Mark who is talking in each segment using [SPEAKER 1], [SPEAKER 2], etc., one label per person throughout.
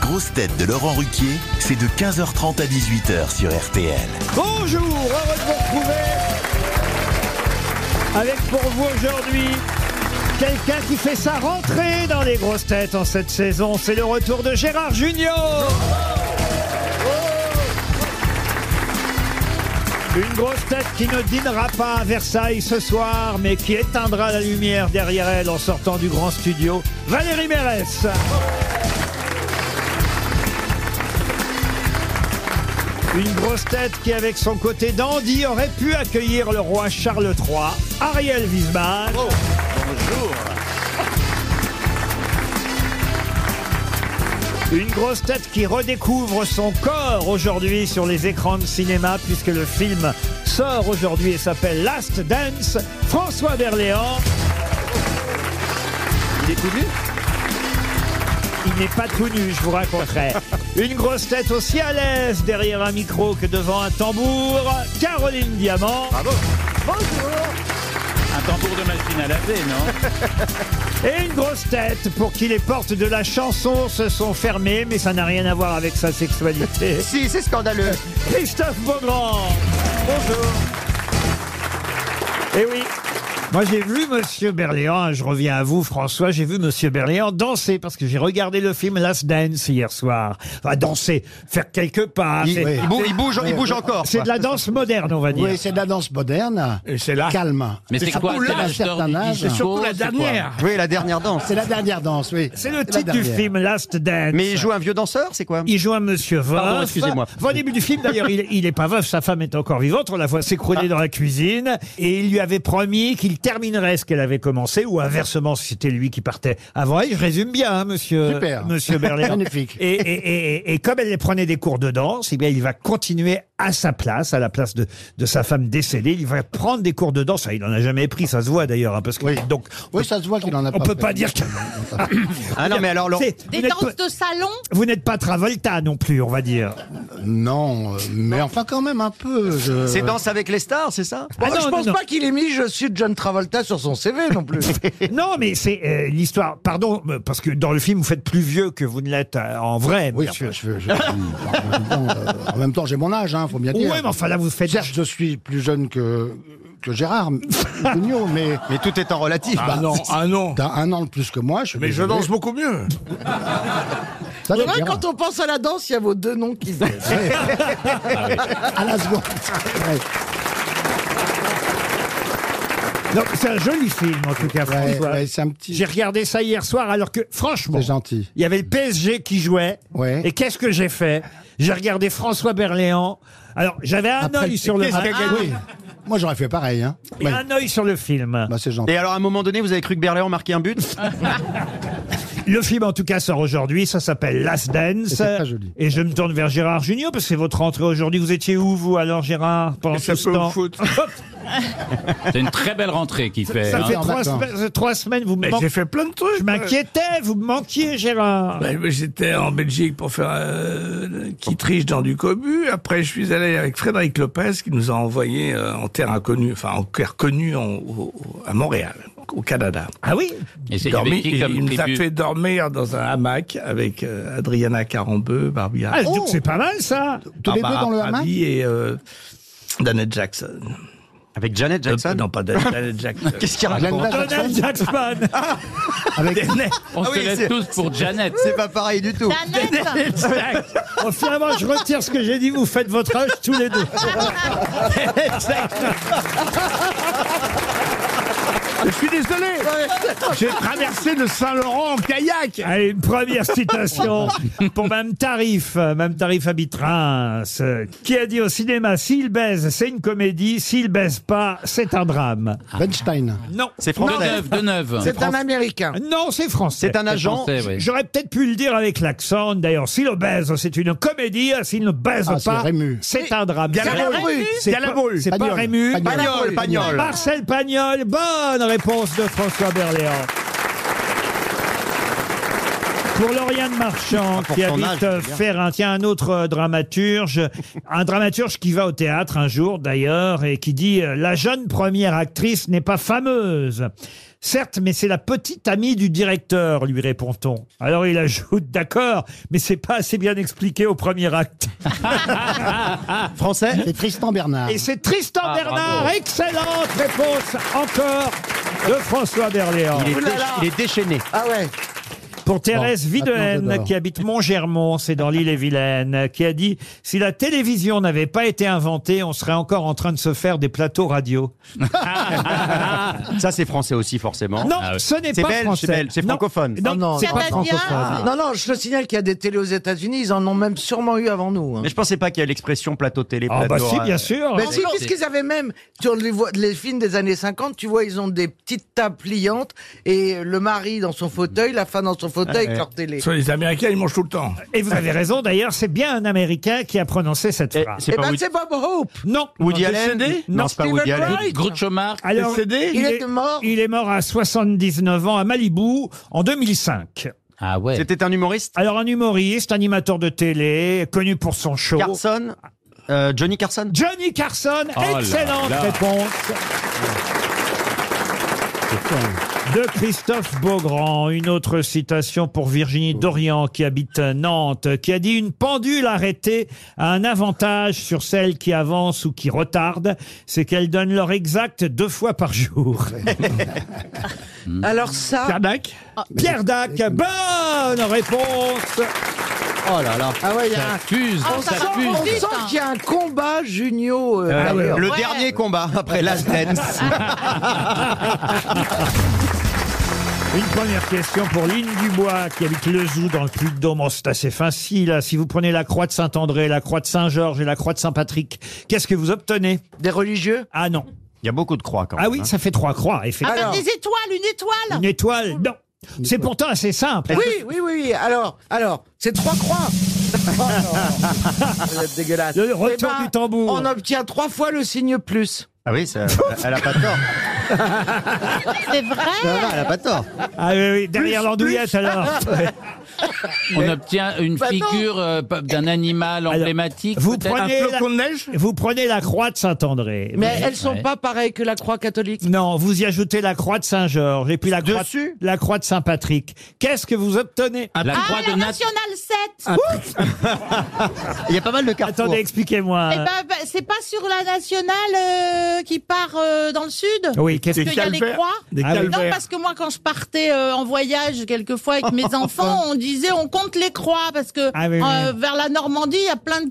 [SPEAKER 1] grosses têtes de Laurent Ruquier, c'est de 15h30 à 18h sur RTL.
[SPEAKER 2] Bonjour, heureux de vous retrouver avec pour vous aujourd'hui quelqu'un qui fait sa rentrée dans les grosses têtes en cette saison. C'est le retour de Gérard Junior. Une grosse tête qui ne dînera pas à Versailles ce soir, mais qui éteindra la lumière derrière elle en sortant du grand studio, Valérie Mérès. Une grosse tête qui, avec son côté dandy, aurait pu accueillir le roi Charles III, Ariel Wiesmann.
[SPEAKER 3] Bonjour.
[SPEAKER 2] Une grosse tête qui redécouvre son corps aujourd'hui sur les écrans de cinéma puisque le film sort aujourd'hui et s'appelle Last Dance, François Berléand. Il est tout nu Il n'est pas tout nu, je vous raconterai. Une grosse tête aussi à l'aise derrière un micro que devant un tambour, Caroline Diamant. Bonjour
[SPEAKER 4] Un tambour de machine à laver, non
[SPEAKER 2] Et une grosse tête pour qui les portes de la chanson se sont fermées, mais ça n'a rien à voir avec sa sexualité.
[SPEAKER 5] Si, c'est scandaleux.
[SPEAKER 2] Christophe Beaugrand. Bonjour. Eh oui. Moi, j'ai vu Monsieur Berléand, je reviens à vous, François, j'ai vu Monsieur Berléand danser parce que j'ai regardé le film Last Dance hier soir. Enfin, danser, faire quelques pas.
[SPEAKER 5] Il-
[SPEAKER 2] c'est-
[SPEAKER 5] oui. Ah, Il bouge- il bouge- il
[SPEAKER 2] Ouais,
[SPEAKER 5] bouge
[SPEAKER 2] ouais.
[SPEAKER 5] encore,
[SPEAKER 2] C'est
[SPEAKER 5] quoi.
[SPEAKER 2] de la danse moderne, on va dire.
[SPEAKER 5] Oui, c'est de la danse moderne.
[SPEAKER 2] Et c'est là.
[SPEAKER 5] Calme.
[SPEAKER 2] Mais c'est quoi,
[SPEAKER 5] surtout
[SPEAKER 2] c'est
[SPEAKER 5] là,
[SPEAKER 2] l'âge
[SPEAKER 5] un certain
[SPEAKER 2] d'or du
[SPEAKER 5] âge.
[SPEAKER 2] disco, C'est surtout la c'est quoi dernière.
[SPEAKER 5] Oui, la dernière danse. C'est la dernière danse, oui.
[SPEAKER 2] C'est le
[SPEAKER 5] la
[SPEAKER 2] titre du
[SPEAKER 5] dernière. Euh.
[SPEAKER 2] film Last Dance.
[SPEAKER 5] Mais il joue un vieux danseur, c'est quoi
[SPEAKER 2] Il joue un monsieur veuf.
[SPEAKER 5] Pardon, excusez-moi.
[SPEAKER 2] Enfin, Au début du film, d'ailleurs, il, il est pas veuf, sa femme est encore vivante. On la voit
[SPEAKER 5] Ah.
[SPEAKER 2] s'écrouler dans la cuisine. Et il lui avait promis qu'il terminerait ce qu'elle avait commencé, ou inversement, si c'était lui qui partait avant elle. Je résume bien, hein, monsieur,
[SPEAKER 5] Super.
[SPEAKER 2] monsieur Berléand.
[SPEAKER 5] Magnifique.
[SPEAKER 2] Et, et- et- et- et comme elle prenait des cours de danse, eh bien, il va continuer à sa place, à la place de, de sa femme décédée. Il va prendre des cours de danse. Ah, il n'en a jamais pris, ça se voit d'ailleurs. hein, parce que, donc,
[SPEAKER 5] Oui, ça se voit qu'il en a
[SPEAKER 2] on
[SPEAKER 5] pas.
[SPEAKER 2] peut
[SPEAKER 5] fait.
[SPEAKER 2] pas dire que...
[SPEAKER 5] Ah non, mais alors, Laurent-
[SPEAKER 2] C'est-
[SPEAKER 6] Des
[SPEAKER 2] vous n'êtes
[SPEAKER 6] danses de salon
[SPEAKER 2] pas- Vous n'êtes pas Travolta non plus, on va dire.
[SPEAKER 5] Non, euh, mais enfin quand même un peu. je-
[SPEAKER 7] C'est Danse avec les stars, c'est ça
[SPEAKER 2] Ah
[SPEAKER 7] Bon,
[SPEAKER 2] non,
[SPEAKER 7] Je
[SPEAKER 2] non,
[SPEAKER 7] pense
[SPEAKER 2] non.
[SPEAKER 7] pas qu'il ait mis Je suis John Travolta sur son CV non plus.
[SPEAKER 2] Non, mais c'est euh, l'histoire. Pardon, euh, parce que dans le film, vous faites plus vieux que vous ne l'êtes euh, en vrai,
[SPEAKER 5] Oui,
[SPEAKER 2] monsieur.
[SPEAKER 5] enfin, je veux- je- en même temps, euh, en même temps, j'ai mon âge, hein, faut bien dire.
[SPEAKER 2] Ouais, mais enfin, là, vous faites-
[SPEAKER 5] Certes, je suis plus jeune que que Gérard Jugnot, mais mais tout est en relatif.
[SPEAKER 7] Ah.
[SPEAKER 2] Ah
[SPEAKER 5] Bah ah, un
[SPEAKER 8] Un an,
[SPEAKER 5] an. T'as un an de plus que moi. Je
[SPEAKER 8] Mais je danse beaucoup mieux.
[SPEAKER 5] Ça,
[SPEAKER 7] C'est
[SPEAKER 5] c'est
[SPEAKER 7] vrai,
[SPEAKER 5] bien.
[SPEAKER 7] quand on pense à la danse, il y a vos deux noms qui se disent.
[SPEAKER 5] À la seconde. Ouais.
[SPEAKER 2] Non, c'est un joli film, en tout cas, François.
[SPEAKER 5] ouais, c'est un petit-
[SPEAKER 2] J'ai regardé ça hier soir, alors que, franchement,
[SPEAKER 5] C'est gentil.
[SPEAKER 2] il y avait le PSG qui jouait.
[SPEAKER 5] Ouais.
[SPEAKER 2] Et qu'est-ce que j'ai fait J'ai regardé François Berléand. Alors, j'avais un
[SPEAKER 5] Après,
[SPEAKER 2] œil sur le Ah
[SPEAKER 5] qu'est-ce qu'il a gagné
[SPEAKER 2] Oui.
[SPEAKER 5] Moi, j'aurais fait pareil. Hein.
[SPEAKER 2] Et un œil sur le film.
[SPEAKER 5] Bah, c'est gentil.
[SPEAKER 7] Et alors, à un moment donné, vous avez cru que Berléand marquait un but
[SPEAKER 2] Le film, en tout cas, sort aujourd'hui. Ça s'appelle Last Dance.
[SPEAKER 5] Et c'est très joli.
[SPEAKER 2] Et je me tourne vers Gérard Junior parce que c'est votre rentrée aujourd'hui. Vous étiez où, vous, alors, Gérard, pendant
[SPEAKER 8] Ça
[SPEAKER 2] tout ce
[SPEAKER 8] peut au
[SPEAKER 2] temps
[SPEAKER 8] foot.
[SPEAKER 4] C'est une très belle rentrée qu'il fait.
[SPEAKER 2] Ça
[SPEAKER 4] hein.
[SPEAKER 2] fait
[SPEAKER 5] en
[SPEAKER 2] trois,
[SPEAKER 5] vacances.
[SPEAKER 2] semaines- trois semaines, vous me
[SPEAKER 8] Mais
[SPEAKER 2] manquez.
[SPEAKER 8] j'ai fait plein de trucs.
[SPEAKER 2] Je m'inquiétais, vous me manquiez, Gérard.
[SPEAKER 8] Ouais, mais Ah. Ben, J'étais en Belgique pour faire euh, qui triche dans du cobu. Après, je suis allé avec Frédéric Lopez qui nous a envoyé euh, en terre inconnue, enfin en terre connue en- au- au- à Montréal, au Canada.
[SPEAKER 2] Ah oui
[SPEAKER 4] Et c'est il y avait
[SPEAKER 8] Dormi-
[SPEAKER 4] qui
[SPEAKER 8] il,
[SPEAKER 4] comme
[SPEAKER 8] il nous a
[SPEAKER 4] tribu
[SPEAKER 8] fait dormir dans un hamac avec euh, Adriana Carambeu, Barbie
[SPEAKER 2] Ah,
[SPEAKER 8] Hart-
[SPEAKER 2] donc c'est pas mal, ça
[SPEAKER 5] oh Tous les
[SPEAKER 4] Ah
[SPEAKER 5] deux
[SPEAKER 8] Barbara
[SPEAKER 4] bah,
[SPEAKER 5] dans le
[SPEAKER 8] Pravi
[SPEAKER 5] hamac
[SPEAKER 8] et euh, Janet Jackson.
[SPEAKER 7] Avec Janet
[SPEAKER 8] Euh,
[SPEAKER 7] Jackson
[SPEAKER 8] non, pas Dan- Janet Jackson.
[SPEAKER 7] Qu'est-ce qu'il raconte
[SPEAKER 5] Glenda Ah,
[SPEAKER 2] Donald
[SPEAKER 5] Jackson, Ah,
[SPEAKER 2] Jackson
[SPEAKER 5] avec
[SPEAKER 4] On
[SPEAKER 7] Ah
[SPEAKER 4] se
[SPEAKER 7] oui,
[SPEAKER 4] laisse
[SPEAKER 7] c'est-
[SPEAKER 4] tous pour Janet.
[SPEAKER 7] C'est pas pareil du tout.
[SPEAKER 6] Danette
[SPEAKER 2] Oh, Finalement, je retire ce que j'ai dit, vous faites votre âge tous les deux.
[SPEAKER 8] Je suis désolé. J'ai traversé le Saint-Laurent en kayak.
[SPEAKER 2] Allez, une première citation pour Mme Tarif. Mme Tarif habite Reims, euh, qui a dit au cinéma S'il baise, c'est une comédie, s'il baise pas, c'est un drame.
[SPEAKER 5] Ah. Weinstein.
[SPEAKER 2] Non.
[SPEAKER 7] C'est
[SPEAKER 4] De
[SPEAKER 7] français. Ah.
[SPEAKER 4] neuf, de neuf.
[SPEAKER 7] C'est un américain.
[SPEAKER 2] Non, c'est français.
[SPEAKER 7] C'est un agent.
[SPEAKER 4] français, oui.
[SPEAKER 2] J'aurais peut-être pu le dire avec l'accent. D'ailleurs, s'il obèse, c'est une comédie. S'il ne baise
[SPEAKER 5] Ah, c'est
[SPEAKER 2] pas,
[SPEAKER 5] Rému.
[SPEAKER 2] c'est un drame.
[SPEAKER 8] Galabru.
[SPEAKER 2] C'est pas-
[SPEAKER 8] Galabru.
[SPEAKER 2] C'est pas
[SPEAKER 5] Pagnol.
[SPEAKER 2] Rému.
[SPEAKER 5] Pagnol.
[SPEAKER 7] Pagnol, Pagnol.
[SPEAKER 2] Marcel Pagnol. Bonne réponse de François Berléand. Pour Lauriane Marchand,
[SPEAKER 7] Ah, pour
[SPEAKER 2] qui
[SPEAKER 7] ton
[SPEAKER 2] habite
[SPEAKER 7] âge, je veux
[SPEAKER 2] euh,
[SPEAKER 7] dire.
[SPEAKER 2] Ferrin, tiens, un autre euh, dramaturge, un dramaturge qui va au théâtre un jour d'ailleurs et qui dit euh, La jeune première actrice n'est pas fameuse. Certes, mais c'est la petite amie du directeur, lui répond-on. Alors il ajoute D'accord, mais c'est pas assez bien expliqué au premier acte.
[SPEAKER 7] Français
[SPEAKER 5] C'est Tristan Bernard.
[SPEAKER 2] Et c'est Tristan
[SPEAKER 7] Ah,
[SPEAKER 2] Bernard, excellente réponse encore de François Berléand.
[SPEAKER 7] il est, dé- il est déchaîné.
[SPEAKER 5] Ah ouais.
[SPEAKER 2] Pour Thérèse
[SPEAKER 5] maintenant, je
[SPEAKER 2] Videhen,
[SPEAKER 5] dors.
[SPEAKER 2] qui habite Montgermont, c'est dans l'île et Vilaine, qui a dit « Si la télévision n'avait pas été inventée, on serait encore en train de se faire des plateaux radio.
[SPEAKER 7] Ça, c'est français aussi, forcément. Ah
[SPEAKER 2] Non, ce n'est
[SPEAKER 7] C'est
[SPEAKER 2] pas
[SPEAKER 7] belge,
[SPEAKER 2] français.
[SPEAKER 7] c'est belge, c'est
[SPEAKER 2] Non.
[SPEAKER 7] francophone.
[SPEAKER 2] Non,
[SPEAKER 3] Oh non,
[SPEAKER 2] c'est
[SPEAKER 3] non,
[SPEAKER 2] pas
[SPEAKER 3] non.
[SPEAKER 2] francophone. Ah.
[SPEAKER 3] Non, non, je te signale qu'il y a des télés aux États-Unis, ils en ont même sûrement eu avant nous. hein.
[SPEAKER 7] Mais je Ah, pensais pas qu'il y a l'expression plateau télé,
[SPEAKER 2] Ah
[SPEAKER 7] plateau.
[SPEAKER 2] bah si,
[SPEAKER 7] ra-
[SPEAKER 2] bien sûr.
[SPEAKER 3] Mais si, puisqu'ils avaient même, sur les, voix- les films des années 50, tu vois, ils ont des petites tables pliantes et le mari dans son fauteuil, la femme dans son fauteuil avec leur télé.
[SPEAKER 8] Soit les Américains, ils mangent tout le temps.
[SPEAKER 2] Et vous avez raison, d'ailleurs, c'est bien un Américain qui a prononcé cette
[SPEAKER 7] Eh,
[SPEAKER 2] phrase.
[SPEAKER 7] C'est
[SPEAKER 3] Eh
[SPEAKER 7] pas
[SPEAKER 3] ben,
[SPEAKER 7] Woody,
[SPEAKER 3] c'est Bob Hope
[SPEAKER 2] Non.
[SPEAKER 7] Woody
[SPEAKER 4] Non,
[SPEAKER 7] Allen
[SPEAKER 4] décédé
[SPEAKER 7] Non, c'est pas
[SPEAKER 3] Steven
[SPEAKER 7] Woody Allen.
[SPEAKER 3] Wright.
[SPEAKER 4] Grutschomar.
[SPEAKER 2] Alors,
[SPEAKER 8] décédé
[SPEAKER 3] Il est mort.
[SPEAKER 2] il est mort à 79 ans à Malibu en 2005.
[SPEAKER 4] Ah ouais.
[SPEAKER 7] C'était un humoriste
[SPEAKER 2] Alors un humoriste, animateur de télé, connu pour son show.
[SPEAKER 7] Carson Euh, Johnny Carson
[SPEAKER 2] Johnny Carson,
[SPEAKER 4] Oh là
[SPEAKER 2] excellente
[SPEAKER 4] là.
[SPEAKER 2] réponse. De Christophe Beaugrand, une autre citation pour Virginie Dorian qui habite Nantes, qui a dit une pendule arrêtée a un avantage sur celle qui avance ou qui retarde, c'est qu'elle donne l'heure exacte deux fois par jour.
[SPEAKER 3] Alors ça.
[SPEAKER 8] Cardac
[SPEAKER 2] Pierre Dac, bonne réponse.
[SPEAKER 7] Oh là là.
[SPEAKER 3] Ah ouais, il y a un-
[SPEAKER 4] Fuse.
[SPEAKER 3] on sent, on
[SPEAKER 6] hein.
[SPEAKER 3] sent
[SPEAKER 9] hein.
[SPEAKER 3] qu'il y a un combat junio. euh,
[SPEAKER 7] Ah ouais.
[SPEAKER 3] d'ailleurs.
[SPEAKER 7] Le dernier combat après Last Dance.
[SPEAKER 2] Une première question pour Lynn Dubois qui habite Le Zou dans le Puy-de-Dôme. Oh, C'est assez facile. Si vous prenez la croix de Saint-André, la croix de Saint-Georges et la croix de Saint-Patrick, qu'est-ce que vous obtenez
[SPEAKER 3] Des religieux
[SPEAKER 2] Ah non.
[SPEAKER 7] Il y a beaucoup de croix quand même. hein.
[SPEAKER 2] Ah oui, ça fait trois croix, effectivement.
[SPEAKER 3] Alors,
[SPEAKER 6] Des étoiles, une étoile
[SPEAKER 2] Une étoile, non. C'est pourtant assez simple.
[SPEAKER 3] oui, oui, oui, oui. Alors, alors, c'est trois croix. Oh, non. Vous êtes dégueulasse.
[SPEAKER 2] Le retour
[SPEAKER 3] Eh ben,
[SPEAKER 2] du tambour.
[SPEAKER 3] On obtient trois fois le signe plus.
[SPEAKER 7] Ah oui, ça- elle a pas tort.
[SPEAKER 6] C'est vrai
[SPEAKER 7] Ça va, elle a pas tort.
[SPEAKER 2] Ah oui, oui, derrière l'andouillette alors.
[SPEAKER 4] On obtient une
[SPEAKER 3] Bah non.
[SPEAKER 4] figure euh, p- d'un animal
[SPEAKER 2] Alors,
[SPEAKER 4] emblématique.
[SPEAKER 2] vous
[SPEAKER 4] peut-être
[SPEAKER 8] Un
[SPEAKER 2] prenez- Et la-
[SPEAKER 8] flocon de neige
[SPEAKER 2] Vous prenez la croix de Saint-André.
[SPEAKER 3] Mais elles sont
[SPEAKER 4] Ouais.
[SPEAKER 3] pas pareilles que la croix catholique.
[SPEAKER 2] Non, vous y ajoutez la croix de Saint-Georges et puis la croix,
[SPEAKER 7] Dessus
[SPEAKER 2] la croix de Saint-Patrick. Qu'est-ce que vous obtenez
[SPEAKER 4] La
[SPEAKER 6] Ah,
[SPEAKER 4] croix
[SPEAKER 6] la
[SPEAKER 4] de Nat.
[SPEAKER 6] nationale 7
[SPEAKER 2] Ah,
[SPEAKER 7] Il y a pas mal de cartons.
[SPEAKER 2] Attendez, expliquez-moi.
[SPEAKER 6] Eh ben, ben, c'est pas sur la nationale euh, qui part euh, dans le sud
[SPEAKER 2] oui, qu'est-ce
[SPEAKER 8] Des
[SPEAKER 6] Qu'il y a les
[SPEAKER 8] calvaires.
[SPEAKER 6] croix
[SPEAKER 8] Des
[SPEAKER 2] Ah oui.
[SPEAKER 6] Non,
[SPEAKER 8] calvaires.
[SPEAKER 6] parce que moi, quand je partais euh, en voyage quelquefois avec mes enfants, on disait on compte les croix parce que
[SPEAKER 2] Ah oui, oui.
[SPEAKER 6] euh, vers la Normandie, il y a plein de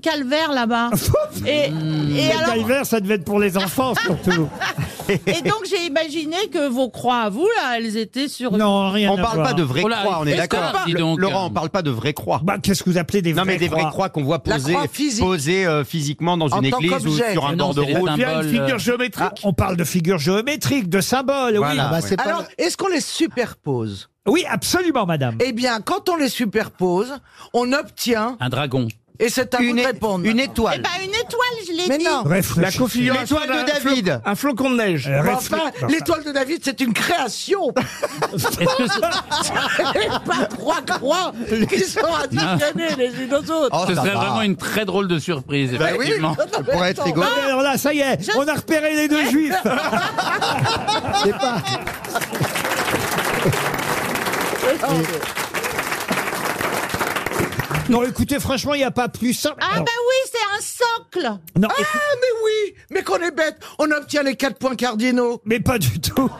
[SPEAKER 6] calvaires là-bas. et, et
[SPEAKER 2] Les
[SPEAKER 6] alors,
[SPEAKER 2] calvaires, Euh, ça devait être pour les enfants surtout.
[SPEAKER 6] et donc j'ai imaginé que vos croix à vous là, elles étaient sur.
[SPEAKER 2] non, rien
[SPEAKER 7] On
[SPEAKER 2] à
[SPEAKER 7] parle
[SPEAKER 2] voir.
[SPEAKER 7] pas de vraies
[SPEAKER 4] Oh là,
[SPEAKER 7] croix, on est
[SPEAKER 4] est-ce
[SPEAKER 7] d'accord.
[SPEAKER 4] pas- dis
[SPEAKER 7] Le-
[SPEAKER 4] donc,
[SPEAKER 7] Laurent,
[SPEAKER 4] euh,
[SPEAKER 7] on parle pas de vraies croix.
[SPEAKER 2] Bah, qu'est-ce que vous appelez des
[SPEAKER 7] non mais
[SPEAKER 2] vraies
[SPEAKER 7] des vraies
[SPEAKER 2] croix
[SPEAKER 7] croix qu'on voit
[SPEAKER 3] La
[SPEAKER 7] posées,
[SPEAKER 3] croix physique.
[SPEAKER 7] posées euh, physiquement dans
[SPEAKER 3] En
[SPEAKER 7] une
[SPEAKER 3] tant
[SPEAKER 7] église ou
[SPEAKER 3] qu'objet.
[SPEAKER 7] sur un
[SPEAKER 4] Mais non,
[SPEAKER 7] bord de
[SPEAKER 4] c'est les
[SPEAKER 7] route.
[SPEAKER 8] On vient une
[SPEAKER 4] Symbole,
[SPEAKER 8] figure
[SPEAKER 4] euh,
[SPEAKER 8] géométrique.
[SPEAKER 2] Ah, on parle de figures géométriques, de symboles,
[SPEAKER 7] Voilà.
[SPEAKER 5] Ah bah, c'est pas-
[SPEAKER 3] Alors, est-ce qu'on les
[SPEAKER 2] oui.
[SPEAKER 3] superpose
[SPEAKER 2] Oui, absolument, madame.
[SPEAKER 3] Eh bien, quand on les superpose, on obtient,
[SPEAKER 4] Un dragon.
[SPEAKER 3] et c'est à vous
[SPEAKER 7] Une,
[SPEAKER 3] de répondre.
[SPEAKER 7] une
[SPEAKER 6] Eh
[SPEAKER 7] étoile.
[SPEAKER 6] ben, une étoile, je l'ai
[SPEAKER 3] Mais
[SPEAKER 6] dit.
[SPEAKER 3] non
[SPEAKER 2] Réfléchissez.
[SPEAKER 8] La configuration
[SPEAKER 7] L'étoile de
[SPEAKER 8] d'un flo-
[SPEAKER 7] David.
[SPEAKER 8] Un flocon de neige.
[SPEAKER 2] Euh,
[SPEAKER 3] Bon,
[SPEAKER 2] réfléchissez.
[SPEAKER 3] enfin, l'étoile de David, c'est une création
[SPEAKER 4] Est-ce que ce-
[SPEAKER 3] Et pas trois croix qui sont additionnées les unes aux autres
[SPEAKER 7] Oh,
[SPEAKER 4] ce
[SPEAKER 7] ça
[SPEAKER 4] serait
[SPEAKER 7] va.
[SPEAKER 4] vraiment une très drôle de surprise,
[SPEAKER 7] Bah oui,
[SPEAKER 4] effectivement.
[SPEAKER 7] ça pourrait être rigolo.
[SPEAKER 2] Ah, mais alors là, ça y est, on a repéré les deux juifs.
[SPEAKER 5] c'est pas.
[SPEAKER 2] Non, écoutez, franchement, il n'y a pas plus simple.
[SPEAKER 6] Ah
[SPEAKER 2] Non,
[SPEAKER 6] bah oui, c'est un socle.
[SPEAKER 2] non,
[SPEAKER 3] Ah,
[SPEAKER 2] écoute-
[SPEAKER 3] mais oui Mais qu'on est bête On obtient les quatre points cardinaux
[SPEAKER 2] mais pas du tout.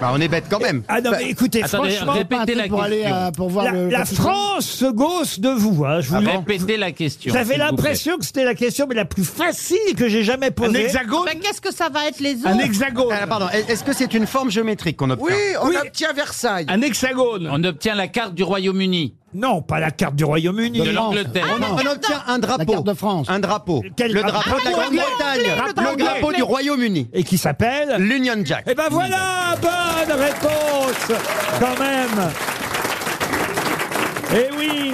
[SPEAKER 7] Bah, on est bête quand même. Bah,
[SPEAKER 2] Ah non,
[SPEAKER 6] Bah,
[SPEAKER 2] mais écoutez,
[SPEAKER 4] Attendez,
[SPEAKER 2] franchement,
[SPEAKER 4] répétez
[SPEAKER 5] Pas un
[SPEAKER 4] la
[SPEAKER 5] truc pour aller
[SPEAKER 4] question.
[SPEAKER 7] euh,
[SPEAKER 5] à- pour voir
[SPEAKER 2] la,
[SPEAKER 5] le.
[SPEAKER 2] la France se gausse de vous. hein,
[SPEAKER 7] Ah,
[SPEAKER 2] je vous le-
[SPEAKER 4] Répétez la question.
[SPEAKER 2] J'avais
[SPEAKER 4] s'il vous plaît.
[SPEAKER 2] l'impression que c'était la question mais la plus facile que j'ai jamais
[SPEAKER 8] Un
[SPEAKER 2] posée.
[SPEAKER 8] hexagone
[SPEAKER 6] Ben, qu'est-ce que ça va être les
[SPEAKER 8] Un
[SPEAKER 6] autres
[SPEAKER 8] hexagone
[SPEAKER 7] Ah, pardon, est-ce que c'est une forme géométrique qu'on obtient
[SPEAKER 3] Oui, on
[SPEAKER 2] Oui.
[SPEAKER 3] obtient Versailles
[SPEAKER 8] Un hexagone
[SPEAKER 4] On obtient la carte du Royaume-Uni,
[SPEAKER 2] Non, pas la carte du Royaume-Uni. Ah,
[SPEAKER 4] de
[SPEAKER 5] Non.
[SPEAKER 7] on,
[SPEAKER 4] l'Angleterre.
[SPEAKER 7] on obtient un drapeau.
[SPEAKER 5] La carte de France.
[SPEAKER 7] Un drapeau.
[SPEAKER 2] Quel
[SPEAKER 7] le
[SPEAKER 2] drapeau
[SPEAKER 7] drapeau de la Grande-Bretagne.
[SPEAKER 2] Le drapeau
[SPEAKER 7] Le drapeau du Royaume-Uni.
[SPEAKER 2] Et qui s'appelle
[SPEAKER 7] L'Union Jack.
[SPEAKER 2] Eh ben voilà, bonne réponse quand même. Eh oui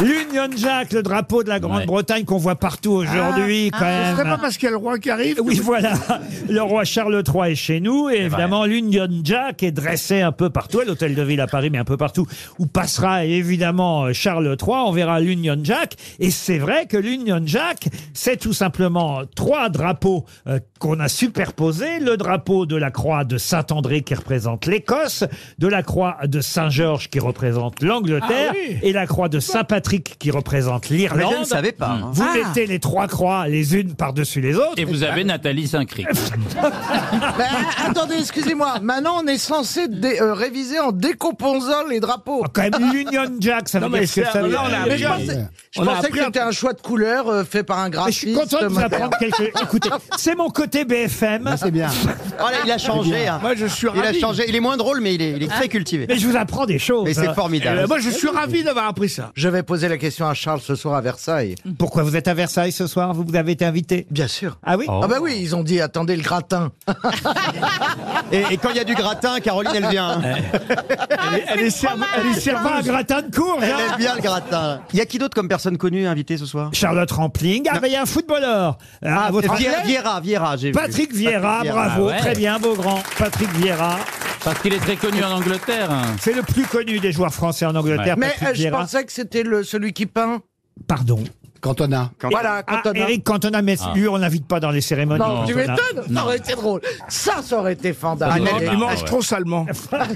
[SPEAKER 2] L'Union Jack, le drapeau de la Grande-Bretagne qu'on voit partout aujourd'hui, quand
[SPEAKER 8] Ah, Ce serait
[SPEAKER 2] même.
[SPEAKER 8] pas parce qu'il y a le roi qui arrive
[SPEAKER 2] Oui, voilà. Le roi Charles III est chez nous. Et évidemment, l'Union Jack est dressée un peu partout, à l'hôtel de ville à Paris, mais un peu partout, où passera évidemment euh, Charles III. On verra l'Union Jack. Et c'est vrai que l'Union Jack, c'est tout simplement trois drapeaux euh, qu'on a superposés. Le drapeau de la croix de Saint-André qui représente l'Écosse, de la croix de Saint-Georges qui représente l'Angleterre,
[SPEAKER 8] Ah oui.
[SPEAKER 2] et la croix de Saint-Patrick qui représente
[SPEAKER 7] Ah, Mais je ne
[SPEAKER 2] l'Irlande.
[SPEAKER 7] savais pas. hein.
[SPEAKER 2] Vous
[SPEAKER 6] Ah.
[SPEAKER 2] mettez les trois croix les unes par-dessus les autres.
[SPEAKER 4] Et vous avez Nathalie Saint-Cric.
[SPEAKER 3] Ben, attendez, excusez-moi. Maintenant, on est censé dé- euh, réviser en décomposant les drapeaux.
[SPEAKER 2] Ah, Quand même, l'Union Jack, ça veut dire que ça veut-
[SPEAKER 3] Mais je pensais, je
[SPEAKER 8] On a
[SPEAKER 3] pensais que
[SPEAKER 8] appris un-
[SPEAKER 3] c'était un choix de couleur euh, fait par un
[SPEAKER 2] Mais je
[SPEAKER 3] graphiste.
[SPEAKER 2] suis content de vous
[SPEAKER 3] moderne.
[SPEAKER 2] apprendre quelque Écoutez, c'est mon côté BFM.
[SPEAKER 5] Ah, c'est bien.
[SPEAKER 7] Oh là, il a changé. hein.
[SPEAKER 8] Moi, je suis
[SPEAKER 7] Il a
[SPEAKER 8] ravi.
[SPEAKER 7] changé. Il est moins drôle, mais il est, il est très cultivé.
[SPEAKER 2] Ah. Mais je vous apprends des choses. hein. euh,
[SPEAKER 7] Mais c'est
[SPEAKER 8] Eh ben,
[SPEAKER 7] formidable.
[SPEAKER 8] moi, je suis ravi d'avoir appris ça.
[SPEAKER 3] Je vais poser la question à Charles ce soir à Versailles.
[SPEAKER 2] Pourquoi vous êtes à Versailles ce soir Vous vous avez été invité
[SPEAKER 3] Bien sûr.
[SPEAKER 2] Ah oui
[SPEAKER 3] Ah bah oui, ils ont dit attendez le gratin.
[SPEAKER 7] Et, et quand il y a du gratin, Caroline, elle vient. hein.
[SPEAKER 8] Elle, elle est serve- elle est
[SPEAKER 2] C'est pas un
[SPEAKER 8] serveuse.
[SPEAKER 2] gratin de cours,
[SPEAKER 7] Elle
[SPEAKER 2] hein
[SPEAKER 7] aime bien le gratin. Il y a qui d'autre comme personne connue invitée ce soir
[SPEAKER 2] Charlotte Rampling. Ah, bah, il y a un footballeur. Ah, à votre
[SPEAKER 7] Viera,
[SPEAKER 2] arrière.
[SPEAKER 7] Viera,
[SPEAKER 3] ah,
[SPEAKER 7] Viera, j'ai vu.
[SPEAKER 2] Patrick Vieira, bravo.
[SPEAKER 4] Ah ouais.
[SPEAKER 2] Très bien, beau grand. Patrick Vieira.
[SPEAKER 4] Parce qu'il est très connu en Angleterre. hein.
[SPEAKER 2] C'est le plus connu des joueurs français en Angleterre.
[SPEAKER 3] Mais
[SPEAKER 2] Patrick
[SPEAKER 3] euh, je
[SPEAKER 2] Vieira.
[SPEAKER 3] pensais que c'était le celui qui peint.
[SPEAKER 2] Pardon.
[SPEAKER 5] Cantona.
[SPEAKER 3] Voilà,
[SPEAKER 2] Ah,
[SPEAKER 3] Cantona.
[SPEAKER 2] Eric Cantona, mais
[SPEAKER 4] Ah.
[SPEAKER 2] lui, on l'invite pas dans les cérémonies.
[SPEAKER 3] Non, tu
[SPEAKER 2] Cantona.
[SPEAKER 3] m'étonnes, ça aurait été drôle. Ça, ça aurait été
[SPEAKER 8] Un
[SPEAKER 3] fantastique.
[SPEAKER 4] Ah,
[SPEAKER 8] aliment
[SPEAKER 4] bah, ouais.
[SPEAKER 8] trop salement.
[SPEAKER 7] Bah,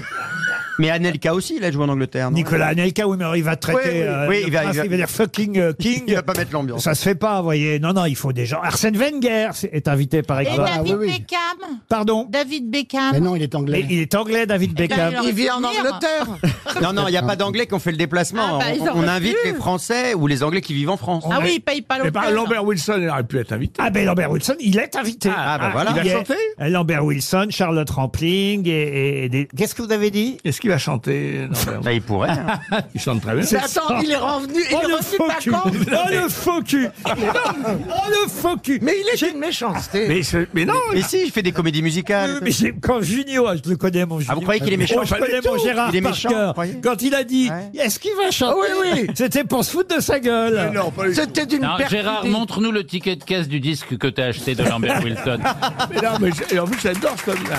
[SPEAKER 7] Mais Anelka aussi, il a joué en Angleterre. non
[SPEAKER 2] Nicolas Anelka, oui, mais il va traiter.
[SPEAKER 7] Oui, oui.
[SPEAKER 2] euh,
[SPEAKER 7] Oui,
[SPEAKER 2] le
[SPEAKER 7] il va- il
[SPEAKER 2] prince,
[SPEAKER 7] va-
[SPEAKER 2] il va dire fucking euh, king.
[SPEAKER 7] Il va pas mettre l'ambiance.
[SPEAKER 2] Ça se fait pas, vous voyez. Non, non, il faut des gens. Arsène Wenger c'est- est invité, par
[SPEAKER 3] Eh
[SPEAKER 6] Et
[SPEAKER 3] ben,
[SPEAKER 2] exemple.
[SPEAKER 6] David
[SPEAKER 5] Ah, bah, oui, oui.
[SPEAKER 6] Beckham
[SPEAKER 2] Pardon
[SPEAKER 6] David
[SPEAKER 5] Mais
[SPEAKER 6] Beckham Ben,
[SPEAKER 5] non, il est
[SPEAKER 2] Mais
[SPEAKER 5] anglais.
[SPEAKER 2] il est anglais, David Beckham.
[SPEAKER 6] David
[SPEAKER 3] Il vit en
[SPEAKER 6] Venir.
[SPEAKER 3] Angleterre.
[SPEAKER 7] Non, non, il n'y a pas d'anglais qui ont fait le déplacement.
[SPEAKER 6] Ah, bah, ils
[SPEAKER 7] on, on
[SPEAKER 6] auraient
[SPEAKER 7] invite
[SPEAKER 6] pu.
[SPEAKER 7] les Français ou les Anglais qui vivent en France.
[SPEAKER 6] Ah oui, il paye pas
[SPEAKER 8] Mais
[SPEAKER 6] l'hôtel.
[SPEAKER 8] par Lambert Wilson, il aurait pu être invité.
[SPEAKER 2] Ah ben Lambert Wilson, il est invité.
[SPEAKER 7] Ah, bah, voilà.
[SPEAKER 2] il
[SPEAKER 8] Il
[SPEAKER 2] est-
[SPEAKER 8] va chanter
[SPEAKER 2] Lambert Wilson, Charlotte Rampling et, et- et des- qu'est-ce que vous avez dit
[SPEAKER 8] Est-ce qu'il va chanter Lambert
[SPEAKER 7] Bah, il pourrait. hein.
[SPEAKER 8] Il chante très bien.
[SPEAKER 3] Mais attends, il est revenu, il
[SPEAKER 2] Oh
[SPEAKER 3] est
[SPEAKER 2] le
[SPEAKER 3] revenu
[SPEAKER 2] faux
[SPEAKER 3] pas
[SPEAKER 2] cul Oh
[SPEAKER 3] quand
[SPEAKER 2] le faux cul Oh le faux cul
[SPEAKER 3] Mais il est une méchanceté.
[SPEAKER 8] Mais, ce- mais non,
[SPEAKER 7] Mais si, il fait des comédies musicales.
[SPEAKER 2] Mais j'ai- quand Junio, je le connais mon Junio.
[SPEAKER 7] Ah, vous croyez qu'il est méchant
[SPEAKER 2] Oh, je
[SPEAKER 8] Pas du
[SPEAKER 2] connais mon
[SPEAKER 8] tout.
[SPEAKER 2] Gérard
[SPEAKER 7] Il est
[SPEAKER 2] par
[SPEAKER 7] méchant,
[SPEAKER 2] cœur.
[SPEAKER 7] vous croyez
[SPEAKER 2] Quand il a dit
[SPEAKER 7] Ouais.
[SPEAKER 2] Est-ce qu'il va chanter
[SPEAKER 3] Oui, oui.
[SPEAKER 2] C'était pour se foutre de sa gueule.
[SPEAKER 8] non, pas du tout.
[SPEAKER 3] C'était d'une
[SPEAKER 4] Non,
[SPEAKER 3] perte.
[SPEAKER 4] Gérard, montre-nous le ticket de caisse du disque que t'as acheté de Lambert Wilson.
[SPEAKER 8] mais non, mais je- et en plus, j'adore ce homme-là.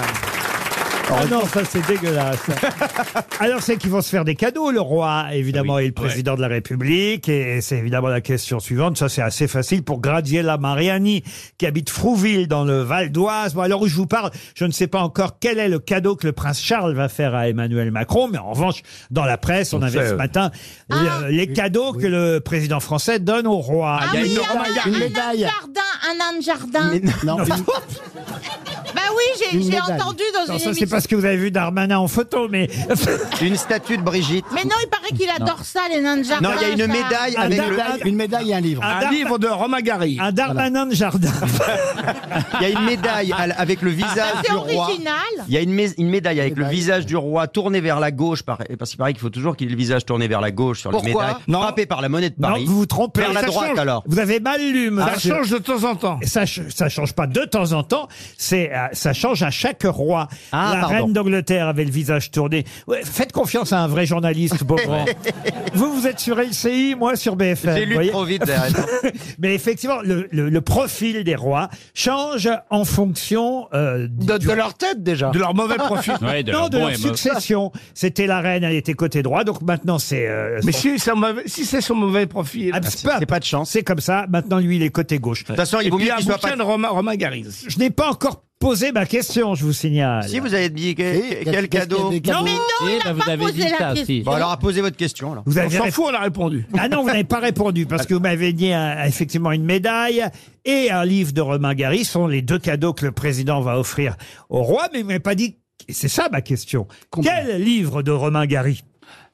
[SPEAKER 2] Ah non, ça c'est dégueulasse. Alors c'est qu'ils vont se faire des cadeaux, le roi évidemment et le président de la République. Et c'est évidemment la question suivante. Ça c'est assez facile pour Graziella Mariani qui habite Frouville dans le Val d'Oise. Bon alors où je vous parle, je ne sais pas encore quel est le cadeau que le prince Charles va faire à Emmanuel Macron. Mais en revanche, dans la presse, on, avait
[SPEAKER 8] sait,
[SPEAKER 2] ce
[SPEAKER 8] euh.
[SPEAKER 2] matin
[SPEAKER 6] Ah.
[SPEAKER 2] le- les cadeaux que le président français donne au roi.
[SPEAKER 6] Ah
[SPEAKER 2] Il y a
[SPEAKER 6] oui,
[SPEAKER 2] une-
[SPEAKER 6] ah bah,
[SPEAKER 5] une
[SPEAKER 6] un âne
[SPEAKER 5] médaille.
[SPEAKER 6] de jardin, un âne de jardin.
[SPEAKER 5] Mais non, une-
[SPEAKER 6] Bah oui, j'ai-
[SPEAKER 5] Une
[SPEAKER 6] j'ai
[SPEAKER 5] médaille.
[SPEAKER 6] entendu
[SPEAKER 2] Non,
[SPEAKER 6] dans une
[SPEAKER 2] ça c'est
[SPEAKER 6] émission.
[SPEAKER 2] parce que vous avez vu Darmanin en photo, mais
[SPEAKER 7] Une statue de Brigitte.
[SPEAKER 6] Mais non, il paraît qu'il adore ça, les nains de jardin.
[SPEAKER 7] Non, il y a une
[SPEAKER 6] ça.
[SPEAKER 7] médaille
[SPEAKER 2] Ah,
[SPEAKER 7] avec
[SPEAKER 2] d'accord.
[SPEAKER 7] le-
[SPEAKER 5] médaille- une médaille et un livre.
[SPEAKER 2] Ah,
[SPEAKER 8] Un
[SPEAKER 2] Dar-
[SPEAKER 8] livre de Romagari.
[SPEAKER 2] un Darmanin de jardin.
[SPEAKER 7] Il y a une médaille à l- avec le visage
[SPEAKER 6] Ah, C'est
[SPEAKER 7] du roi.
[SPEAKER 6] original.
[SPEAKER 7] Il y a une, mé- une médaille avec le
[SPEAKER 5] Médaille.
[SPEAKER 7] visage du roi tourné vers la gauche, par- parce qu'il paraît qu'il faut toujours qu'il ait le visage tourné vers la gauche sur les
[SPEAKER 3] Pourquoi
[SPEAKER 7] médailles.
[SPEAKER 8] Non.
[SPEAKER 7] Frappé par la monnaie de
[SPEAKER 2] Non,
[SPEAKER 7] Paris.
[SPEAKER 2] vous vous trompez.
[SPEAKER 7] vers la
[SPEAKER 2] Ça
[SPEAKER 7] droite
[SPEAKER 2] change.
[SPEAKER 7] alors.
[SPEAKER 2] Vous avez mal lu,
[SPEAKER 8] Ça
[SPEAKER 2] monsieur.
[SPEAKER 8] change de temps en temps.
[SPEAKER 2] Ça, ch- ça change pas de temps en temps, c'est euh, ça change à chaque roi.
[SPEAKER 7] Ah,
[SPEAKER 2] La
[SPEAKER 7] pardon.
[SPEAKER 2] reine d'Angleterre avait le visage tourné. Ouais, faites confiance à un vrai journaliste, Beaugrand. vous, vous êtes sur LCI, moi sur BFM.
[SPEAKER 7] J'ai
[SPEAKER 2] vous
[SPEAKER 7] lu
[SPEAKER 2] voyez.
[SPEAKER 7] trop vite. Darren.
[SPEAKER 2] Mais effectivement, le, le- le profil des rois change en fonction euh, du-
[SPEAKER 3] De,
[SPEAKER 2] du
[SPEAKER 3] de leur tête déjà.
[SPEAKER 8] De leur mauvais profit.
[SPEAKER 4] Ouais, de
[SPEAKER 2] non,
[SPEAKER 4] leur
[SPEAKER 2] de
[SPEAKER 4] bon
[SPEAKER 2] leur
[SPEAKER 4] et mauvais.
[SPEAKER 2] succession. C'était la reine, elle était côté droit, donc maintenant c'est. euh,
[SPEAKER 8] Mais
[SPEAKER 2] son-
[SPEAKER 8] si, ça m'avait- si c'est son mauvais profil.
[SPEAKER 2] Ah, c'est pas-
[SPEAKER 7] C'est pas de chance.
[SPEAKER 2] c'est comme ça. Maintenant, lui, il est côté gauche.
[SPEAKER 7] De toute façon,
[SPEAKER 8] Et
[SPEAKER 7] il vaut
[SPEAKER 8] puis, il y
[SPEAKER 7] mieux
[SPEAKER 8] a un
[SPEAKER 7] qu'il soit
[SPEAKER 8] bouquin
[SPEAKER 7] pas.
[SPEAKER 8] de Romain, Romain Garis.
[SPEAKER 2] Je n'ai pas encore posé ma question, je vous signale.
[SPEAKER 7] Si vous avez dit
[SPEAKER 2] Eh,
[SPEAKER 7] que-
[SPEAKER 5] Qu'est-ce-
[SPEAKER 7] quel
[SPEAKER 5] qu'est-ce qu'il y a
[SPEAKER 7] cadeau.
[SPEAKER 5] des cadeaux
[SPEAKER 6] Mais non,
[SPEAKER 4] Eh
[SPEAKER 6] il
[SPEAKER 4] ben,
[SPEAKER 6] n'a
[SPEAKER 4] vous
[SPEAKER 6] pas
[SPEAKER 4] avez
[SPEAKER 6] posé
[SPEAKER 4] dit
[SPEAKER 6] la
[SPEAKER 4] ça,
[SPEAKER 6] question.
[SPEAKER 4] si.
[SPEAKER 7] Bon, alors à poser votre question. Alors.
[SPEAKER 2] Vous
[SPEAKER 8] On
[SPEAKER 2] avez
[SPEAKER 8] s'en
[SPEAKER 2] rép-
[SPEAKER 8] fout, on a répondu.
[SPEAKER 2] Ah non, vous n'avez pas répondu parce que vous m'avez dit euh, effectivement une médaille et un livre de Romain Gary sont les deux cadeaux que le président va offrir au roi, mais vous m'avez pas dit. et C'est ça ma question. Quel livre de Romain Gary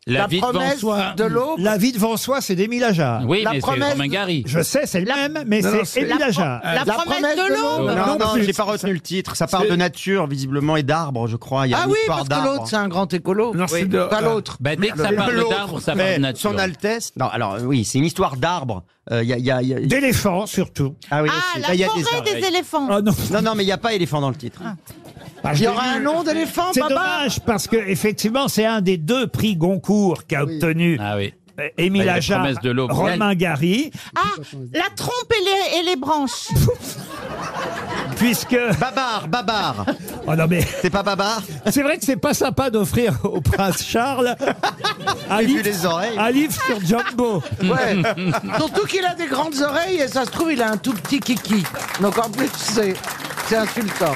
[SPEAKER 4] La,
[SPEAKER 3] La
[SPEAKER 4] vie devant
[SPEAKER 3] promesse
[SPEAKER 4] soi.
[SPEAKER 3] de l'eau.
[SPEAKER 2] La vie devant soi, c'est d'Émile Ajar.
[SPEAKER 4] Oui,
[SPEAKER 3] La
[SPEAKER 4] mais c'est
[SPEAKER 3] promesse
[SPEAKER 4] Romain Gary.
[SPEAKER 2] Je sais, c'est le même, mais
[SPEAKER 8] Non, non,
[SPEAKER 2] c'est
[SPEAKER 8] c'est-
[SPEAKER 2] Émile
[SPEAKER 7] euh,
[SPEAKER 2] Ajar.
[SPEAKER 6] La, promesse de l'aube.
[SPEAKER 7] Non, non,
[SPEAKER 2] non plus.
[SPEAKER 7] j'ai pas retenu le titre. Ça part de nature, visiblement, et d'arbres, je crois. Il y a
[SPEAKER 3] Ah
[SPEAKER 7] une
[SPEAKER 3] oui,
[SPEAKER 7] histoire
[SPEAKER 3] parce que
[SPEAKER 7] d'arbres.
[SPEAKER 3] l'autre, c'est un grand écolo.
[SPEAKER 8] Non, c'est de-
[SPEAKER 3] Pas l'autre.
[SPEAKER 4] Bah, dès que ça
[SPEAKER 7] Le-
[SPEAKER 4] parle
[SPEAKER 7] l'autre,
[SPEAKER 4] d'arbre, ça
[SPEAKER 7] mais
[SPEAKER 4] parle de nature.
[SPEAKER 7] Son Altesse. Non, alors euh, oui, c'est une histoire d'arbres. Euh, Il y a, il y a- il y a-
[SPEAKER 2] D'éléphants, surtout.
[SPEAKER 7] Ah oui,
[SPEAKER 6] Ah,
[SPEAKER 7] aussi.
[SPEAKER 6] la
[SPEAKER 7] Ah, il y a des
[SPEAKER 6] forêt
[SPEAKER 7] arbres.
[SPEAKER 6] des éléphants.
[SPEAKER 2] Oh non,
[SPEAKER 7] Non, non, mais il n'y a pas éléphant dans le titre.
[SPEAKER 3] Il y aura un nom d'éléphant,
[SPEAKER 2] c'est
[SPEAKER 3] papa
[SPEAKER 2] dommage parce que effectivement, c'est un des deux prix Goncourt qu'a obtenu euh,
[SPEAKER 4] Ah oui.
[SPEAKER 2] Émile
[SPEAKER 4] Bah, il y a
[SPEAKER 2] Ajar,
[SPEAKER 4] Promesse de l'aube.
[SPEAKER 2] Romain Gary,
[SPEAKER 6] Ah, la trompe et les, et les branches.
[SPEAKER 2] puisque...
[SPEAKER 7] Babar, Babar.
[SPEAKER 2] Oh non mais...
[SPEAKER 7] C'est pas Babar
[SPEAKER 2] C'est vrai que c'est pas sympa d'offrir au prince Charles un
[SPEAKER 7] J'ai vu
[SPEAKER 2] livre,
[SPEAKER 7] les oreilles.
[SPEAKER 2] un livre sur Jumbo.
[SPEAKER 3] Ouais. Surtout qu'il a des grandes oreilles et ça se trouve, il a un tout petit kiki. Donc en plus, c'est c'est insultant.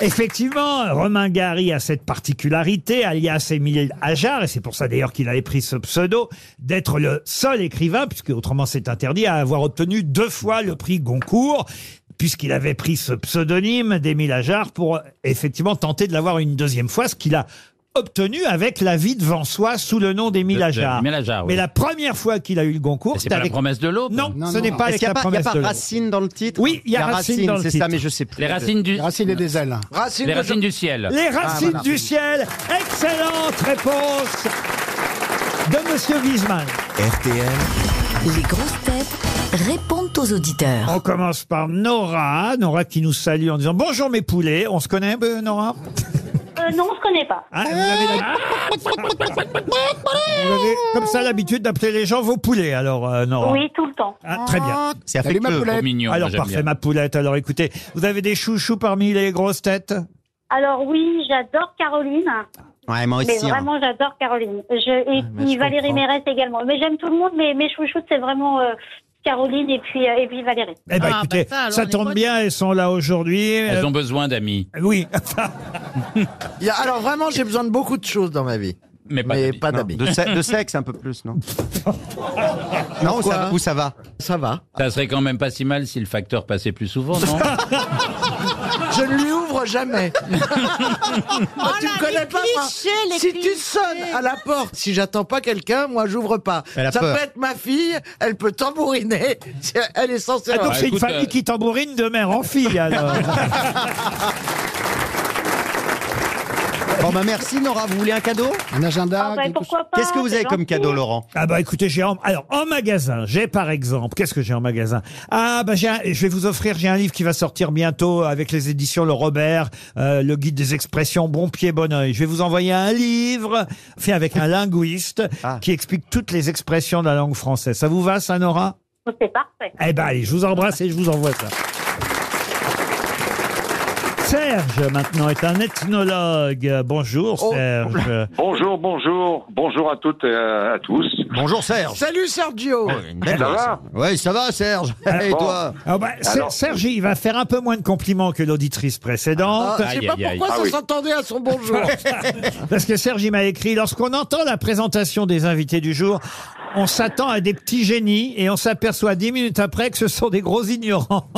[SPEAKER 2] Effectivement, Romain Gary a cette particularité, alias Émile Ajar, et c'est pour ça d'ailleurs qu'il avait pris ce pseudo, d'être le seul écrivain, puisque autrement c'est interdit, à avoir obtenu deux fois le prix Goncourt, puisqu'il avait pris ce pseudonyme d'Émile Ajar pour euh, effectivement tenter de l'avoir une deuxième fois, ce qu'il a obtenu avec la vie devant soi sous le nom d'Émile
[SPEAKER 4] De- de-
[SPEAKER 2] Ajar.
[SPEAKER 4] d'Émile Ajar, oui.
[SPEAKER 2] Mais la première fois qu'il a eu le Goncourt,
[SPEAKER 4] C'est
[SPEAKER 2] c'était
[SPEAKER 4] pas la
[SPEAKER 2] avec...
[SPEAKER 4] promesse de l'aube
[SPEAKER 2] Non,
[SPEAKER 5] Non,
[SPEAKER 2] ce
[SPEAKER 5] non,
[SPEAKER 2] n'est
[SPEAKER 5] non.
[SPEAKER 2] pas
[SPEAKER 7] Est-ce
[SPEAKER 2] avec la
[SPEAKER 7] qu'il n'y a, pas- il y a
[SPEAKER 2] promesse
[SPEAKER 7] pas
[SPEAKER 2] de l'aube.
[SPEAKER 7] Racine dans le titre
[SPEAKER 2] Oui, il y a
[SPEAKER 7] La
[SPEAKER 2] Racine dans le
[SPEAKER 7] c'est ça,
[SPEAKER 2] titre.
[SPEAKER 7] mais je sais plus.
[SPEAKER 4] Les racines du,
[SPEAKER 5] Les racines et des ailes.
[SPEAKER 2] Ah,
[SPEAKER 5] Ah,
[SPEAKER 3] Racine
[SPEAKER 4] les
[SPEAKER 3] de-
[SPEAKER 4] racines du ciel. Ah,
[SPEAKER 2] Les racines du ciel. Excellente réponse de Monsieur Wiesmann.
[SPEAKER 1] RTL,
[SPEAKER 10] Les grosses têtes répondent aux auditeurs.
[SPEAKER 2] On commence par Nora. Nora qui nous salue en disant Bonjour mes poulets. On se connaît, euh, Nora
[SPEAKER 11] Euh, non, on se connaît pas.
[SPEAKER 2] Hein, vous avez la- Vous avez comme ça l'habitude d'appeler les gens vos poulets, alors, euh, Nora
[SPEAKER 11] Oui, tout le temps.
[SPEAKER 2] Ah, très bien.
[SPEAKER 7] C'est
[SPEAKER 5] Salut, ma
[SPEAKER 7] affectueux.
[SPEAKER 5] poulette.
[SPEAKER 4] Trop Oh, mignon.
[SPEAKER 2] Alors,
[SPEAKER 4] j'aime
[SPEAKER 2] parfait,
[SPEAKER 4] bien.
[SPEAKER 2] ma poulette. Alors, écoutez, vous avez des chouchous parmi les grosses têtes
[SPEAKER 11] Alors oui, j'adore Caroline,
[SPEAKER 7] Ouais, moi
[SPEAKER 11] mais
[SPEAKER 7] aussi. hein.
[SPEAKER 11] vraiment j'adore Caroline. Je,
[SPEAKER 2] Ah,
[SPEAKER 11] et
[SPEAKER 2] bah,
[SPEAKER 7] mais
[SPEAKER 11] puis
[SPEAKER 7] je
[SPEAKER 11] Valérie
[SPEAKER 7] comprends.
[SPEAKER 11] Mérès également. Mais j'aime tout le monde, mais mes chouchoutes, c'est vraiment euh, Caroline et puis, euh, et puis Valérie.
[SPEAKER 2] Eh ben,
[SPEAKER 6] Ah,
[SPEAKER 2] écoutez,
[SPEAKER 6] bah ça, alors, on
[SPEAKER 2] ça
[SPEAKER 6] est
[SPEAKER 2] tombe
[SPEAKER 6] potes.
[SPEAKER 2] bien, elles sont là aujourd'hui.
[SPEAKER 4] Elles ont besoin d'amis,
[SPEAKER 2] Euh, Oui.
[SPEAKER 3] Il y a- alors vraiment, j'ai besoin de beaucoup de choses dans ma vie,
[SPEAKER 4] mais pas
[SPEAKER 3] mais
[SPEAKER 4] d'amis.
[SPEAKER 3] pas
[SPEAKER 7] Non,
[SPEAKER 3] d'habits.
[SPEAKER 7] de, se- de sexe un peu plus, non Non, ou ça, va- ou ça va
[SPEAKER 3] Ça va.
[SPEAKER 4] Ça serait quand même pas si mal si le facteur passait plus souvent, non
[SPEAKER 3] Je ne lui ouvre jamais.
[SPEAKER 6] Oh
[SPEAKER 3] tu
[SPEAKER 6] là,
[SPEAKER 3] me connais
[SPEAKER 6] les
[SPEAKER 3] pas, moi.
[SPEAKER 6] clichés, les
[SPEAKER 3] Si
[SPEAKER 6] clichés.
[SPEAKER 3] tu sonnes à la porte, si j'attends pas quelqu'un, moi j'ouvre pas.
[SPEAKER 7] Elle a
[SPEAKER 3] Ça
[SPEAKER 7] peur.
[SPEAKER 3] peut être ma fille, elle peut tambouriner, elle est censée.
[SPEAKER 2] Ah, donc
[SPEAKER 3] avoir-
[SPEAKER 2] c'est une
[SPEAKER 4] écoute,
[SPEAKER 2] famille
[SPEAKER 4] euh,
[SPEAKER 2] qui tambourine de mère en fille, alors.
[SPEAKER 7] Bon, bah merci, Nora. Vous voulez un cadeau
[SPEAKER 5] Un agenda.
[SPEAKER 11] Ah, bah,
[SPEAKER 5] quelque
[SPEAKER 11] pourquoi pas
[SPEAKER 7] Qu'est-ce que vous
[SPEAKER 11] c'est
[SPEAKER 7] avez comme
[SPEAKER 11] gentil.
[SPEAKER 7] cadeau, Laurent
[SPEAKER 2] Ah bah écoutez, j'ai en... alors en magasin, j'ai par exemple, qu'est-ce que j'ai en magasin Ah bah j'ai un- je vais vous offrir, j'ai un livre qui va sortir bientôt avec les éditions Le Robert, euh, le guide des expressions bon pied bon oeil. Je vais vous envoyer un livre fait avec un linguiste
[SPEAKER 7] Ah.
[SPEAKER 2] qui explique toutes les expressions de la langue française. Ça vous va ça Nora
[SPEAKER 11] Oh, C'est parfait.
[SPEAKER 2] Eh ben allez, je vous embrasse et je vous envoie ça. Serge maintenant est un ethnologue. Euh, Bonjour
[SPEAKER 3] Oh.
[SPEAKER 2] Serge.
[SPEAKER 12] Bonjour, bonjour, bonjour à toutes et à, à tous.
[SPEAKER 7] Bonjour, Serge.
[SPEAKER 3] Salut Sergio.
[SPEAKER 12] Ça va
[SPEAKER 7] Ouais, ça va, Serge. Et
[SPEAKER 12] Bon.
[SPEAKER 7] toi
[SPEAKER 2] Ah bah, Ser-
[SPEAKER 12] Alors-
[SPEAKER 2] Serge, il va faire un peu moins de compliments que l'auditrice précédente.
[SPEAKER 3] Ah, je sais
[SPEAKER 4] Aïe,
[SPEAKER 3] pas
[SPEAKER 4] aïe, aïe.
[SPEAKER 3] pourquoi
[SPEAKER 12] Ah
[SPEAKER 3] ça
[SPEAKER 12] oui.
[SPEAKER 3] s'entendait à son bonjour. Ah
[SPEAKER 2] Parce que Serge, il m'a écrit, lorsqu'on entend la présentation des invités du jour, on s'attend à des petits génies et on s'aperçoit dix minutes après que ce sont des gros ignorants.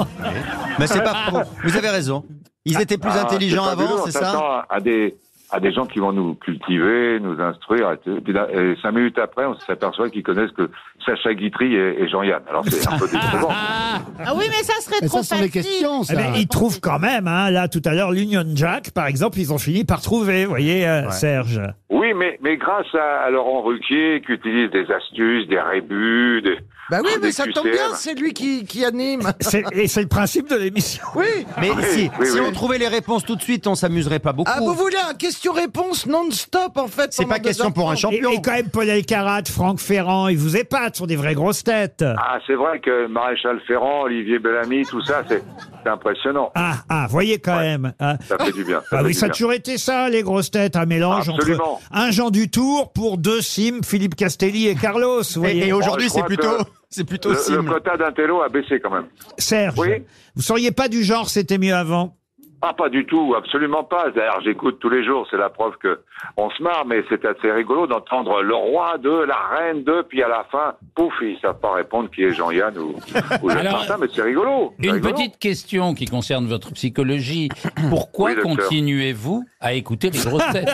[SPEAKER 7] Mais c'est pas faux. Vous avez raison. Ils étaient plus
[SPEAKER 12] Ah,
[SPEAKER 7] intelligents
[SPEAKER 12] fabuleux,
[SPEAKER 7] avant,
[SPEAKER 12] on
[SPEAKER 7] c'est
[SPEAKER 12] s'attend
[SPEAKER 7] ça
[SPEAKER 12] à, à des à des gens qui vont nous cultiver, nous instruire. Et, tout. Puis là, et cinq minutes après, on s'aperçoit qu'ils connaissent que Sacha Guitry et, et Jean-Yann. Alors c'est un peu décevant.
[SPEAKER 6] Ah oui, mais ça serait
[SPEAKER 5] Mais ça,
[SPEAKER 6] trop
[SPEAKER 5] ce sont des
[SPEAKER 6] facile.
[SPEAKER 5] questions, ça.
[SPEAKER 2] Eh ben, ils trouvent quand même, hein, là tout à l'heure, l'Union Jack, par exemple, ils ont fini par trouver, vous voyez, euh, Serge.
[SPEAKER 12] Oui, mais mais grâce à, à Laurent Ruquier qui utilise des astuces, des rébus, des
[SPEAKER 3] bah oui, mais
[SPEAKER 12] des
[SPEAKER 3] ça tombe
[SPEAKER 12] QCM.
[SPEAKER 3] bien, c'est lui qui, qui anime.
[SPEAKER 2] C'est- Et c'est le principe de l'émission.
[SPEAKER 3] Oui.
[SPEAKER 7] Mais
[SPEAKER 12] Ah Oui,
[SPEAKER 7] si,
[SPEAKER 12] oui,
[SPEAKER 7] si
[SPEAKER 12] oui.
[SPEAKER 7] on trouvait les réponses tout de suite, on s'amuserait pas beaucoup.
[SPEAKER 3] Ah, vous voulez un question-réponse non-stop en fait
[SPEAKER 7] c'est
[SPEAKER 3] pendant
[SPEAKER 7] pas
[SPEAKER 3] deux
[SPEAKER 7] question
[SPEAKER 3] heures
[SPEAKER 7] pour un
[SPEAKER 3] trente.
[SPEAKER 2] Et,
[SPEAKER 7] champion.
[SPEAKER 2] et quand même, Paul Elkarat, Franck Ferrand, ils vous épatent, sont des vraies grosses têtes.
[SPEAKER 12] Ah, c'est vrai que Maréchal Ferrand, Olivier Bellamy, tout ça, c'est c'est impressionnant.
[SPEAKER 2] Ah, ah, voyez quand même. hein.
[SPEAKER 12] Ça fait du bien.
[SPEAKER 2] Ah
[SPEAKER 12] fait
[SPEAKER 2] oui,
[SPEAKER 12] du
[SPEAKER 2] ça a
[SPEAKER 12] bien.
[SPEAKER 2] toujours été ça, les grosses têtes, un mélange
[SPEAKER 12] Absolument.
[SPEAKER 2] entre un Jean Dutour pour deux Sims, Philippe Castelli et Carlos. Vous
[SPEAKER 7] Et,
[SPEAKER 2] voyez.
[SPEAKER 7] et aujourd'hui,
[SPEAKER 12] Oh, je
[SPEAKER 7] c'est
[SPEAKER 12] crois
[SPEAKER 7] plutôt,
[SPEAKER 12] que
[SPEAKER 7] c'est plutôt
[SPEAKER 12] Le, le
[SPEAKER 7] Sim.
[SPEAKER 12] quota d'intello a baissé quand même.
[SPEAKER 2] Serge,
[SPEAKER 12] Oui.
[SPEAKER 2] vous seriez pas du genre, c'était mieux avant.
[SPEAKER 12] Ah, pas du tout, absolument pas. D'ailleurs, j'écoute tous les jours, c'est la preuve que on se marre, mais c'est assez rigolo d'entendre le roi de, la reine de, puis à la fin, pouf, ils savent pas répondre qui est Jean-Yann ou, ou Jacques
[SPEAKER 4] Alors,
[SPEAKER 12] Martin, mais c'est rigolo. c'est
[SPEAKER 4] Une
[SPEAKER 12] rigolo.
[SPEAKER 4] petite question qui concerne votre psychologie. Pourquoi
[SPEAKER 12] Oui, docteur.
[SPEAKER 4] continuez-vous à écouter les grosses têtes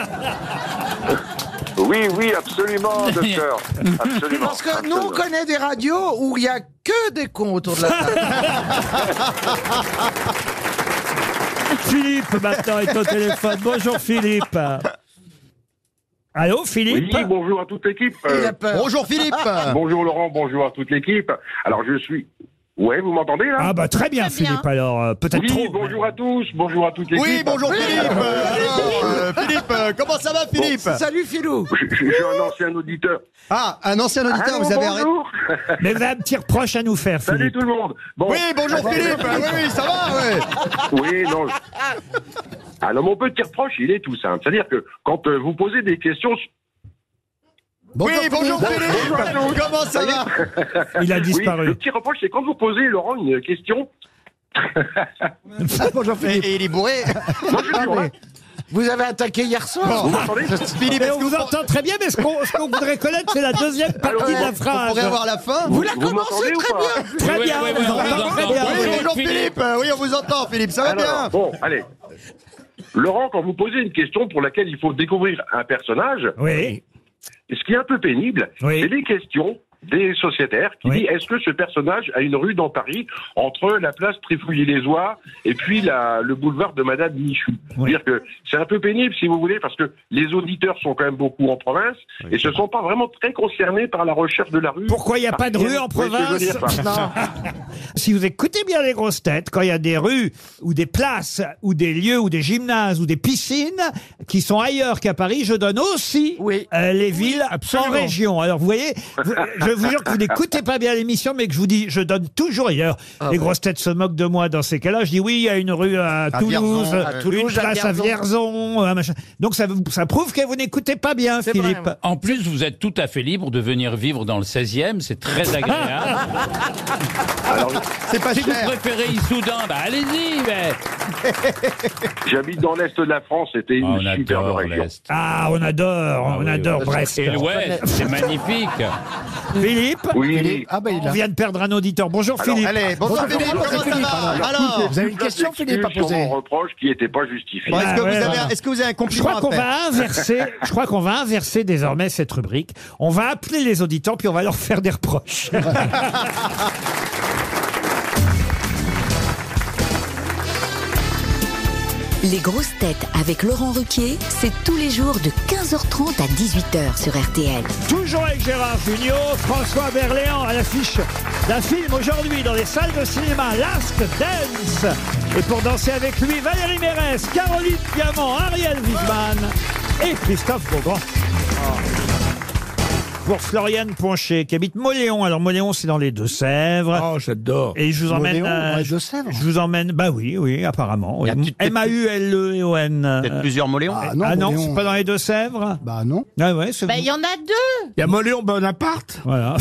[SPEAKER 12] Oui, oui,
[SPEAKER 13] Oh,
[SPEAKER 12] absolument, docteur. Absolument.
[SPEAKER 3] Parce que nous, on
[SPEAKER 12] absolument.
[SPEAKER 3] connaît des radios où il y a que des cons autour de la table.
[SPEAKER 2] Philippe, maintenant, est au téléphone. Bonjour, Philippe. Allô, Philippe
[SPEAKER 11] Oui,
[SPEAKER 12] Bonjour à toute l'équipe.
[SPEAKER 3] Il a peur.
[SPEAKER 7] Bonjour Philippe
[SPEAKER 12] Bonjour Laurent, bonjour à toute l'équipe. Alors je suis
[SPEAKER 13] Ouais, vous m'entendez là
[SPEAKER 2] Ah bah très bien, Philippe, alors euh, peut-être
[SPEAKER 13] Oui,
[SPEAKER 2] trop.
[SPEAKER 13] bonjour à tous, bonjour à toutes les
[SPEAKER 2] Oui, bonjour, Philippe.
[SPEAKER 13] euh, Philippe, comment ça va
[SPEAKER 9] Philippe Salut,
[SPEAKER 13] Philou je, je- je suis un ancien auditeur.
[SPEAKER 9] Ah, un ancien auditeur,
[SPEAKER 13] Allô,
[SPEAKER 9] vous avez arrêté.
[SPEAKER 13] bonjour.
[SPEAKER 2] Mais vous avez un petit reproche à nous faire, Philippe.
[SPEAKER 13] Salut tout le monde
[SPEAKER 9] Oui, bonjour, Philippe.
[SPEAKER 2] Ah
[SPEAKER 9] Oui, oui, ça va,
[SPEAKER 13] Ah, ouais Oui, non, je- Alors mon petit reproche, il est tout simple. C'est-à-dire que quand euh, vous posez des questions...
[SPEAKER 9] oui, bonjour Philippe.
[SPEAKER 13] Bonjour à tous.
[SPEAKER 9] Comment ça va
[SPEAKER 2] Il a
[SPEAKER 13] Oui,
[SPEAKER 2] disparu.
[SPEAKER 13] le petit reproche, c'est quand vous posez, Laurent, une question...
[SPEAKER 9] Bonjour Philippe. Ah, Et, il est bourré.
[SPEAKER 3] Vous avez attaqué hier soir.
[SPEAKER 9] Vous m'entendez Philippe,
[SPEAKER 2] Mais on vous entend très bien, mais ce qu'on ce qu'on voudrait connaître, c'est la deuxième partie de la phrase.
[SPEAKER 9] On pourrait avoir la fin.
[SPEAKER 2] Vous la
[SPEAKER 9] Vous
[SPEAKER 2] commencez
[SPEAKER 9] m'entendez
[SPEAKER 2] très
[SPEAKER 9] ou pas
[SPEAKER 2] bien. Très
[SPEAKER 9] Oui,
[SPEAKER 2] bien,
[SPEAKER 9] oui,
[SPEAKER 2] on
[SPEAKER 9] oui,
[SPEAKER 2] vous
[SPEAKER 9] on vous
[SPEAKER 2] entend très
[SPEAKER 9] entend.
[SPEAKER 2] bien.
[SPEAKER 9] Oui, bonjour Philippe. Euh, Oui, on vous entend Philippe, ça va bien
[SPEAKER 13] Alors, Bon, allez. Laurent, quand vous posez une question pour laquelle il faut découvrir un personnage, ce qui est un peu pénible, c'est les questions des sociétaires qui disent est-ce que ce personnage a une rue dans Paris entre la place Trifouille-les-Oies et puis la- le boulevard de Madame Michou dire que c'est un peu pénible si vous voulez parce que les auditeurs sont quand même beaucoup en province et se sont pas vraiment très concernés par la recherche de la rue.
[SPEAKER 2] Pourquoi il n'y a pas de rue en
[SPEAKER 13] Vous voyez ce que je veux
[SPEAKER 2] province
[SPEAKER 13] dire, quoi.
[SPEAKER 2] Si vous écoutez bien les grosses têtes, quand il y a des rues ou des places ou des lieux ou des gymnases ou des piscines qui sont ailleurs qu'à Paris, je donne aussi euh, les villes en région. Alors vous voyez, vous- je vous jure que vous n'écoutez pas bien l'émission, mais que je vous dis, je donne toujours ailleurs. les grosses têtes se moquent de moi dans ces cas-là. Je dis oui, il y a une rue à,
[SPEAKER 9] À Vierzon,
[SPEAKER 2] Toulouse,
[SPEAKER 9] à
[SPEAKER 2] une
[SPEAKER 9] Toulouse, à
[SPEAKER 2] place à
[SPEAKER 9] Vierzon.
[SPEAKER 2] Vierzon, un machin. Donc ça, vous- ça prouve que vous n'écoutez pas bien, Philippe.
[SPEAKER 4] En plus, vous êtes tout à fait libre de venir vivre dans le 16e, c'est très agréable.
[SPEAKER 9] c'est pas
[SPEAKER 4] si
[SPEAKER 9] cher.
[SPEAKER 4] vous préférez Issoudun, bah allez-y, mais...
[SPEAKER 13] J'habite dans l'est de la France, c'était
[SPEAKER 2] Oh,
[SPEAKER 13] une superbe région.
[SPEAKER 2] Ah, on adore, on adore Brest.
[SPEAKER 4] Et l'Ouest, c'est magnifique.
[SPEAKER 2] Philippe
[SPEAKER 13] Oui.
[SPEAKER 2] Philippe
[SPEAKER 5] Ah, ben, il est
[SPEAKER 2] On
[SPEAKER 5] là.
[SPEAKER 2] vient de perdre un auditeur. Bonjour
[SPEAKER 13] Alors,
[SPEAKER 2] Philippe.
[SPEAKER 13] allez, bonjour, Bonjour, Philippe, bonjour, comment ça Philippe. va Alors,
[SPEAKER 9] Alors,
[SPEAKER 5] vous avez une
[SPEAKER 13] Plein
[SPEAKER 5] question
[SPEAKER 13] d'excuses
[SPEAKER 5] Philippe à
[SPEAKER 13] sur
[SPEAKER 5] poser
[SPEAKER 13] mon reproche qui n'était pas justifié.
[SPEAKER 9] Bon, est-ce que
[SPEAKER 2] Ah Ouais,
[SPEAKER 9] vous
[SPEAKER 2] voilà.
[SPEAKER 9] avez est-ce que vous avez un
[SPEAKER 2] Je
[SPEAKER 9] compliment
[SPEAKER 2] crois
[SPEAKER 9] à
[SPEAKER 2] qu'on
[SPEAKER 9] faire
[SPEAKER 2] va inverser. Je crois qu'on va inverser désormais cette rubrique. On va appeler les auditeurs puis on va leur faire des reproches.
[SPEAKER 10] Les grosses têtes avec Laurent Ruquier, c'est tous les jours de 15h30 à 18h sur RTL.
[SPEAKER 2] Toujours avec Gérard Junior, François Berléand à l'affiche d'un film aujourd'hui dans les salles de cinéma Last Dance. Et pour danser avec lui, Valérie Mérès, Caroline Diamant, Ariel Wiesman et Christophe Beaugrand. Pour Floriane Poncher, qui habite Moléon. Alors, Moléon, c'est dans les Deux-Sèvres.
[SPEAKER 8] Oh, j'adore.
[SPEAKER 2] Et je vous emmène.
[SPEAKER 5] Moléon, dans les
[SPEAKER 2] je- Je vous emmène. Bah oui, oui, apparemment. oui. M-A-U-L-E-O-N.
[SPEAKER 7] Peut-être Euh, plusieurs Moléons.
[SPEAKER 5] Ah
[SPEAKER 2] E Ah non,
[SPEAKER 5] Moléon.
[SPEAKER 2] c'est pas dans les Deux-Sèvres
[SPEAKER 5] Bah non.
[SPEAKER 2] Ah ouais, c'est
[SPEAKER 6] Bah, il y en a deux.
[SPEAKER 8] Il y a Moléon Bonaparte
[SPEAKER 2] Voilà.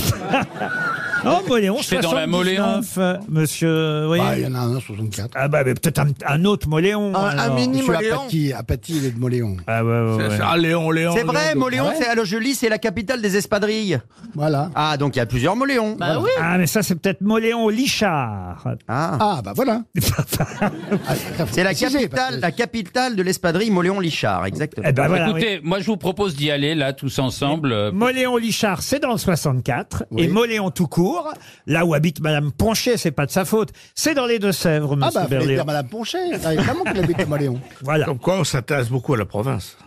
[SPEAKER 2] Oh, Moléon,
[SPEAKER 4] C'est dans la Moléon.
[SPEAKER 2] 79, euh, monsieur. vous voyez
[SPEAKER 5] Bah, il y en a un à 64.
[SPEAKER 2] Ah bah, mais peut-être un, un autre Moléon. alors.
[SPEAKER 5] Monsieur Apathy, Apathy, il est de Moléon.
[SPEAKER 2] Ah ouais, ouais, ouais.
[SPEAKER 8] Ah, Léon, Léon.
[SPEAKER 7] C'est vrai,
[SPEAKER 8] Léon de-
[SPEAKER 7] Moléon,
[SPEAKER 8] Ah ouais
[SPEAKER 7] c'est alors je lis, c'est la capitale des espadrilles.
[SPEAKER 5] Voilà.
[SPEAKER 7] Ah, donc il y a plusieurs Moléons.
[SPEAKER 6] Bah oui.
[SPEAKER 2] Ah, mais ça, c'est peut-être Moléon Lichard.
[SPEAKER 7] Ah.
[SPEAKER 5] Ah, bah voilà. Ah, ça, faut
[SPEAKER 7] C'est la
[SPEAKER 5] préciser, parce
[SPEAKER 7] capitale,
[SPEAKER 5] que-
[SPEAKER 7] la capitale de l'espadrille Moléon-Lichard, exactement.
[SPEAKER 2] Eh ben voilà. oui.
[SPEAKER 4] Écoutez, moi je vous propose d'y aller là tous ensemble. euh,
[SPEAKER 2] Moléon Lichard, c'est dans le 64.
[SPEAKER 5] Oui.
[SPEAKER 2] Et Moléon tout court, là où habite Madame Poncher, c'est pas de sa faute. C'est dans les Deux-Sèvres,
[SPEAKER 5] Ah
[SPEAKER 2] monsieur
[SPEAKER 5] bah, fallait
[SPEAKER 2] Berléand.
[SPEAKER 5] dire Madame Ponchet. Ah, Évidemment qu'elle habite à Moléon.
[SPEAKER 2] Voilà.
[SPEAKER 8] Comme quoi, on s'intéresse beaucoup à la province.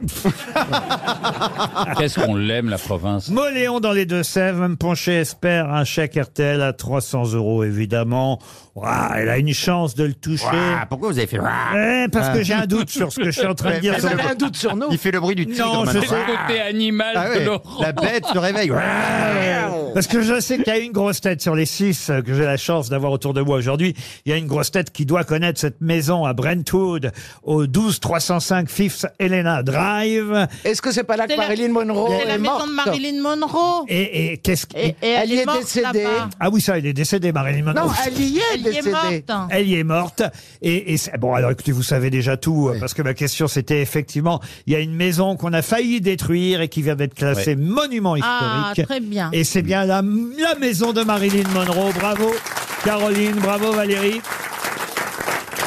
[SPEAKER 4] Qu'est-ce qu'on l'aime la province.
[SPEAKER 2] Moléon dans les Deux-Sèvres, Mme Poncher espère un chèque RTL à 300 euros, évidemment. Ouah, elle a une chance de le toucher.
[SPEAKER 7] Ouah, pourquoi vous avez fait ouah
[SPEAKER 2] Eh, parce que j'ai un doute sur ce que je suis en train de dire.
[SPEAKER 7] Ouais, mais-
[SPEAKER 3] Un doute sur nous.
[SPEAKER 7] Il fait le bruit du tigre.
[SPEAKER 2] Non,
[SPEAKER 7] en même
[SPEAKER 2] je
[SPEAKER 7] temps.
[SPEAKER 4] C'est le côté animal
[SPEAKER 7] Ah ouais,
[SPEAKER 4] de Laurent.
[SPEAKER 7] La bête se réveille. ouah.
[SPEAKER 2] Parce que je sais qu'il y a une grosse tête sur les six euh, que j'ai la chance d'avoir autour de moi aujourd'hui. Il y a une grosse tête qui doit connaître cette maison à Brentwood, au 12 305 Fifth Helena Drive.
[SPEAKER 3] Est-ce que c'est pas là que
[SPEAKER 6] C'est la-
[SPEAKER 3] Marilyn Monroe
[SPEAKER 6] C'est
[SPEAKER 3] est,
[SPEAKER 6] la maison
[SPEAKER 3] morte
[SPEAKER 6] de Marilyn Monroe.
[SPEAKER 2] Et, et qu'est-ce que...
[SPEAKER 6] Et, et elle,
[SPEAKER 3] Elle y
[SPEAKER 6] est,
[SPEAKER 3] est
[SPEAKER 6] morte
[SPEAKER 3] décédée.
[SPEAKER 6] là-bas.
[SPEAKER 2] Ah oui, ça, elle est décédée, Marilyn Monroe.
[SPEAKER 3] Non, elle y est
[SPEAKER 6] Elle y est
[SPEAKER 3] décédée.
[SPEAKER 6] morte.
[SPEAKER 2] Elle y est morte. Et, et c'est- bon, alors écoutez, vous savez déjà tout, parce que ma question c'était effectivement, il y a une maison qu'on a failli détruire et qui vient d'être classée monument
[SPEAKER 6] Ah,
[SPEAKER 2] historique.
[SPEAKER 6] très bien.
[SPEAKER 2] Et c'est bien la, la maison de Marilyn Monroe. Bravo, Caroline. Bravo, Valérie.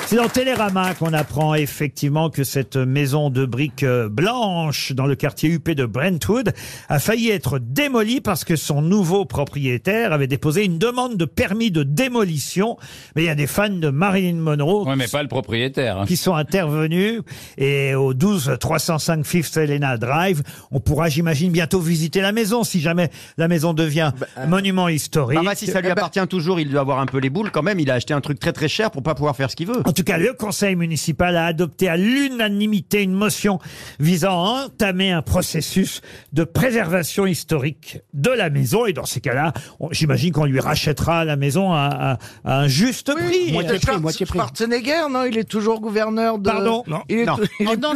[SPEAKER 2] C'est dans Télérama qu'on apprend effectivement que cette maison de briques euh, blanches dans le quartier huppé de Brentwood a failli être démolie parce que son nouveau propriétaire avait déposé une demande de permis de démolition. Mais il y a des fans de Marilyn Monroe
[SPEAKER 4] Ouais, mais pas le propriétaire. hein.
[SPEAKER 2] qui sont intervenus. Et au 12 305 Fifth Helena Drive, on pourra, j'imagine, bientôt visiter la maison si jamais la maison devient monument historique. Eh
[SPEAKER 7] Bah, bah, euh, si
[SPEAKER 2] ben-
[SPEAKER 7] ça lui appartient toujours, il doit avoir un peu les boules quand même. Il a acheté un truc très très cher pour pas pouvoir faire ce qu'il veut.
[SPEAKER 2] En tout cas, le conseil municipal a adopté à l'unanimité une motion visant à entamer un processus de préservation historique de la maison. Et dans ces cas-là, on- j'imagine qu'on lui rachètera la maison à, à- à un juste prix.
[SPEAKER 3] Moitié prix, moitié prix. Schwarzenegger, non, il est toujours gouverneur de.
[SPEAKER 2] Pardon
[SPEAKER 3] il est
[SPEAKER 7] Non.
[SPEAKER 3] tou- il est plus-
[SPEAKER 7] Non,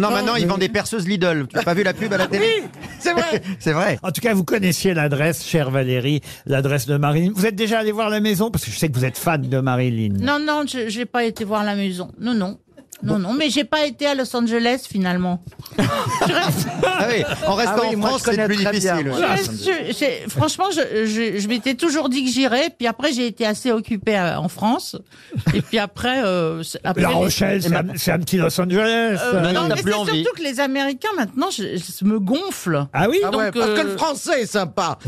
[SPEAKER 7] non, maintenant il vend des perceuses Lidl. Tu as pas vu la pub à la télé
[SPEAKER 3] Oui, c'est vrai.
[SPEAKER 7] C'est vrai.
[SPEAKER 2] En tout cas, vous connaissiez l'adresse, chère Valérie, l'adresse de Marilyn. Vous êtes déjà allé voir la maison parce que je sais que vous êtes fan de Marilyn.
[SPEAKER 6] Non, non, je j'ai pas été voir la maison. Non, non. Non, non, mais j'ai pas été à Los Angeles finalement.
[SPEAKER 7] Ah oui, en restant
[SPEAKER 6] Ah oui,
[SPEAKER 7] en
[SPEAKER 6] moi,
[SPEAKER 7] France,
[SPEAKER 6] je
[SPEAKER 7] c'est
[SPEAKER 6] connais
[SPEAKER 7] plus
[SPEAKER 6] très
[SPEAKER 7] difficile.
[SPEAKER 6] bien.
[SPEAKER 7] ouais.
[SPEAKER 6] Je- je- j'ai- franchement, je, je- je m'étais toujours dit que j'irais, puis après j'ai été assez occupée euh, en France, et puis après. euh, c'est- après-
[SPEAKER 2] La Rochelle, c'est un, c'est un petit Los Angeles.
[SPEAKER 6] Euh, non, mais c'est surtout que les Américains maintenant je- je me gonflent.
[SPEAKER 2] Ah oui
[SPEAKER 3] Ah ouais, parce que le français est sympa.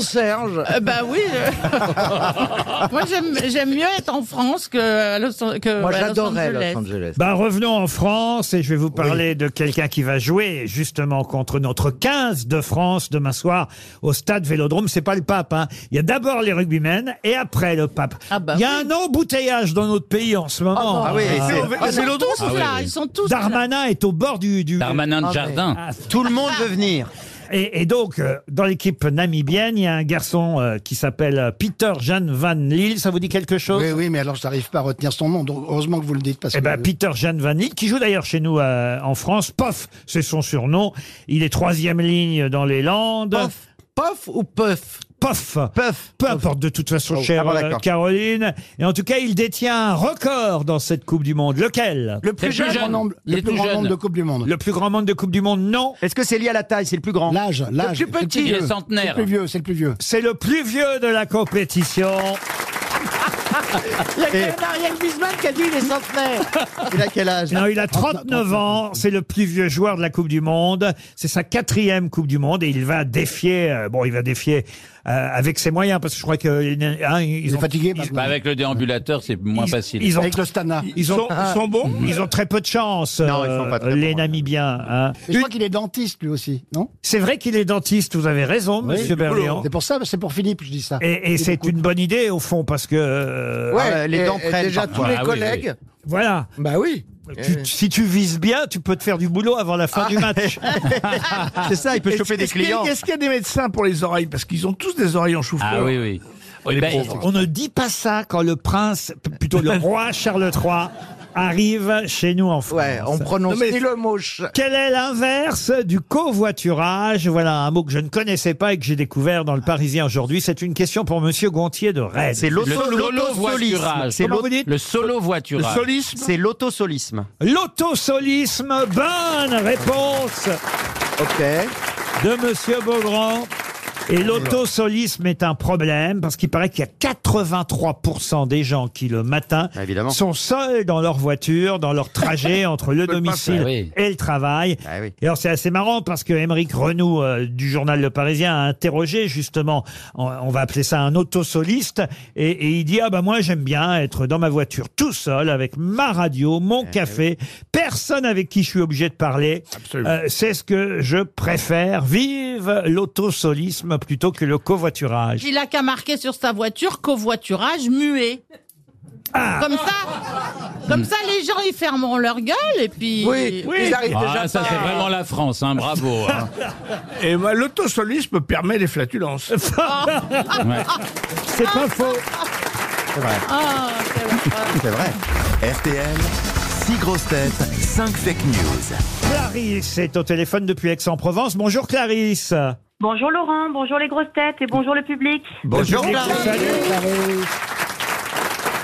[SPEAKER 3] Serge.
[SPEAKER 6] bah oui. Moi, j'aime j'aime mieux être en France que à Los, An- que
[SPEAKER 3] Moi,
[SPEAKER 6] à Los
[SPEAKER 3] j'adorais
[SPEAKER 6] Angeles.
[SPEAKER 3] Los Angeles.
[SPEAKER 2] Ben, revenons en France et je vais vous parler de quelqu'un qui va jouer justement contre notre 15 de France demain soir au stade Vélodrome. C'est pas le pape, hein. Il y a d'abord les rugbymen et après le pape.
[SPEAKER 6] Ah, bah
[SPEAKER 2] Il y a un embouteillage dans notre pays en ce moment.
[SPEAKER 6] Oh,
[SPEAKER 4] non. Ah oui, Ah, c'est- c'est-
[SPEAKER 6] Ils sont tous là, ils sont tous là.
[SPEAKER 2] Darmanin est au bord du... du
[SPEAKER 4] Darmanin de Ah, jardin. mais-
[SPEAKER 2] Tout le monde veut venir. Et, et donc, euh, dans l'équipe namibienne, il y a un garçon euh, qui s'appelle euh, Peter Jan Van Lille. Ça vous dit quelque chose
[SPEAKER 5] Oui, oui, mais alors je n'arrive pas à retenir son nom. Donc heureusement que vous le dites parce
[SPEAKER 2] Eh
[SPEAKER 5] que.
[SPEAKER 2] ben, Peter Jean Van Litt, qui joue d'ailleurs chez nous euh, en France. Pof, c'est son surnom. Il est troisième ligne dans les Landes. Pof, ou Puff Pof. Puff. Peu importe de toute façon,
[SPEAKER 5] Oh,
[SPEAKER 2] chère
[SPEAKER 5] ah bon,
[SPEAKER 2] euh,
[SPEAKER 5] d'accord.
[SPEAKER 2] Caroline. Et en tout cas, il détient un record dans cette Coupe du Monde. Lequel
[SPEAKER 5] Le plus C'est le plus jeune. grand nombre- le Il est plus tout grand jeune. nombre de Coupes du Monde.
[SPEAKER 2] Le plus grand nombre de Coupe du Monde, non.
[SPEAKER 7] Est-ce que c'est lié à la taille C'est le plus grand
[SPEAKER 5] L'âge, l'âge.
[SPEAKER 2] plus
[SPEAKER 5] c'est
[SPEAKER 2] petit.
[SPEAKER 5] vieux.
[SPEAKER 2] Il est centenaire.
[SPEAKER 5] C'est le plus vieux, c'est le plus vieux.
[SPEAKER 2] C'est le plus vieux de la compétition.
[SPEAKER 3] Il y a que Ariel Wiesmann qui a dit il est centenaire.
[SPEAKER 7] Il a quel âge
[SPEAKER 2] Non, il a 39 ans, c'est le plus vieux joueur de la Coupe du Monde, c'est sa quatrième Coupe du Monde et il va défier, euh, bon il va défier euh, avec ses moyens parce que je crois que euh, hein, ils ont, fatigué,
[SPEAKER 4] Bah, avec le déambulateur, c'est moins facile.
[SPEAKER 2] ils ont-
[SPEAKER 4] Ils
[SPEAKER 2] ont,
[SPEAKER 4] sont- ils sont bons
[SPEAKER 2] Ils ont très peu de chance, euh, les Namibiens. hein.
[SPEAKER 5] Je crois qu'il est dentiste lui aussi, non
[SPEAKER 2] C'est vrai qu'il est dentiste, vous avez raison,
[SPEAKER 5] Oui.
[SPEAKER 2] Monsieur Berléand.
[SPEAKER 5] C'est pour ça, c'est pour Philippe, je dis ça.
[SPEAKER 2] Et, et c'est une bonne idée au fond parce que euh,
[SPEAKER 5] Ouais, Ah, les et- dents et prennent déjà parfois. tous les
[SPEAKER 2] Ah oui,
[SPEAKER 5] collègues.
[SPEAKER 2] oui. Voilà.
[SPEAKER 3] Bah oui.
[SPEAKER 2] Tu- si tu vises bien, tu peux te faire du boulot avant la fin du match.
[SPEAKER 8] Ah. Est-ce- est-ce qu'il y a- Est-ce qu'il y a des médecins pour les oreilles Parce qu'ils ont tous des oreilles en Oh, chou
[SPEAKER 4] Ah oui, oui. Eh ben,
[SPEAKER 2] On ne dit pas ça Ah, quand le prince, p- plutôt le roi Charles III, arrive chez nous en France.
[SPEAKER 3] on prononce ni le mot ch-
[SPEAKER 2] Quel est l'inverse du covoiturage Voilà un mot que je ne connaissais pas et que j'ai découvert dans le Parisien aujourd'hui. C'est une question pour Monsieur Gontier de Rennes.
[SPEAKER 7] C'est l'auto-
[SPEAKER 4] Le solo-
[SPEAKER 7] l'autosolisme.
[SPEAKER 4] voiturage.
[SPEAKER 7] C'est
[SPEAKER 4] Comment
[SPEAKER 7] l'auto-
[SPEAKER 4] vous dites Le solo voiturage.
[SPEAKER 7] Le solisme C'est l'autosolisme.
[SPEAKER 2] L'autosolisme, bonne réponse de Monsieur Beaugrand. Et l'autosolisme est un problème parce qu'il paraît qu'il y a 83% des gens qui le matin sont seuls dans leur voiture, dans leur trajet entre le
[SPEAKER 7] Ils veulent pas
[SPEAKER 2] domicile
[SPEAKER 7] faire. Oui.
[SPEAKER 2] et le travail. Et alors c'est assez marrant parce que Émeric Renou euh, du journal Le Parisien a interrogé justement, on, on va appeler ça un autosoliste, et, et il dit ah bah moi j'aime bien être dans ma voiture tout seul avec ma radio, mon café, personne avec qui je suis obligé de parler. Euh, c'est ce que je préfère. Vive l'autosolisme plutôt que le covoiturage.
[SPEAKER 6] Il a qu'à marquer sur sa voiture covoiturage muet.
[SPEAKER 2] Ah.
[SPEAKER 6] Comme ça, comme ça, les gens ils fermeront leur gueule et puis.
[SPEAKER 4] Ah, ça, c'est vraiment la France, hein, bravo. hein.
[SPEAKER 8] Et bah, l'autosolisme permet les flatulences.
[SPEAKER 2] C'est pas faux.
[SPEAKER 8] C'est vrai.
[SPEAKER 6] Ah, quelle horreur.
[SPEAKER 1] C'est vrai. RTL, 6 grosses têtes, 5 fake news.
[SPEAKER 2] Clarisse est au téléphone depuis Aix-en-Provence. Bonjour Clarisse.
[SPEAKER 11] Bonjour Laurent, bonjour les grosses têtes et bonjour le public.
[SPEAKER 2] Bonjour. Bonjour.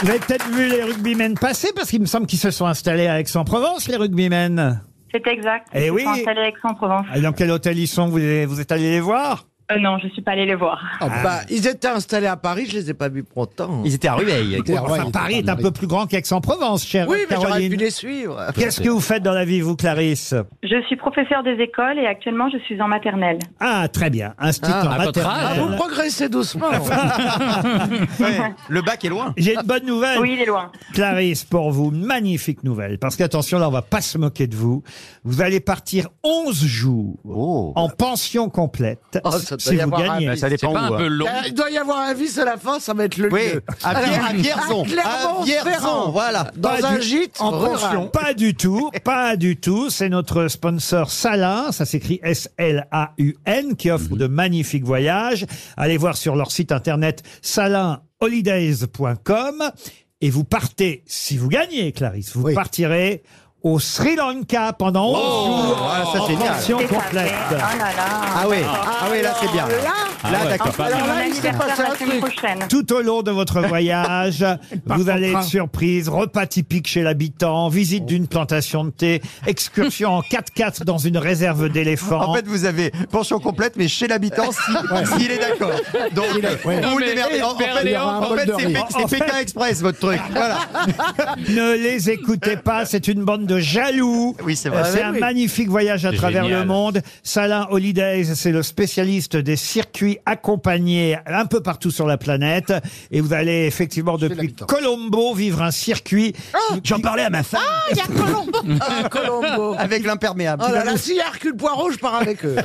[SPEAKER 2] Vous avez peut-être vu les rugbymen passer parce qu'il me semble qu'ils se sont installés à Aix-en-Provence, les rugbymen.
[SPEAKER 11] C'est exact.
[SPEAKER 2] Eh
[SPEAKER 11] Je
[SPEAKER 2] oui.
[SPEAKER 11] suis installée à Aix-en-Provence.
[SPEAKER 2] Et Dans quel hôtel ils sont vous, les- vous êtes allé les voir
[SPEAKER 11] Euh, non, je suis pas allée les voir.
[SPEAKER 9] Ah
[SPEAKER 2] Ah.
[SPEAKER 3] Bah, ils étaient installés à Paris, je les ai pas vus pour autant. Ils étaient à Rueil.
[SPEAKER 2] Enfin, Ah, Paris est un peu plus grand qu'Aix-en-Provence, chère
[SPEAKER 3] Oui, mais j'aurais
[SPEAKER 2] Caroline.
[SPEAKER 3] pu Ah, les suivre.
[SPEAKER 2] Qu'est-ce que vous faites dans la vie, vous, Clarisse
[SPEAKER 11] Je suis professeure des écoles et actuellement je suis en maternelle.
[SPEAKER 2] Ah, très bien. Institut
[SPEAKER 11] Ah,
[SPEAKER 2] en
[SPEAKER 11] à votre âge.
[SPEAKER 2] maternelle. Ah,
[SPEAKER 11] Ah, vous
[SPEAKER 3] progressez doucement.
[SPEAKER 7] Le bac est loin.
[SPEAKER 2] J'ai une bonne nouvelle.
[SPEAKER 11] Oui, il est loin.
[SPEAKER 2] Clarisse, pour vous, magnifique nouvelle. Parce qu'attention, là, on va pas se moquer de vous. Vous allez partir 11 jours en pension complète.
[SPEAKER 3] Oh, ça doit
[SPEAKER 2] si
[SPEAKER 3] y
[SPEAKER 2] vous
[SPEAKER 3] avoir un
[SPEAKER 2] gagnez.
[SPEAKER 3] vice.
[SPEAKER 2] euh.
[SPEAKER 3] Il doit y avoir un vice à la fin, ça va être le
[SPEAKER 2] Oui,
[SPEAKER 3] lieu.
[SPEAKER 2] à Pierre- à Pierrezon.
[SPEAKER 3] Clermont-Ferrand.
[SPEAKER 9] À Pierrezon, voilà.
[SPEAKER 3] Dans
[SPEAKER 2] Pas
[SPEAKER 3] un
[SPEAKER 2] du-
[SPEAKER 3] gîte
[SPEAKER 2] en
[SPEAKER 3] rural.
[SPEAKER 2] pension. Pas du tout, pas du tout. C'est notre sponsor Salin, ça s'écrit S-L-A-U-N, qui offre de magnifiques voyages. Allez voir sur leur site internet salinholidays.com et vous partez, si vous gagnez, Clarisse, vous partirez au Sri Lanka pendant 11
[SPEAKER 11] Oh,
[SPEAKER 2] jours
[SPEAKER 9] ah, ça,
[SPEAKER 2] en
[SPEAKER 9] c'est bien.
[SPEAKER 2] pension
[SPEAKER 9] C'est pas
[SPEAKER 2] complète.
[SPEAKER 9] vrai. Oh là là. Ah oui, ah oui, là, c'est bien.
[SPEAKER 2] Là,
[SPEAKER 9] Ah Là, ouais, d'accord. c'est pas
[SPEAKER 11] Alors là, il s'est passé un truc. prochaine.
[SPEAKER 2] Tout au long de votre voyage, vous
[SPEAKER 11] contre,
[SPEAKER 2] allez être
[SPEAKER 11] train.
[SPEAKER 2] surprise, repas typique chez l'habitant, visite d'une plantation de thé, excursion en 4x4 dans une réserve d'éléphants.
[SPEAKER 9] En fait, vous avez pension complète, mais chez l'habitant, si- s'il est d'accord. Donc,
[SPEAKER 2] Il est- ouais.
[SPEAKER 9] vous
[SPEAKER 2] Non,
[SPEAKER 9] vous
[SPEAKER 2] mais
[SPEAKER 9] démerdez. En, en
[SPEAKER 2] Berléand,
[SPEAKER 9] fait, en
[SPEAKER 2] Paul
[SPEAKER 9] fait,
[SPEAKER 2] de
[SPEAKER 9] c'est
[SPEAKER 2] Rive.
[SPEAKER 9] Pé-
[SPEAKER 2] En
[SPEAKER 9] c'est
[SPEAKER 2] fait-
[SPEAKER 9] Pékin Express, votre truc. Voilà.
[SPEAKER 2] ne les écoutez pas, c'est une bande de jaloux.
[SPEAKER 9] Oui, c'est vrai.
[SPEAKER 2] Euh, C'est
[SPEAKER 9] Ah
[SPEAKER 2] un
[SPEAKER 9] oui.
[SPEAKER 2] magnifique voyage à
[SPEAKER 9] C'est
[SPEAKER 2] travers
[SPEAKER 9] génial.
[SPEAKER 2] le monde. Salin Holidays, c'est le spécialiste des circuits accompagnés un peu partout sur la planète. Et vous allez effectivement depuis Colombo vivre un circuit. J'en parlais à ma femme.
[SPEAKER 6] Ah, il y a Colombo
[SPEAKER 3] Ah, Colombo.
[SPEAKER 9] Avec l'imperméable.
[SPEAKER 3] Oh là là, s'il y
[SPEAKER 2] hein.
[SPEAKER 3] a Hercule Poirot, je pars avec eux.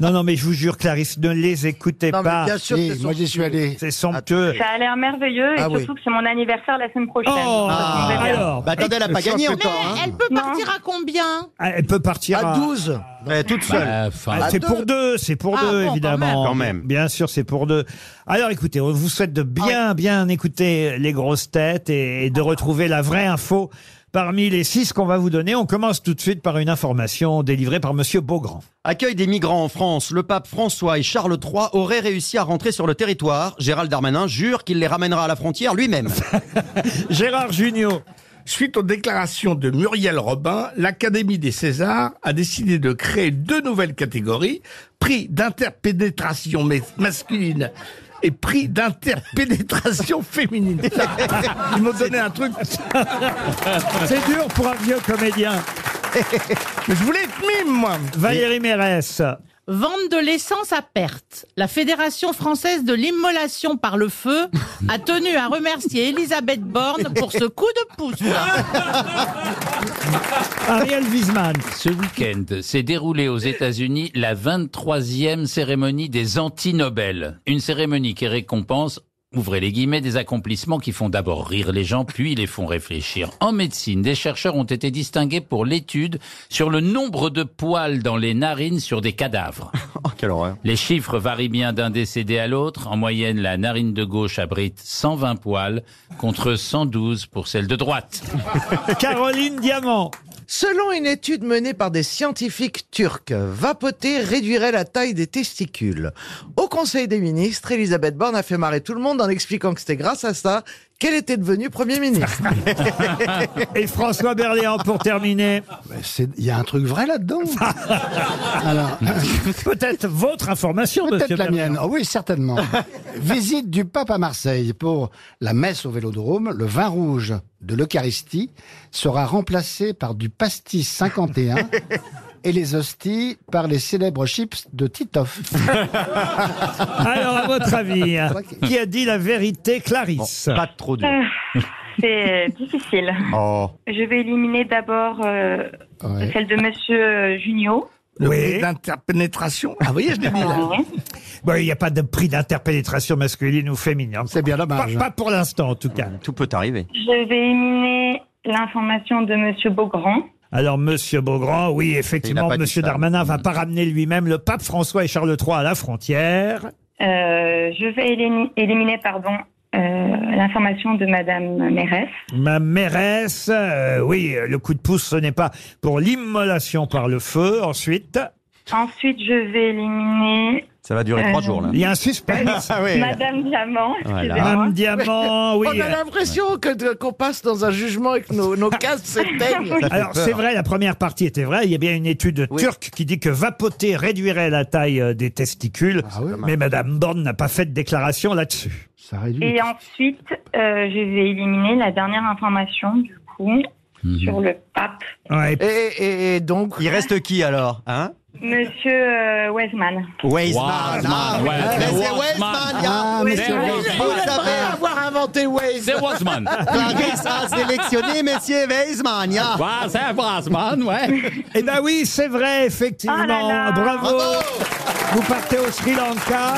[SPEAKER 2] Non, non, mais je vous jure, Clarisse, ne les écoutez
[SPEAKER 3] Non, mais
[SPEAKER 2] pas.
[SPEAKER 3] bien sûr que Oui, c'est moi, j'y suis
[SPEAKER 2] allé. C'est somptueux.
[SPEAKER 11] Ça a l'air merveilleux et
[SPEAKER 2] Ah oui.
[SPEAKER 11] surtout que c'est mon anniversaire la semaine prochaine.
[SPEAKER 2] Oh,
[SPEAKER 11] Donc, on verra bien.
[SPEAKER 2] alors.
[SPEAKER 9] Bah, attendez, elle a pas gagné
[SPEAKER 2] Mais
[SPEAKER 9] encore. hein.
[SPEAKER 6] Elle peut partir à combien
[SPEAKER 2] Ah, Elle peut partir
[SPEAKER 9] À
[SPEAKER 2] à
[SPEAKER 9] 12. Ouais, toute seule. Bah, enfin,
[SPEAKER 2] Ah,
[SPEAKER 9] à
[SPEAKER 2] c'est
[SPEAKER 9] deux.
[SPEAKER 2] pour deux, c'est pour
[SPEAKER 9] Ah,
[SPEAKER 2] deux
[SPEAKER 9] bon, quand
[SPEAKER 2] évidemment.
[SPEAKER 9] même. Quand même.
[SPEAKER 2] Bien sûr, c'est pour deux. Alors écoutez, on vous souhaite de bien bien écouter les grosses têtes et, et de retrouver la vraie info parmi les six qu'on va vous donner. On commence tout de suite par une information délivrée par monsieur Beaugrand.
[SPEAKER 7] Accueil des migrants en France. Le pape François et Charles III auraient réussi à rentrer sur le territoire. Gérald Darmanin jure qu'il les ramènera à la frontière lui-même.
[SPEAKER 2] Gérard Junior.
[SPEAKER 8] Suite aux déclarations de Muriel Robin, l'Académie des Césars a décidé de créer deux nouvelles catégories, prix d'interpénétration mes- masculine et prix d'interpénétration féminine. Ils m'ont donné un truc.
[SPEAKER 2] C'est dur pour un vieux comédien.
[SPEAKER 8] Mais je voulais être mime, moi.
[SPEAKER 2] Valérie Mérès.
[SPEAKER 6] Vente de l'essence à perte. La Fédération française de l'immolation par le feu a tenu à remercier Elisabeth Borne pour ce coup de pouce.
[SPEAKER 2] Ariel Wiesman.
[SPEAKER 4] Ce week-end s'est déroulée aux États-Unis la 23e cérémonie des anti-Nobel. Une cérémonie qui récompense Ouvrez les guillemets, des accomplissements qui font d'abord rire les gens, puis les font réfléchir. En médecine, des chercheurs ont été distingués pour l'étude sur le nombre de poils dans les narines sur des cadavres.
[SPEAKER 7] Oh, Quelle horreur.
[SPEAKER 4] Les chiffres varient bien d'un décédé à l'autre. En moyenne, la narine de gauche abrite 120 poils contre 112 pour celle de droite.
[SPEAKER 2] Caroline Diamant.
[SPEAKER 3] Selon une étude menée par des scientifiques turcs, vapoter réduirait la taille des testicules. Au Conseil des ministres, Elisabeth Borne a fait marrer tout le monde en expliquant que c'était grâce à ça qu'elle était devenue Premier ministre.
[SPEAKER 2] Et François Berléand pour terminer.
[SPEAKER 5] Il y a un truc vrai là-dedans. Alors,
[SPEAKER 2] peut-être votre information,
[SPEAKER 5] Peut-être
[SPEAKER 2] monsieur
[SPEAKER 5] la
[SPEAKER 2] Berléand.
[SPEAKER 5] mienne. Oh oui, certainement. Visite du pape à Marseille pour la messe au Vélodrome. Le vin rouge de l'Eucharistie sera remplacé par du pastis 51 et les hosties par les célèbres chips de Titoff.
[SPEAKER 2] Alors, à votre avis, qui a dit la vérité, Clarisse
[SPEAKER 7] Pas trop dur.
[SPEAKER 11] Euh, C'est difficile.
[SPEAKER 7] Oh.
[SPEAKER 11] Je vais éliminer d'abord euh,
[SPEAKER 8] Ouais.
[SPEAKER 11] celle de Monsieur euh, Junio.
[SPEAKER 8] Le prix d'interpénétration. Ah, vous voyez, je l'ai dit là.
[SPEAKER 2] Bon, il n'y a pas de prix d'interpénétration masculine ou féminine. C'est bien dommage. Pas, pas pour l'instant, en tout
[SPEAKER 11] Mmh,
[SPEAKER 2] cas.
[SPEAKER 7] Tout peut arriver.
[SPEAKER 11] Je vais éliminer l'information de Monsieur Beaugrand.
[SPEAKER 2] Alors, Monsieur Beaugrand, oui,
[SPEAKER 11] Il n'a
[SPEAKER 2] effectivement,
[SPEAKER 11] pas dit
[SPEAKER 2] Monsieur
[SPEAKER 11] ça. Mmh.
[SPEAKER 2] Darmanin va pas ramener lui-même le pape François et Charles III à la frontière.
[SPEAKER 11] Euh, je vais élimi- éliminer pardon euh, l'information de Madame Mérès.
[SPEAKER 2] Ma mairesse, euh, oui, le coup de pouce, ce n'est pas pour l'immolation par le feu. Ensuite,
[SPEAKER 11] Ensuite, je vais éliminer
[SPEAKER 7] Ça va durer trois
[SPEAKER 11] Euh, Ah
[SPEAKER 7] jours, là.
[SPEAKER 2] Il y a un suspense.
[SPEAKER 11] Madame Diamant.
[SPEAKER 7] Voilà.
[SPEAKER 11] excusez-moi.
[SPEAKER 2] Madame Diamant, oui.
[SPEAKER 3] On a l'impression que de- qu'on passe dans un jugement et que nos, nos cases s'éteignent.
[SPEAKER 2] Alors c'est vrai, la première partie était vraie. Il y a bien une étude turque qui dit que vapoter réduirait la taille euh, des testicules. mais Madame Borne n'a pas fait de déclaration là-dessus. Ça réduit.
[SPEAKER 11] Et ensuite, euh, je vais éliminer la dernière information, du coup, sur le pape,
[SPEAKER 2] et,
[SPEAKER 3] et donc.
[SPEAKER 7] Il reste qui alors hein
[SPEAKER 11] Monsieur euh, Weizmann.
[SPEAKER 7] Weizmann. Ah, oui. Mais c'est Weizmann, il y a-
[SPEAKER 11] Ah,
[SPEAKER 7] mais
[SPEAKER 11] monsieur
[SPEAKER 7] c'est
[SPEAKER 11] Weizmann.
[SPEAKER 7] vous
[SPEAKER 11] Il a
[SPEAKER 7] savez.
[SPEAKER 11] pas
[SPEAKER 3] avoir inventé Waze.
[SPEAKER 7] C'est Weizmann. Clarisse a sélectionné Monsieur Weizmann. ya.
[SPEAKER 2] Eh ben oui, c'est vrai, effectivement.
[SPEAKER 7] Ah là là.
[SPEAKER 2] Bravo.
[SPEAKER 7] Bravo.
[SPEAKER 2] Vous partez au Sri Lanka.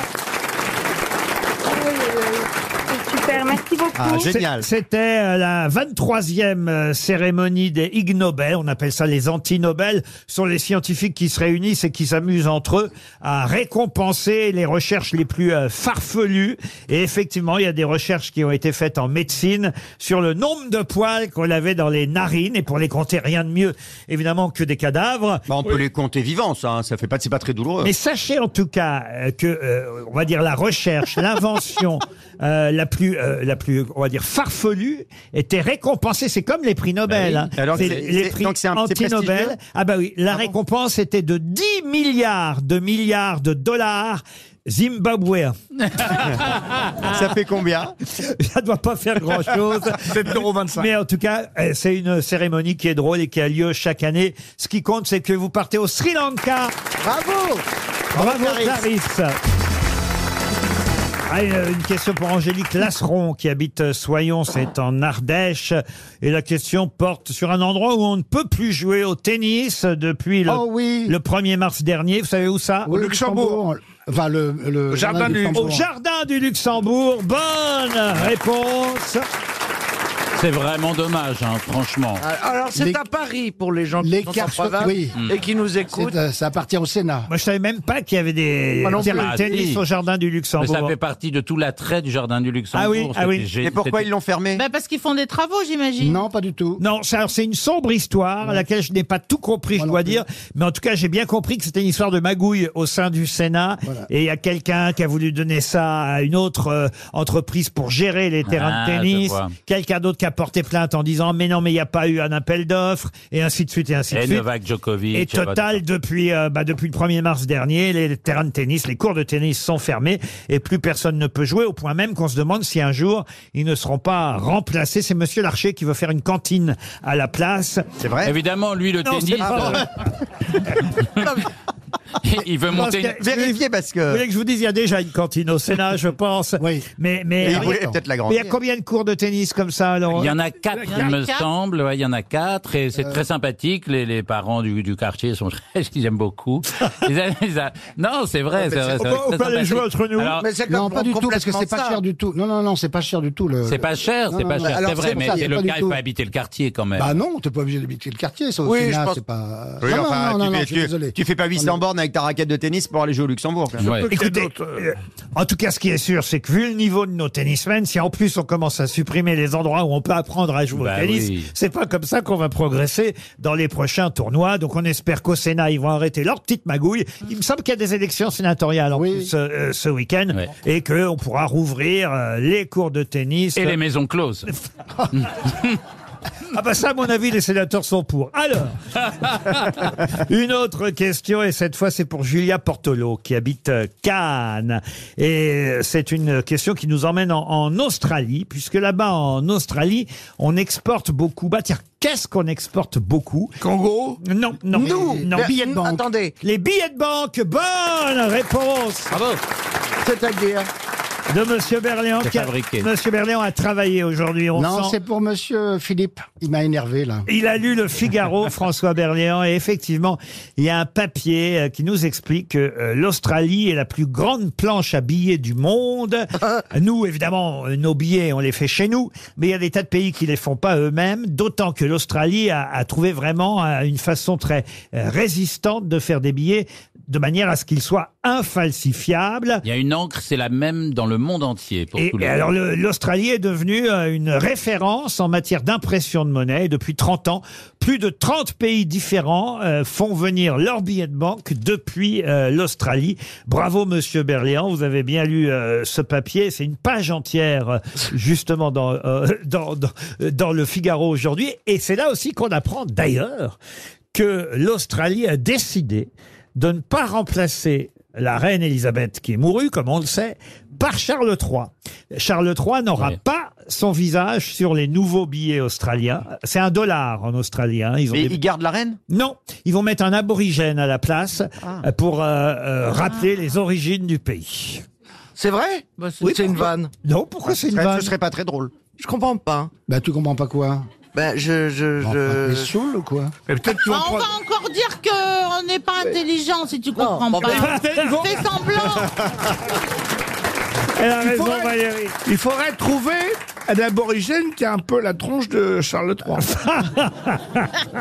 [SPEAKER 11] C'est super, merci beaucoup.
[SPEAKER 7] Ah,
[SPEAKER 2] C'est- C'était euh, la 23e euh, cérémonie des Ig Nobel. On appelle ça les anti-Nobel. Ce sont les scientifiques qui se réunissent et qui s'amusent entre eux à récompenser les recherches les plus euh, farfelues. Et effectivement, il y a des recherches qui ont été faites en médecine sur le nombre de poils qu'on avait dans les narines. Et pour les compter, rien de mieux, évidemment, que des cadavres.
[SPEAKER 7] Bah, on peut les compter vivants, ça. hein. Ça fait pas, c'est pas très douloureux.
[SPEAKER 2] Mais sachez en tout cas euh, que, euh, on va dire, la recherche, l'invention euh, la plus, euh, la plus, on va dire, farfelue, était récompensée. C'est comme les prix Nobel.
[SPEAKER 7] Bah oui.
[SPEAKER 2] hein.
[SPEAKER 7] Alors que
[SPEAKER 2] C'est
[SPEAKER 7] c'est-
[SPEAKER 2] les
[SPEAKER 7] c'est-
[SPEAKER 2] prix
[SPEAKER 7] donc c'est un- c'est
[SPEAKER 2] anti-Nobel.
[SPEAKER 7] prestigieux
[SPEAKER 2] Ah bah oui, la récompense était de 10 milliards de milliards de dollars zimbabwéens.
[SPEAKER 7] Ça fait combien
[SPEAKER 2] Ça doit pas faire grand-chose.
[SPEAKER 8] 7,25
[SPEAKER 2] Mais en tout cas, euh, c'est une cérémonie qui est drôle et qui a lieu chaque année. Ce qui compte, c'est que vous partez au Sri Lanka.
[SPEAKER 3] Bravo
[SPEAKER 2] Bravo, Clarisse. Ah, et, euh, une question pour Angélique Lasseron qui habite euh, Soyons, c'est en Ardèche. Et la question porte sur un endroit où on ne peut plus jouer au tennis depuis le,
[SPEAKER 5] Oh oui.
[SPEAKER 2] le 1er mars dernier. Vous savez où ça
[SPEAKER 5] Oui, Enfin, le, le
[SPEAKER 2] Au jardin du Luxembourg. Bonne réponse.
[SPEAKER 4] C'est vraiment dommage, hein, franchement.
[SPEAKER 2] Ah,
[SPEAKER 3] Alors, c'est
[SPEAKER 5] Les-
[SPEAKER 3] à Paris pour les gens qui sont en
[SPEAKER 5] L'écart so-
[SPEAKER 3] province
[SPEAKER 5] oui.
[SPEAKER 3] et qui nous écoutent.
[SPEAKER 5] C'est, euh, ça appartient au Sénat.
[SPEAKER 2] Moi, je savais même pas qu'il y avait des
[SPEAKER 4] Moi non plus.
[SPEAKER 2] terrains de
[SPEAKER 4] Ah,
[SPEAKER 2] tennis
[SPEAKER 4] si.
[SPEAKER 2] au jardin du
[SPEAKER 4] Mais
[SPEAKER 2] Luxembourg.
[SPEAKER 4] ça fait partie de tout l'attrait du jardin du Luxembourg.
[SPEAKER 2] Ah oui, ah oui.
[SPEAKER 4] C'était-
[SPEAKER 2] Et pourquoi
[SPEAKER 4] c'était-
[SPEAKER 2] ils l'ont fermé
[SPEAKER 6] Ben, parce qu'ils font des travaux, j'imagine.
[SPEAKER 5] pas du tout.
[SPEAKER 2] Non, ça- alors, c'est une sombre histoire à laquelle je n'ai pas tout compris, je dois dire. Mais en tout cas, j'ai bien compris que c'était une histoire de magouille au sein du Sénat. Et il y a quelqu'un qui a voulu donner ça à une autre euh, entreprise pour gérer les terrains
[SPEAKER 4] Ah,
[SPEAKER 2] de
[SPEAKER 4] je
[SPEAKER 2] tennis.
[SPEAKER 4] vois.
[SPEAKER 2] Quelqu'un d'autre qui a porté plainte en disant mais non, mais il n'y a pas eu un appel d'offres et ainsi de suite et ainsi de
[SPEAKER 4] Et
[SPEAKER 2] suite.
[SPEAKER 4] Novak Djokovic.
[SPEAKER 2] Et total, depuis, euh, bah, depuis le 1er mars dernier, les terrains de tennis, les cours de tennis sont fermés et plus personne ne peut jouer, au point même qu'on se demande si un jour ils ne seront pas remplacés. C'est Monsieur Larcher qui veut faire une cantine à la place. C'est
[SPEAKER 4] voilà. Évidemment, lui, le
[SPEAKER 2] Non, c'est
[SPEAKER 4] tennis.
[SPEAKER 2] pas vrai.
[SPEAKER 4] euh, il veut monter. une-
[SPEAKER 2] Vérifiez parce que. Vous voulez que je vous dise, il y a déjà une cantine au Sénat, je pense. Oui. Mais, mais.
[SPEAKER 4] Et il voulait peut-être la
[SPEAKER 2] Mais il y a
[SPEAKER 4] grandir.
[SPEAKER 2] combien de cours de tennis comme ça, alors
[SPEAKER 4] Il y en a quatre,
[SPEAKER 2] Il y en a
[SPEAKER 4] il me
[SPEAKER 2] quatre. Euh.
[SPEAKER 4] semble. Ouais, il y en a quatre, et c'est très sympathique. Les, les parents du, du quartier sont très, ils aiment beaucoup. Ils aiment- ils a- non, c'est vrai, c'est vrai. c'est vrai, très sympathique. Alors,
[SPEAKER 5] non, pas du tout, parce que c'est pas cher du tout. Non, non, non, c'est pas cher du tout. Le,
[SPEAKER 4] C'est pas cher,
[SPEAKER 5] Non,
[SPEAKER 4] c'est
[SPEAKER 5] non,
[SPEAKER 4] pas
[SPEAKER 5] non,
[SPEAKER 4] cher,
[SPEAKER 5] alors,
[SPEAKER 4] c'est vrai,
[SPEAKER 5] pour
[SPEAKER 4] mais
[SPEAKER 5] ça,
[SPEAKER 4] c'est
[SPEAKER 5] c'est
[SPEAKER 4] le
[SPEAKER 5] pas du
[SPEAKER 4] cas, il
[SPEAKER 5] tout.
[SPEAKER 4] faut habiter le quartier quand même.
[SPEAKER 5] Bah non, t'es pas obligé d'habiter le quartier, ça, au
[SPEAKER 4] Oui,
[SPEAKER 5] Sénat,
[SPEAKER 4] je pense-
[SPEAKER 5] c'est pas...
[SPEAKER 7] Oui,
[SPEAKER 5] non, non,
[SPEAKER 7] enfin,
[SPEAKER 5] non, non,
[SPEAKER 7] tu,
[SPEAKER 5] non,
[SPEAKER 7] fais-
[SPEAKER 5] je suis
[SPEAKER 7] tu-
[SPEAKER 5] désolé.
[SPEAKER 7] tu fais pas 800 bornes avec ta raquette de tennis pour aller jouer au Luxembourg. quand même. Ah bah,
[SPEAKER 2] Écoutez, euh, en tout cas, ce qui est sûr, c'est que vu le niveau de nos tennismen, si en plus on commence à supprimer les endroits où on peut apprendre à jouer
[SPEAKER 4] Bah
[SPEAKER 2] au tennis,
[SPEAKER 4] oui.
[SPEAKER 2] c'est pas comme ça qu'on va progresser dans les prochains tournois. Donc on espère qu'au Sénat, ils vont arrêter leur petite magouille. Il me semble qu'il y a des élections sénatoriales en plus, euh, ce week-end et qu'on pourra rouvrir euh, les cours de tennis.
[SPEAKER 4] Et les maisons closes.
[SPEAKER 2] Ah bah ça, à mon avis, les sénateurs sont pour. Alors, une autre question, et cette fois c'est pour Julia Portolo, qui habite euh, Cannes. Et c'est une question qui nous emmène en, en Australie, puisque là-bas, en Australie, on exporte beaucoup. Bah tiens, qu'est-ce qu'on exporte beaucoup
[SPEAKER 8] Congo
[SPEAKER 2] Non, non.
[SPEAKER 3] Nous
[SPEAKER 2] Non,
[SPEAKER 3] Mais,
[SPEAKER 2] billets de banque.
[SPEAKER 3] Attendez.
[SPEAKER 2] Les billets de banque, bonne réponse
[SPEAKER 4] Bravo
[SPEAKER 3] C'est-à-dire
[SPEAKER 2] de Monsieur Berléand.
[SPEAKER 4] C'est
[SPEAKER 2] qui a-
[SPEAKER 4] fabriqué.
[SPEAKER 2] Monsieur Berléand a travaillé aujourd'hui, on
[SPEAKER 5] Non,
[SPEAKER 2] sent-
[SPEAKER 5] c'est pour Monsieur Philippe. Il m'a énervé, là.
[SPEAKER 2] Il a lu le Figaro, François Berléand, et effectivement, il y a un papier euh, qui nous explique que euh, l'Australie est la plus grande planche à billets du monde. Nous, évidemment, euh, nos billets, on les fait chez nous, mais il y a des tas de pays qui les font pas eux-mêmes, d'autant que l'Australie a, a trouvé vraiment euh, une façon très euh, résistante de faire des billets de manière à ce qu'ils soient infalsifiables.
[SPEAKER 4] Il y a une encre, c'est la même dans le le monde entier. Pour
[SPEAKER 2] Et,
[SPEAKER 4] tout
[SPEAKER 2] et
[SPEAKER 4] le
[SPEAKER 2] alors,
[SPEAKER 4] monde.
[SPEAKER 2] le- l'Australie est devenue euh, une référence en matière d'impression de monnaie. Et depuis 30 ans, plus de 30 pays différents euh, font venir leurs billets de banque depuis euh, l'Australie. Bravo, monsieur Berléand. Vous avez bien lu euh, ce papier. C'est une page entière, euh, justement, dans, euh, dans, dans, dans le Figaro aujourd'hui. Et c'est là aussi qu'on apprend, d'ailleurs, que l'Australie a décidé de ne pas remplacer la reine Elisabeth qui est mourue, comme on le sait, par Charles III. Charles III n'aura pas son visage sur les nouveaux billets australiens. C'est un dollar en Australie. hein. Ils ont
[SPEAKER 7] Mais
[SPEAKER 2] des-
[SPEAKER 7] ils gardent la reine Ah.
[SPEAKER 2] Non, ils vont mettre un aborigène à la place euh, pour euh, euh, rappeler les origines du pays.
[SPEAKER 3] C'est vrai Oui, c'est une vanne.
[SPEAKER 2] Non, pourquoi c'est une vanne
[SPEAKER 3] Ce serait pas très drôle. Je comprends pas.
[SPEAKER 5] Bah, tu comprends pas quoi
[SPEAKER 3] Ben, je. je, je...
[SPEAKER 5] T'es saoul ou quoi
[SPEAKER 6] Ah, on va encore dire qu'on n'est pas intelligent si tu comprends pas. Fais semblant.
[SPEAKER 2] Elle a
[SPEAKER 8] Il
[SPEAKER 2] raison,
[SPEAKER 8] faudrait-
[SPEAKER 2] Valérie.
[SPEAKER 8] Il faudrait trouver un aborigène qui a un peu la tronche de Charles III.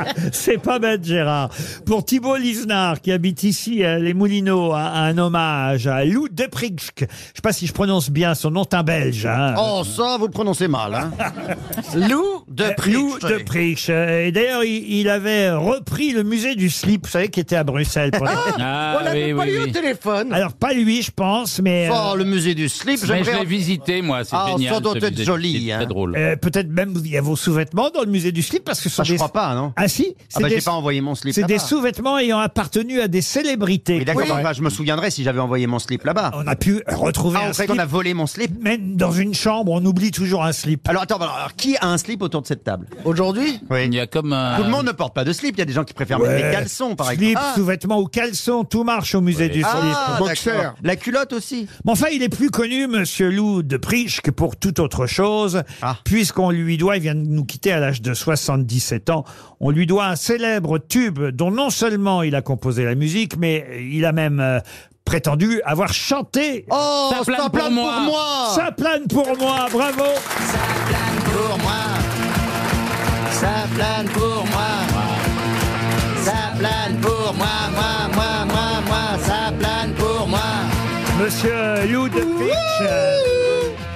[SPEAKER 2] C'est pas bête, Gérard. Pour Thibault Lisnard, qui habite ici, à les Moulineaux, à, à un hommage à Lou Deprigsk. Je sais pas si je prononce bien son nom, c'est un belge. hein.
[SPEAKER 7] Oh, ça, vous le prononcez mal. Hein.
[SPEAKER 2] Lou de
[SPEAKER 7] Prix.
[SPEAKER 2] de Prix. Euh, Et d'ailleurs, il, il avait repris le musée du slip, vous savez, qui était à Bruxelles. pendant-
[SPEAKER 4] Ah, On l'avait oui, pas oui, eu au oui.
[SPEAKER 3] téléphone.
[SPEAKER 2] Alors, pas lui, je pense, mais... euh,
[SPEAKER 4] Oh, le
[SPEAKER 7] musée du slip,
[SPEAKER 4] Mais je l'ai visité, moi, c'est
[SPEAKER 2] Ah,
[SPEAKER 4] génial.
[SPEAKER 2] ça doit
[SPEAKER 4] ce
[SPEAKER 2] être
[SPEAKER 4] musée.
[SPEAKER 2] joli,
[SPEAKER 4] C'est très drôle.
[SPEAKER 2] Euh, Peut-être même il y a vos sous-vêtements dans le musée du slip parce que ce sont
[SPEAKER 7] Ah, je
[SPEAKER 2] des-
[SPEAKER 7] crois pas, non
[SPEAKER 2] Ah si,
[SPEAKER 7] Ah bah, j'ai pas envoyé mon slip bah.
[SPEAKER 2] C'est des
[SPEAKER 7] là-bas.
[SPEAKER 2] sous-vêtements ayant appartenu à des célébrités.
[SPEAKER 7] Et d'accord,
[SPEAKER 2] Oui.
[SPEAKER 7] bah, je me souviendrai si j'avais envoyé mon slip là-bas.
[SPEAKER 2] On a pu retrouver
[SPEAKER 7] ah,
[SPEAKER 2] un
[SPEAKER 7] en fait,
[SPEAKER 2] slip.
[SPEAKER 7] on a volé mon slip.
[SPEAKER 2] Même dans une chambre, on oublie toujours un slip.
[SPEAKER 7] Alors attends, alors, alors, qui a un slip autour de cette table
[SPEAKER 3] Aujourd'hui
[SPEAKER 7] Oui.
[SPEAKER 4] Il y a comme un...
[SPEAKER 7] Tout le monde ne porte pas de slip. Il y a des gens qui préfèrent
[SPEAKER 2] Ouais.
[SPEAKER 7] mettre des caleçons, par
[SPEAKER 2] Slip,
[SPEAKER 7] exemple.
[SPEAKER 2] sous-vêtements ou caleçons, tout marche au musée du slip.
[SPEAKER 7] Ah, d'accord. La culotte aussi.
[SPEAKER 2] Mais enfin, il est plus connu, Monsieur Lou de Priche, que pour toute autre chose,
[SPEAKER 7] Ah.
[SPEAKER 2] puisqu'on lui doit, il vient de nous quitter à l'âge de 77 ans, on lui doit un célèbre tube dont non seulement il a composé la musique, mais il a même euh, prétendu avoir chanté
[SPEAKER 7] Oh,
[SPEAKER 2] Ça plane pour, moi. Ça plane pour moi, bravo
[SPEAKER 7] Pour moi, ça plane pour moi. Ça plane pour moi, moi, moi, moi, moi, ça plane pour moi.
[SPEAKER 2] Monsieur euh, Lou de Fitch, euh,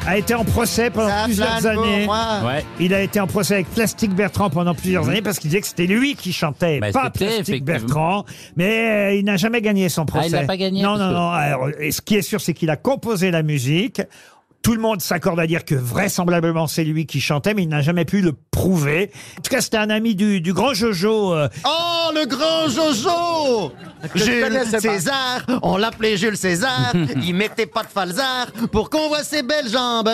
[SPEAKER 2] a été en procès pendant plusieurs
[SPEAKER 7] plane pour
[SPEAKER 2] années.
[SPEAKER 7] moi. Ouais.
[SPEAKER 2] Il a été en procès avec Plastic Bertrand pendant plusieurs années parce qu'il disait que c'était lui qui chantait,
[SPEAKER 4] Mmh. Bah,
[SPEAKER 2] pas
[SPEAKER 4] c'était,
[SPEAKER 2] Plastic
[SPEAKER 4] effectivement.
[SPEAKER 2] Bertrand. Mais euh, il n'a jamais gagné son
[SPEAKER 4] Ah,
[SPEAKER 2] procès.
[SPEAKER 4] il l'a pas gagné,
[SPEAKER 2] Non, non,
[SPEAKER 4] parce que-
[SPEAKER 2] non. Alors, et ce qui est sûr, c'est qu'il a composé la musique. Tout le monde s'accorde à dire que vraisemblablement c'est lui qui chantait, mais il n'a jamais pu le prouver. En tout cas, c'était un ami du, du grand Jojo. euh,
[SPEAKER 7] Oh, le grand Jojo
[SPEAKER 2] Ah, Je le
[SPEAKER 7] Jules
[SPEAKER 2] connaissais pas.
[SPEAKER 7] César, on l'appelait Jules César, il mettait pas de falzar pour qu'on voit ses belles jambes,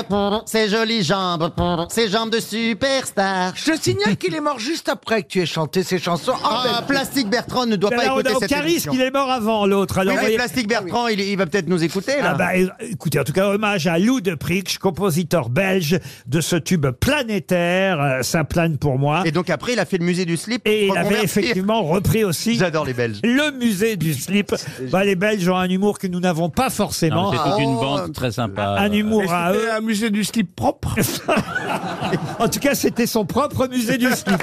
[SPEAKER 7] ses jolies jambes, ses jambes de superstar.
[SPEAKER 3] Je te signale qu'il est mort juste après que tu aies chanté ces chansons.
[SPEAKER 7] Ah, Plastique Bertrand ne doit pas
[SPEAKER 2] Ben Alors, on
[SPEAKER 7] écouter
[SPEAKER 2] a au
[SPEAKER 7] cette
[SPEAKER 2] Caris
[SPEAKER 7] émission.
[SPEAKER 2] qu'il est mort avant l'autre. Alors,
[SPEAKER 7] Ah. Oui, mais
[SPEAKER 2] voyez-
[SPEAKER 7] Plastique Bertrand, il, il va peut-être nous écouter, là.
[SPEAKER 2] Ah bah, euh, écoutez, en tout cas, hommage à Lou de Prix, compositeur belge de ce tube planétaire, euh, ça plane pour moi.
[SPEAKER 7] Et donc après, il a fait le musée du slip.
[SPEAKER 2] Et il
[SPEAKER 7] pour
[SPEAKER 2] avait
[SPEAKER 7] convertir.
[SPEAKER 2] effectivement repris aussi
[SPEAKER 7] J'adore les Belges.
[SPEAKER 2] le musée du slip. Bah, les Belges ont un humour que nous n'avons pas forcément.
[SPEAKER 4] Non, C'est toute une
[SPEAKER 2] Oh.
[SPEAKER 4] bande très
[SPEAKER 7] Ah,
[SPEAKER 4] sympa.
[SPEAKER 2] Un humour à eux.
[SPEAKER 8] un musée du slip propre.
[SPEAKER 2] En tout cas, c'était son propre musée du slip.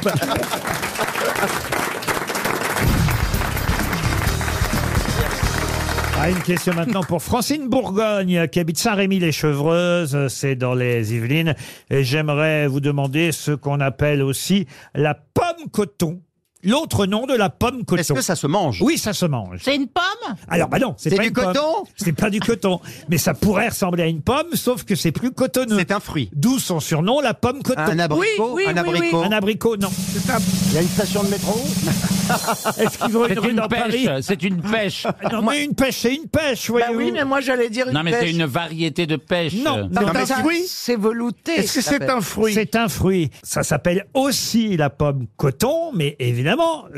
[SPEAKER 2] Ah, une question maintenant pour Francine Bourgogne, qui habite Saint-Rémy-les-Chevreuses, c'est dans les Yvelines. Et j'aimerais vous demander ce qu'on appelle aussi la pomme coton. L'autre nom de la pomme coton. Est-ce que
[SPEAKER 7] ça se mange
[SPEAKER 2] Oui, ça se mange.
[SPEAKER 6] C'est une pomme
[SPEAKER 2] Alors, bah non, c'est
[SPEAKER 7] C'est
[SPEAKER 2] pas
[SPEAKER 7] du
[SPEAKER 2] une pomme.
[SPEAKER 7] coton
[SPEAKER 2] C'est pas du coton. Mais ça pourrait ressembler à une pomme, sauf que c'est plus cotonneux. C'est
[SPEAKER 7] un fruit.
[SPEAKER 2] D'où son surnom, la pomme coton.
[SPEAKER 7] Un abricot, Oui, oui, un oui, abricot. oui.
[SPEAKER 2] Un abricot, non.
[SPEAKER 5] Il y a une station de métro
[SPEAKER 2] Est-ce qu'ils ont une
[SPEAKER 4] C'est
[SPEAKER 2] rue
[SPEAKER 4] une
[SPEAKER 2] dans
[SPEAKER 4] pêche,
[SPEAKER 2] Paris Ah,
[SPEAKER 4] c'est une pêche.
[SPEAKER 2] Non, mais une pêche, c'est une pêche,
[SPEAKER 3] Bah
[SPEAKER 2] voyez-vous.
[SPEAKER 3] oui, mais moi j'allais dire une
[SPEAKER 4] Non, mais c'est
[SPEAKER 3] pêche.
[SPEAKER 4] une variété de pêche.
[SPEAKER 2] Non,
[SPEAKER 3] Non,
[SPEAKER 2] non,
[SPEAKER 3] mais
[SPEAKER 2] mais
[SPEAKER 3] ça,
[SPEAKER 2] c'est-
[SPEAKER 3] C'est velouté. ça s'appelle.
[SPEAKER 2] C'est un fruit. Ça s'appelle aussi la pomme coton, mais évidemment,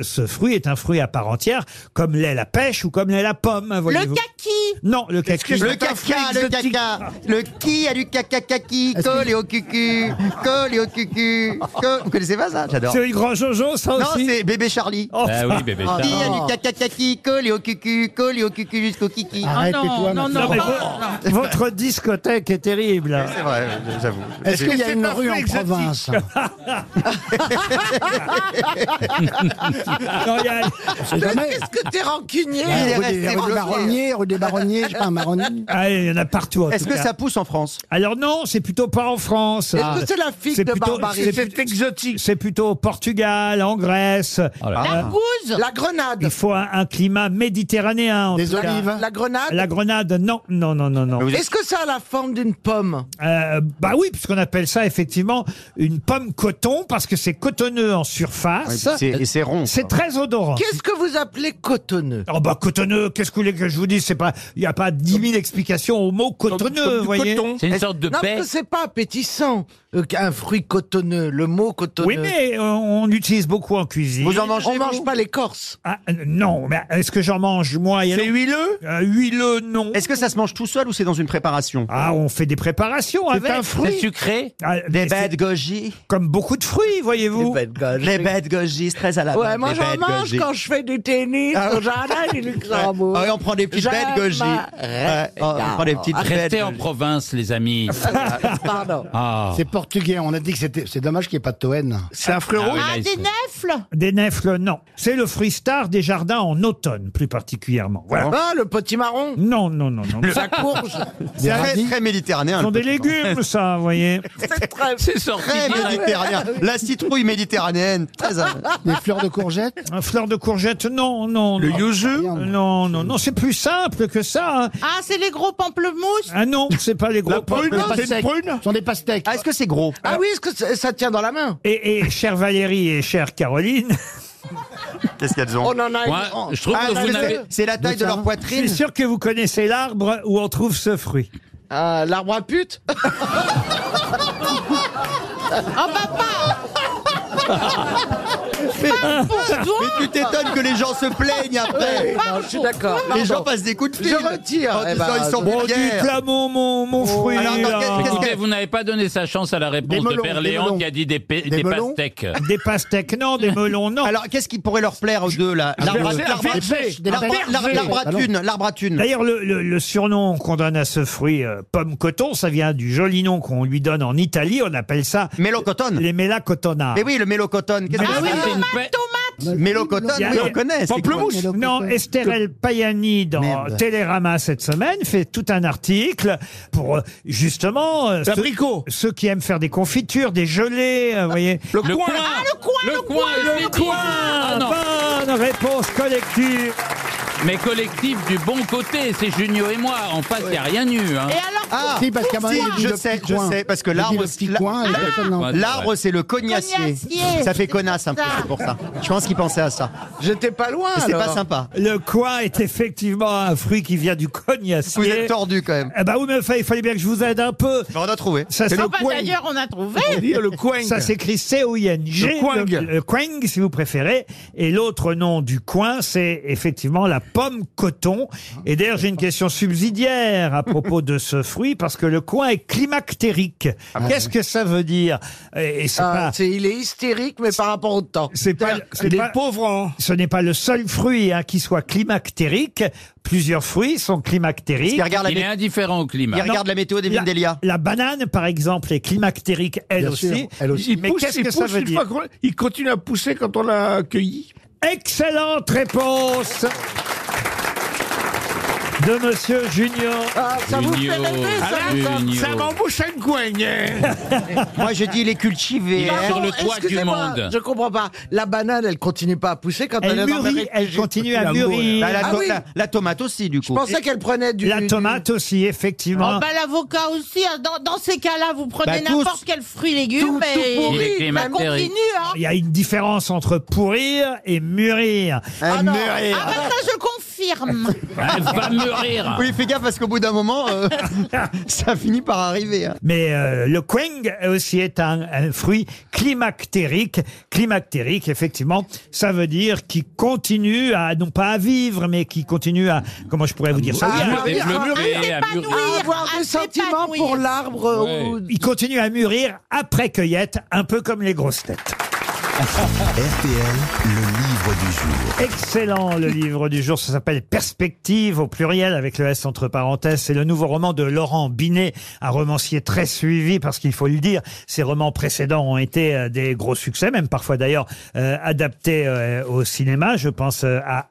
[SPEAKER 2] ce fruit est un fruit à part entière, comme l'est la pêche ou comme l'est la pomme. hein,
[SPEAKER 6] Le
[SPEAKER 2] voyez-vous.
[SPEAKER 6] kaki
[SPEAKER 2] Non, le kaki.
[SPEAKER 7] Le caca, le caca, le qui a du caca kaki, collé au cucu, collé au cucu. co- Vous connaissez pas ça J'adore.
[SPEAKER 2] C'est le grand Jojo, ça
[SPEAKER 7] Non,
[SPEAKER 2] aussi.
[SPEAKER 7] c'est bébé Charlie.
[SPEAKER 2] Oh,
[SPEAKER 4] Ah oui, bébé
[SPEAKER 7] Qui
[SPEAKER 4] Charles.
[SPEAKER 7] a du caca kaki, collé au cucu, collé au cucu jusqu'au kiki.
[SPEAKER 2] Ah,
[SPEAKER 5] Arrête,
[SPEAKER 6] non,
[SPEAKER 5] tais-toi,
[SPEAKER 6] non,
[SPEAKER 5] maintenant.
[SPEAKER 6] non,
[SPEAKER 2] mais
[SPEAKER 6] non.
[SPEAKER 2] vo- votre discothèque est terrible.
[SPEAKER 7] C'est vrai, euh, j'avoue.
[SPEAKER 5] Est-ce qu'il y a
[SPEAKER 8] C'est
[SPEAKER 5] une
[SPEAKER 8] un
[SPEAKER 5] rue
[SPEAKER 8] fruit
[SPEAKER 5] en
[SPEAKER 8] exotique.
[SPEAKER 5] province
[SPEAKER 2] Non, il y a-
[SPEAKER 3] Qu'est-ce que t'es rancunier
[SPEAKER 5] Bah,
[SPEAKER 3] Il est
[SPEAKER 5] rue des-
[SPEAKER 3] resté
[SPEAKER 5] rue des marronniers, rue des marronniers, je sais pas, un marronnier.
[SPEAKER 2] Ah, il y en a partout.
[SPEAKER 5] Est-ce que ça
[SPEAKER 2] pousse en France Alors non, c'est plutôt pas en France.
[SPEAKER 3] Est-ce que c'est la figue de Barbarie C'est
[SPEAKER 2] exotique. C'est plutôt au Portugal, en Grèce.
[SPEAKER 3] Oh La
[SPEAKER 2] Euh,
[SPEAKER 3] gouze La grenade
[SPEAKER 2] Il faut un, un climat méditerranéen. en
[SPEAKER 3] Des
[SPEAKER 2] tout cas.
[SPEAKER 3] olives La grenade
[SPEAKER 2] La grenade, non, non, non, non, non.
[SPEAKER 3] Est-ce que ça a la forme d'une pomme
[SPEAKER 2] Euh, bah oui, puisqu'on appelle ça effectivement une pomme coton parce que c'est cotonneux en surface.
[SPEAKER 9] Ouais, puis c'est- et c'est rond,
[SPEAKER 2] Ah, C'est
[SPEAKER 9] quoi.
[SPEAKER 2] très odorant.
[SPEAKER 3] Qu'est-ce que vous appelez cotonneux
[SPEAKER 2] Oh bah cotonneux, qu'est-ce que vous voulez que je vous dise C'est pas, il n'y a pas dix mille explications au mot cotonneux, vous voyez.
[SPEAKER 3] Est-ce- non, parce que c'est pas appétissant euh, qu'un fruit cotonneux, le mot cotonneux.
[SPEAKER 2] Oui, mais euh, on l'utilise beaucoup en cuisine.
[SPEAKER 3] Vous en mangez, On mange vous pas l'écorce.
[SPEAKER 2] Ah, euh, non, mais est-ce que j'en mange moi C'est huileux Huileux, non.
[SPEAKER 9] Est-ce que ça se mange tout seul ou c'est dans une préparation
[SPEAKER 2] Ah, on fait des préparations
[SPEAKER 9] C'est
[SPEAKER 2] avec. Ah,
[SPEAKER 9] un fruit. C'est
[SPEAKER 4] sucré
[SPEAKER 9] Des bêtes goji.
[SPEAKER 2] Comme beaucoup de fruits, voyez-vous.
[SPEAKER 9] Des bêtes goji. Les bêtes goji, c'est très à la
[SPEAKER 3] Ouais,
[SPEAKER 9] mode,
[SPEAKER 3] moi
[SPEAKER 9] les
[SPEAKER 3] j'en
[SPEAKER 9] bêtes
[SPEAKER 3] mange
[SPEAKER 9] goji.
[SPEAKER 3] quand je fais du tennis
[SPEAKER 9] Ah ouais.
[SPEAKER 3] au jardin du Luxembourg.
[SPEAKER 9] Ah ouais, on prend des petites
[SPEAKER 3] J'aime
[SPEAKER 9] bêtes goji.
[SPEAKER 3] ma-
[SPEAKER 9] Ouais, on
[SPEAKER 5] Ah,
[SPEAKER 9] prend des petites bêtes.
[SPEAKER 4] Restez en province, les amis.
[SPEAKER 3] Pardon.
[SPEAKER 4] Ah.
[SPEAKER 5] C'est portugais, on a dit que c'était. C'est dommage qu'il n'y ait pas de Toen.
[SPEAKER 2] C'est un
[SPEAKER 4] frérot. Ah oui, là,
[SPEAKER 6] Ah,
[SPEAKER 4] ils
[SPEAKER 6] des
[SPEAKER 4] sont-
[SPEAKER 6] nefles
[SPEAKER 2] Des nefles, non. C'est le fruit star des jardins en automne, plus particulièrement. Voilà.
[SPEAKER 3] Ah, le potimarron
[SPEAKER 2] Non, non, non, non.
[SPEAKER 3] Ça courge
[SPEAKER 9] C'est très, très
[SPEAKER 2] Ce
[SPEAKER 9] méditerranéen.
[SPEAKER 2] sont
[SPEAKER 9] le
[SPEAKER 2] des
[SPEAKER 9] petit marron.
[SPEAKER 2] légumes, ça, vous voyez.
[SPEAKER 3] C'est très...
[SPEAKER 4] C'est sorti
[SPEAKER 9] Très
[SPEAKER 4] direct.
[SPEAKER 9] méditerranéen. La citrouille méditerranéenne. Très à-
[SPEAKER 5] Des fleurs de courgettes
[SPEAKER 2] Un fleur de courgette, non, non.
[SPEAKER 8] Le
[SPEAKER 2] non.
[SPEAKER 8] yuzu
[SPEAKER 2] Non, non, non, c'est plus simple que ça. hein.
[SPEAKER 6] Ah, c'est les gros pamplemousses
[SPEAKER 2] Ah non, c'est pas les gros
[SPEAKER 8] La
[SPEAKER 5] Des
[SPEAKER 8] prune,
[SPEAKER 2] pamplemousses.
[SPEAKER 8] c'est une
[SPEAKER 5] pastèques.
[SPEAKER 8] prune
[SPEAKER 5] Ce sont des pastèques.
[SPEAKER 9] Ah, est-ce que c'est gros
[SPEAKER 3] Ah oui, est-ce que ça, ça tient dans la main
[SPEAKER 2] Et, et chère Valérie et chère Caroline,
[SPEAKER 9] Qu'est-ce qu'il y a de
[SPEAKER 3] On en a
[SPEAKER 4] Moi,
[SPEAKER 3] une...
[SPEAKER 4] je trouve
[SPEAKER 9] Ah,
[SPEAKER 4] que
[SPEAKER 9] est-ce
[SPEAKER 4] vous
[SPEAKER 9] que
[SPEAKER 4] n'avez...
[SPEAKER 9] c'est- C'est la taille de leur
[SPEAKER 2] c'est
[SPEAKER 9] poitrine.
[SPEAKER 2] sûr que vous connaissez l'arbre où on trouve ce fruit.
[SPEAKER 3] Ah, L'arbre à pute
[SPEAKER 4] Ah, bah,
[SPEAKER 9] Mais tu t'étonnes que les gens se plaignent après.
[SPEAKER 3] Non, je suis d'accord.
[SPEAKER 9] Les
[SPEAKER 3] Pardon.
[SPEAKER 9] gens passent des coups de fil.
[SPEAKER 3] Je retire.
[SPEAKER 9] En
[SPEAKER 3] Eh
[SPEAKER 9] disant,
[SPEAKER 3] ben,
[SPEAKER 9] ils sont
[SPEAKER 2] Bon,
[SPEAKER 9] vulgaires.
[SPEAKER 2] dites là mon, mon, mon fruit.
[SPEAKER 9] Alors, attends,
[SPEAKER 2] là.
[SPEAKER 9] qu'est-ce- qu'est-ce
[SPEAKER 4] Écoutez, vous n'avez pas donné sa chance à la réponse
[SPEAKER 5] melons,
[SPEAKER 4] de
[SPEAKER 5] des
[SPEAKER 4] Berléand
[SPEAKER 5] melons.
[SPEAKER 4] qui a dit des, pe-
[SPEAKER 5] Des
[SPEAKER 4] des
[SPEAKER 5] melons
[SPEAKER 4] pastèques.
[SPEAKER 2] Des pastèques, non, des melons, non. Ah,
[SPEAKER 9] Alors, qu'est-ce qui pourrait leur plaire aux deux, là L'arbre
[SPEAKER 8] verger, un
[SPEAKER 9] l'arbre-
[SPEAKER 8] verger,
[SPEAKER 5] des
[SPEAKER 9] l'arbre-
[SPEAKER 5] vergers.
[SPEAKER 9] l'arbre- l'arbre à
[SPEAKER 5] Pardon.
[SPEAKER 9] thune, l'arbre à thune.
[SPEAKER 2] D'ailleurs, le, le- le surnom qu'on donne à ce fruit euh, pomme coton, ça vient du joli nom qu'on lui donne en Italie. On appelle ça
[SPEAKER 9] Mélocotone.
[SPEAKER 2] les mélacotonnards.
[SPEAKER 9] Mais oui, le mélocotone. Qu'est-ce que
[SPEAKER 4] Ah,
[SPEAKER 9] c'est
[SPEAKER 4] c'est une pa-
[SPEAKER 9] Mélocotone,
[SPEAKER 2] Il y a-
[SPEAKER 9] oui, on connaît. c'est quoi
[SPEAKER 8] Pamplemousse.
[SPEAKER 2] Non, Estherelle Payani dans
[SPEAKER 9] Merde.
[SPEAKER 2] Télérama cette semaine fait tout un article pour euh, justement euh, ceux,
[SPEAKER 8] L'abricot.
[SPEAKER 2] ceux qui aiment faire des confitures, des gelées, euh, vous voyez.
[SPEAKER 8] Le
[SPEAKER 4] Le
[SPEAKER 8] coin.
[SPEAKER 4] coin. Ah, Le coin. je l'ai dit. Ah, non.
[SPEAKER 2] Bonne réponse collective.
[SPEAKER 4] Mais collectif du bon côté, c'est Junio et moi. En face, il n'y a rien eu. Hein.
[SPEAKER 6] Et alors,
[SPEAKER 9] Ah,
[SPEAKER 5] Si, parce qu'à un moment,
[SPEAKER 9] si,
[SPEAKER 5] il dit
[SPEAKER 9] je
[SPEAKER 5] le
[SPEAKER 9] sais,
[SPEAKER 5] petit
[SPEAKER 9] je
[SPEAKER 5] coin.
[SPEAKER 9] sais, parce que
[SPEAKER 5] Il dit
[SPEAKER 9] l'arbre,
[SPEAKER 5] le petit
[SPEAKER 9] la-
[SPEAKER 5] coin, et personne n'en-
[SPEAKER 4] Ah,
[SPEAKER 9] l'arbre, c'est le cognacier.
[SPEAKER 6] Cognacier.
[SPEAKER 9] Ça fait connasse un peu, c'est pour ça. Je pense qu'ils pensaient à ça.
[SPEAKER 3] J'étais pas loin,
[SPEAKER 9] Mais C'est
[SPEAKER 3] alors.
[SPEAKER 9] pas sympa.
[SPEAKER 2] Le coin est effectivement un fruit qui vient du cognacier.
[SPEAKER 9] Vous êtes tordus quand même.
[SPEAKER 2] Eh ben oui, mais enfin, il fallait bien que je vous aide un peu.
[SPEAKER 9] Mais On a trouvé.
[SPEAKER 2] Ça,
[SPEAKER 6] ah
[SPEAKER 2] c'est-
[SPEAKER 6] bah, d'ailleurs, on a trouvé.
[SPEAKER 8] Dire le coin.
[SPEAKER 2] Ça s'écrit C-O-I-N-G.
[SPEAKER 8] Le coing.
[SPEAKER 2] Le, le coing, si vous préférez. Et l'autre nom du coin, c'est effectivement la pomme coton. Et d'ailleurs, j'ai une question subsidiaire à propos de ce fruit, parce que le coin est climactérique. Qu'est-ce que ça veut dire Et et c'est
[SPEAKER 3] Ah,
[SPEAKER 2] pas-
[SPEAKER 3] c'est- il est hystérique, mais par rapport au temps.
[SPEAKER 2] c'est pas, c'est
[SPEAKER 8] Les
[SPEAKER 2] pas-
[SPEAKER 8] pauvres en...
[SPEAKER 2] ce n'est pas le seul fruit hein, qui soit climactérique. Plusieurs fruits sont
[SPEAKER 9] Ils
[SPEAKER 2] climactériques.
[SPEAKER 9] regardent la,
[SPEAKER 4] Il est
[SPEAKER 9] mé-
[SPEAKER 4] indifférent au climat.
[SPEAKER 9] ils regardent la météo des villes
[SPEAKER 2] La,
[SPEAKER 9] d'Elia.
[SPEAKER 2] la banane, par exemple, est climactérique, elle
[SPEAKER 5] Bien sûr,
[SPEAKER 2] aussi.
[SPEAKER 5] elle aussi.
[SPEAKER 2] Mais
[SPEAKER 8] pousse,
[SPEAKER 2] qu'est-ce
[SPEAKER 8] il
[SPEAKER 2] que ça
[SPEAKER 8] pousse
[SPEAKER 2] veut
[SPEAKER 8] une
[SPEAKER 2] dire
[SPEAKER 8] fois qu'on- Il continue à pousser quand on l'a cueilli.
[SPEAKER 2] Excellente réponse de Monsieur Junior.
[SPEAKER 3] Ah, ça vous fait
[SPEAKER 4] Junio.
[SPEAKER 3] rêver, ça,
[SPEAKER 4] Ah,
[SPEAKER 3] vous
[SPEAKER 4] Junio.
[SPEAKER 8] Ça m'embouche un coin. hein.
[SPEAKER 9] Moi, je dis les cultiver.
[SPEAKER 4] Il est
[SPEAKER 9] hein.
[SPEAKER 4] sur le toit du
[SPEAKER 3] Excusez-moi,
[SPEAKER 4] monde.
[SPEAKER 3] Je comprends pas. La banane, elle continue pas à pousser quand elle,
[SPEAKER 2] Elle
[SPEAKER 3] est dans la
[SPEAKER 2] mûrit, elle continue à mûrir.
[SPEAKER 9] Bah, la,
[SPEAKER 3] Ah
[SPEAKER 9] to-
[SPEAKER 3] oui.
[SPEAKER 9] la- la tomate aussi, du
[SPEAKER 3] Je
[SPEAKER 9] coup.
[SPEAKER 3] pensais qu'elle prenait du.
[SPEAKER 2] La
[SPEAKER 3] du-
[SPEAKER 2] tomate aussi,
[SPEAKER 6] Oh,
[SPEAKER 2] effectivement.
[SPEAKER 6] bah, l'avocat aussi. hein. Dans, dans ces cas-là, vous prenez
[SPEAKER 9] Bah, tous.
[SPEAKER 6] n'importe quel fruit, légume,
[SPEAKER 3] Tout- tout
[SPEAKER 6] et
[SPEAKER 3] pourri.
[SPEAKER 4] Il est
[SPEAKER 3] Oui,
[SPEAKER 6] ça
[SPEAKER 4] climatérique.
[SPEAKER 6] Ben, continue. Hein.
[SPEAKER 2] Il y a une différence entre pourrir et mûrir.
[SPEAKER 9] Un
[SPEAKER 3] non.
[SPEAKER 9] mûrir.
[SPEAKER 6] Ah, bah, ça, je confirme.
[SPEAKER 4] Elle va mûrir.
[SPEAKER 9] Oui, fais gaffe parce qu'au bout d'un moment, euh, ça finit par arriver. hein.
[SPEAKER 2] Mais euh, le queng aussi est un, un fruit climactérique. Climactérique, effectivement, ça veut dire qui continue à, non pas à vivre, mais qui continue à, comment je pourrais vous dire ça
[SPEAKER 3] Ah,
[SPEAKER 2] Oui, à-
[SPEAKER 3] mûrir.
[SPEAKER 4] Développer, à mûrir.
[SPEAKER 6] Épanouir,
[SPEAKER 3] À avoir
[SPEAKER 6] à
[SPEAKER 3] des sentiments
[SPEAKER 6] s'épanouir.
[SPEAKER 3] pour l'arbre. euh,
[SPEAKER 4] Ouais.
[SPEAKER 3] ou-
[SPEAKER 2] Il continue à mûrir après cueillette, un peu comme les grosses têtes.
[SPEAKER 1] RTL, le livre du jour.
[SPEAKER 2] Excellent le livre du jour, ça s'appelle Perspective au pluriel avec le S entre parenthèses. C'est le nouveau roman de Laurent Binet, un romancier très suivi parce qu'il faut le dire, ses romans précédents ont été euh, des gros succès, même parfois d'ailleurs euh, adaptés euh, au cinéma. Je pense euh, à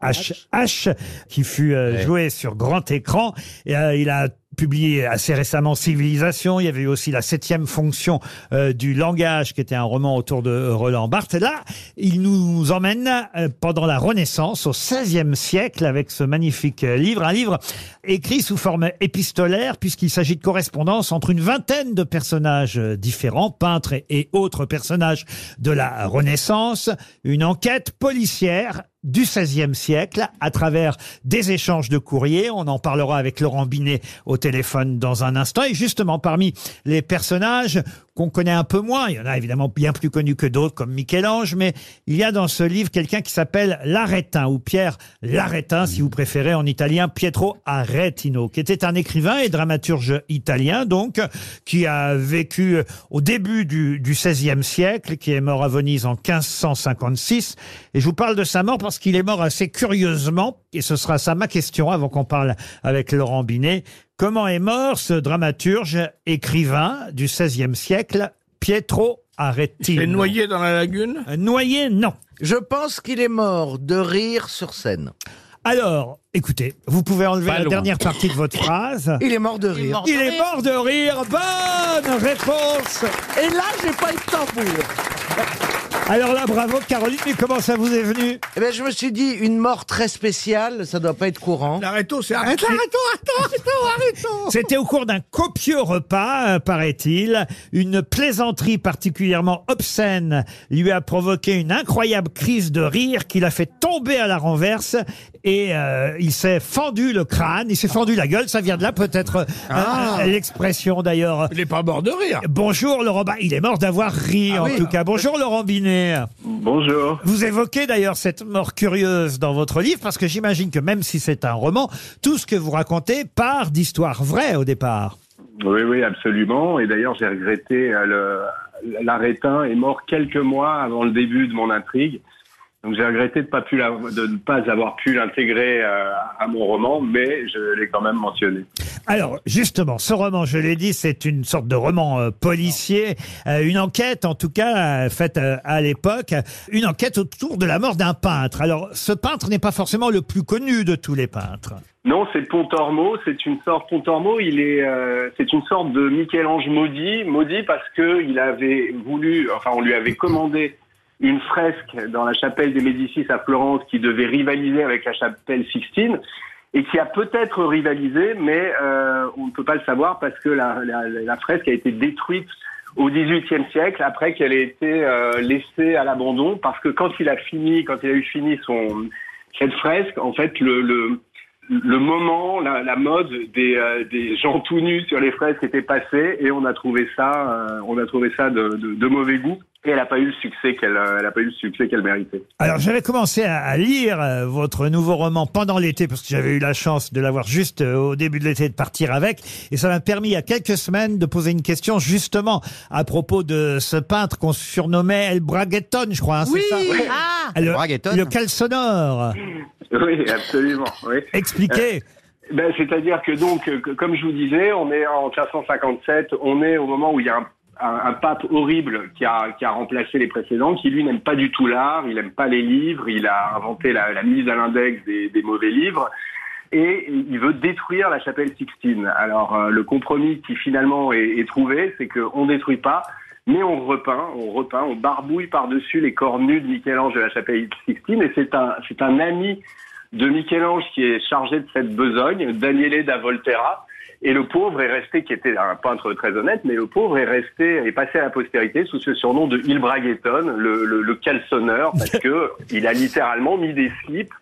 [SPEAKER 2] HHHH qui fut euh, joué sur grand écran. Et, euh, il a publié assez récemment Civilisation. Il y avait eu aussi La septième fonction euh, du langage, qui était un roman autour de euh, Roland Barthes. Et là, il nous emmène euh, pendant la Renaissance, au XVIe siècle, avec ce magnifique euh, livre. Un livre écrit sous forme épistolaire, puisqu'il s'agit de correspondance entre une vingtaine de personnages euh, différents, peintres et, et autres personnages de la Renaissance. Une enquête policière du XVIe siècle à travers des échanges de courriers. On en parlera avec Laurent Binet au téléphone dans un instant. Et justement, parmi les personnages qu'on connaît un peu moins, il y en a évidemment bien plus connus que d'autres comme Michel-Ange, mais il y a dans ce livre quelqu'un qui s'appelle Laretin ou Pierre Laretin, si vous préférez en italien, Pietro Aretino, qui était un écrivain et dramaturge italien, donc, qui a vécu euh, au début du, du XVIe siècle, qui est mort à Venise en 1556. Et je vous parle de sa mort parce qu'il est mort assez curieusement, et ce sera ça ma question avant qu'on parle avec Laurent Binet. Comment est mort ce dramaturge écrivain du XVIe siècle, Pietro Aretino
[SPEAKER 8] Il est noyé dans la lagune
[SPEAKER 2] Noyé, non.
[SPEAKER 3] Je pense qu'il est mort de rire sur scène.
[SPEAKER 2] Alors, écoutez, vous pouvez enlever
[SPEAKER 3] Pas
[SPEAKER 2] la
[SPEAKER 3] loin.
[SPEAKER 2] dernière partie de votre phrase.
[SPEAKER 3] Il est mort de rire.
[SPEAKER 2] Il est mort de rire. Bonne réponse.
[SPEAKER 3] Et là, j'ai pas eu de tambour.
[SPEAKER 2] Alors là, bravo Caroline, mais comment ça vous est venu
[SPEAKER 3] eh ben, Je me suis dit, une mort très spéciale, ça doit pas être courant.
[SPEAKER 8] L'arrêto, c'est
[SPEAKER 3] arrête, l'arrêto,
[SPEAKER 2] C'était au cours d'un copieux repas, euh, paraît-il. Une plaisanterie particulièrement obscène lui a provoqué une incroyable crise de rire qui l'a fait tomber à la renverse et euh, il s'est fendu le crâne, il s'est fendu la gueule, ça vient de là peut-être euh,
[SPEAKER 8] Ah.
[SPEAKER 2] euh, l'expression d'ailleurs.
[SPEAKER 8] Il n'est pas mort de rire.
[SPEAKER 2] Bonjour Laurent, Ba- il est mort d'avoir ri
[SPEAKER 8] Ah
[SPEAKER 2] en
[SPEAKER 8] oui.
[SPEAKER 2] tout cas. Bonjour Laurent Binet.
[SPEAKER 14] Bonjour.
[SPEAKER 2] Vous évoquez d'ailleurs cette mort curieuse dans votre livre, parce que j'imagine que même si c'est un roman, tout ce que vous racontez part d'histoires vraies au départ.
[SPEAKER 14] Oui, oui, absolument. Et d'ailleurs, j'ai regretté euh, le l'arrêtin est mort quelques mois avant le début de mon intrigue. Donc j'ai regretté de, pas pu la- de ne pas avoir pu l'intégrer euh, à mon roman, mais je l'ai quand même mentionné.
[SPEAKER 2] Alors, justement, ce roman, je l'ai dit, c'est une sorte de roman euh, policier, euh, une enquête en tout cas euh, faite euh, à l'époque, euh, une enquête autour de la mort d'un peintre. Alors, ce peintre n'est pas forcément le plus connu de tous les peintres.
[SPEAKER 14] Non, c'est Pontormo. C'est une sorte Pontormo. Il est, euh, c'est une sorte de Michel-Ange maudit, maudit parce que il avait voulu, enfin, on lui avait commandé une fresque dans la chapelle des Médicis à Florence qui devait rivaliser avec la chapelle Sixtine et qui a peut-être rivalisé, mais euh, on ne peut pas le savoir parce que la, la- la fresque a été détruite au XVIIIe siècle après qu'elle ait été euh, laissée à l'abandon parce que quand il a fini, quand il a eu fini son cette fresque, en fait, le, le le moment, la, la mode des, euh, des gens tout nus sur les fraises était passée et on a trouvé ça, euh, on a trouvé ça de, de- de mauvais goût et elle n'a pas eu le succès qu'elle, euh, elle a pas eu le succès qu'elle méritait.
[SPEAKER 2] Alors, j'avais commencé à, à lire euh, votre nouveau roman pendant l'été, parce que j'avais eu la chance de l'avoir juste euh, au début de l'été de partir avec. Et ça m'a permis, il y a quelques semaines, de poser une question, justement, à propos de ce peintre qu'on surnommait El Bragueton, je crois. hein,
[SPEAKER 7] Oui,
[SPEAKER 2] c'est ça
[SPEAKER 7] Ouais. ah.
[SPEAKER 2] Le,
[SPEAKER 7] Bragueton.
[SPEAKER 2] le calçonneur.
[SPEAKER 14] Oui, absolument. Oui.
[SPEAKER 2] Expliquez.
[SPEAKER 14] Euh, ben, C'est-à-dire que donc, euh, que- comme je vous disais, on est en 1557, on est au moment où il y a un, un- un pape horrible qui a, qui a remplacé les précédents, qui lui n'aime pas du tout l'art, il n'aime pas les livres, il a inventé la, la mise à l'index des, des mauvais livres. Et il veut détruire la chapelle Sixtine. Alors euh, le compromis qui finalement est, est trouvé, c'est qu'on ne détruit pas, mais on repeint, on repeint, on barbouille par-dessus les corps nus de Michel-Ange de la chapelle Sixtine. Et c'est un, c'est un ami de Michel-Ange qui est chargé de cette besogne, Daniele da Volterra. Et le pauvre est resté, qui était un peintre très honnête, mais le pauvre est resté, est passé à la postérité sous ce surnom de Il Bragueton, le, le, le calçonneur, parce que il a littéralement mis des slips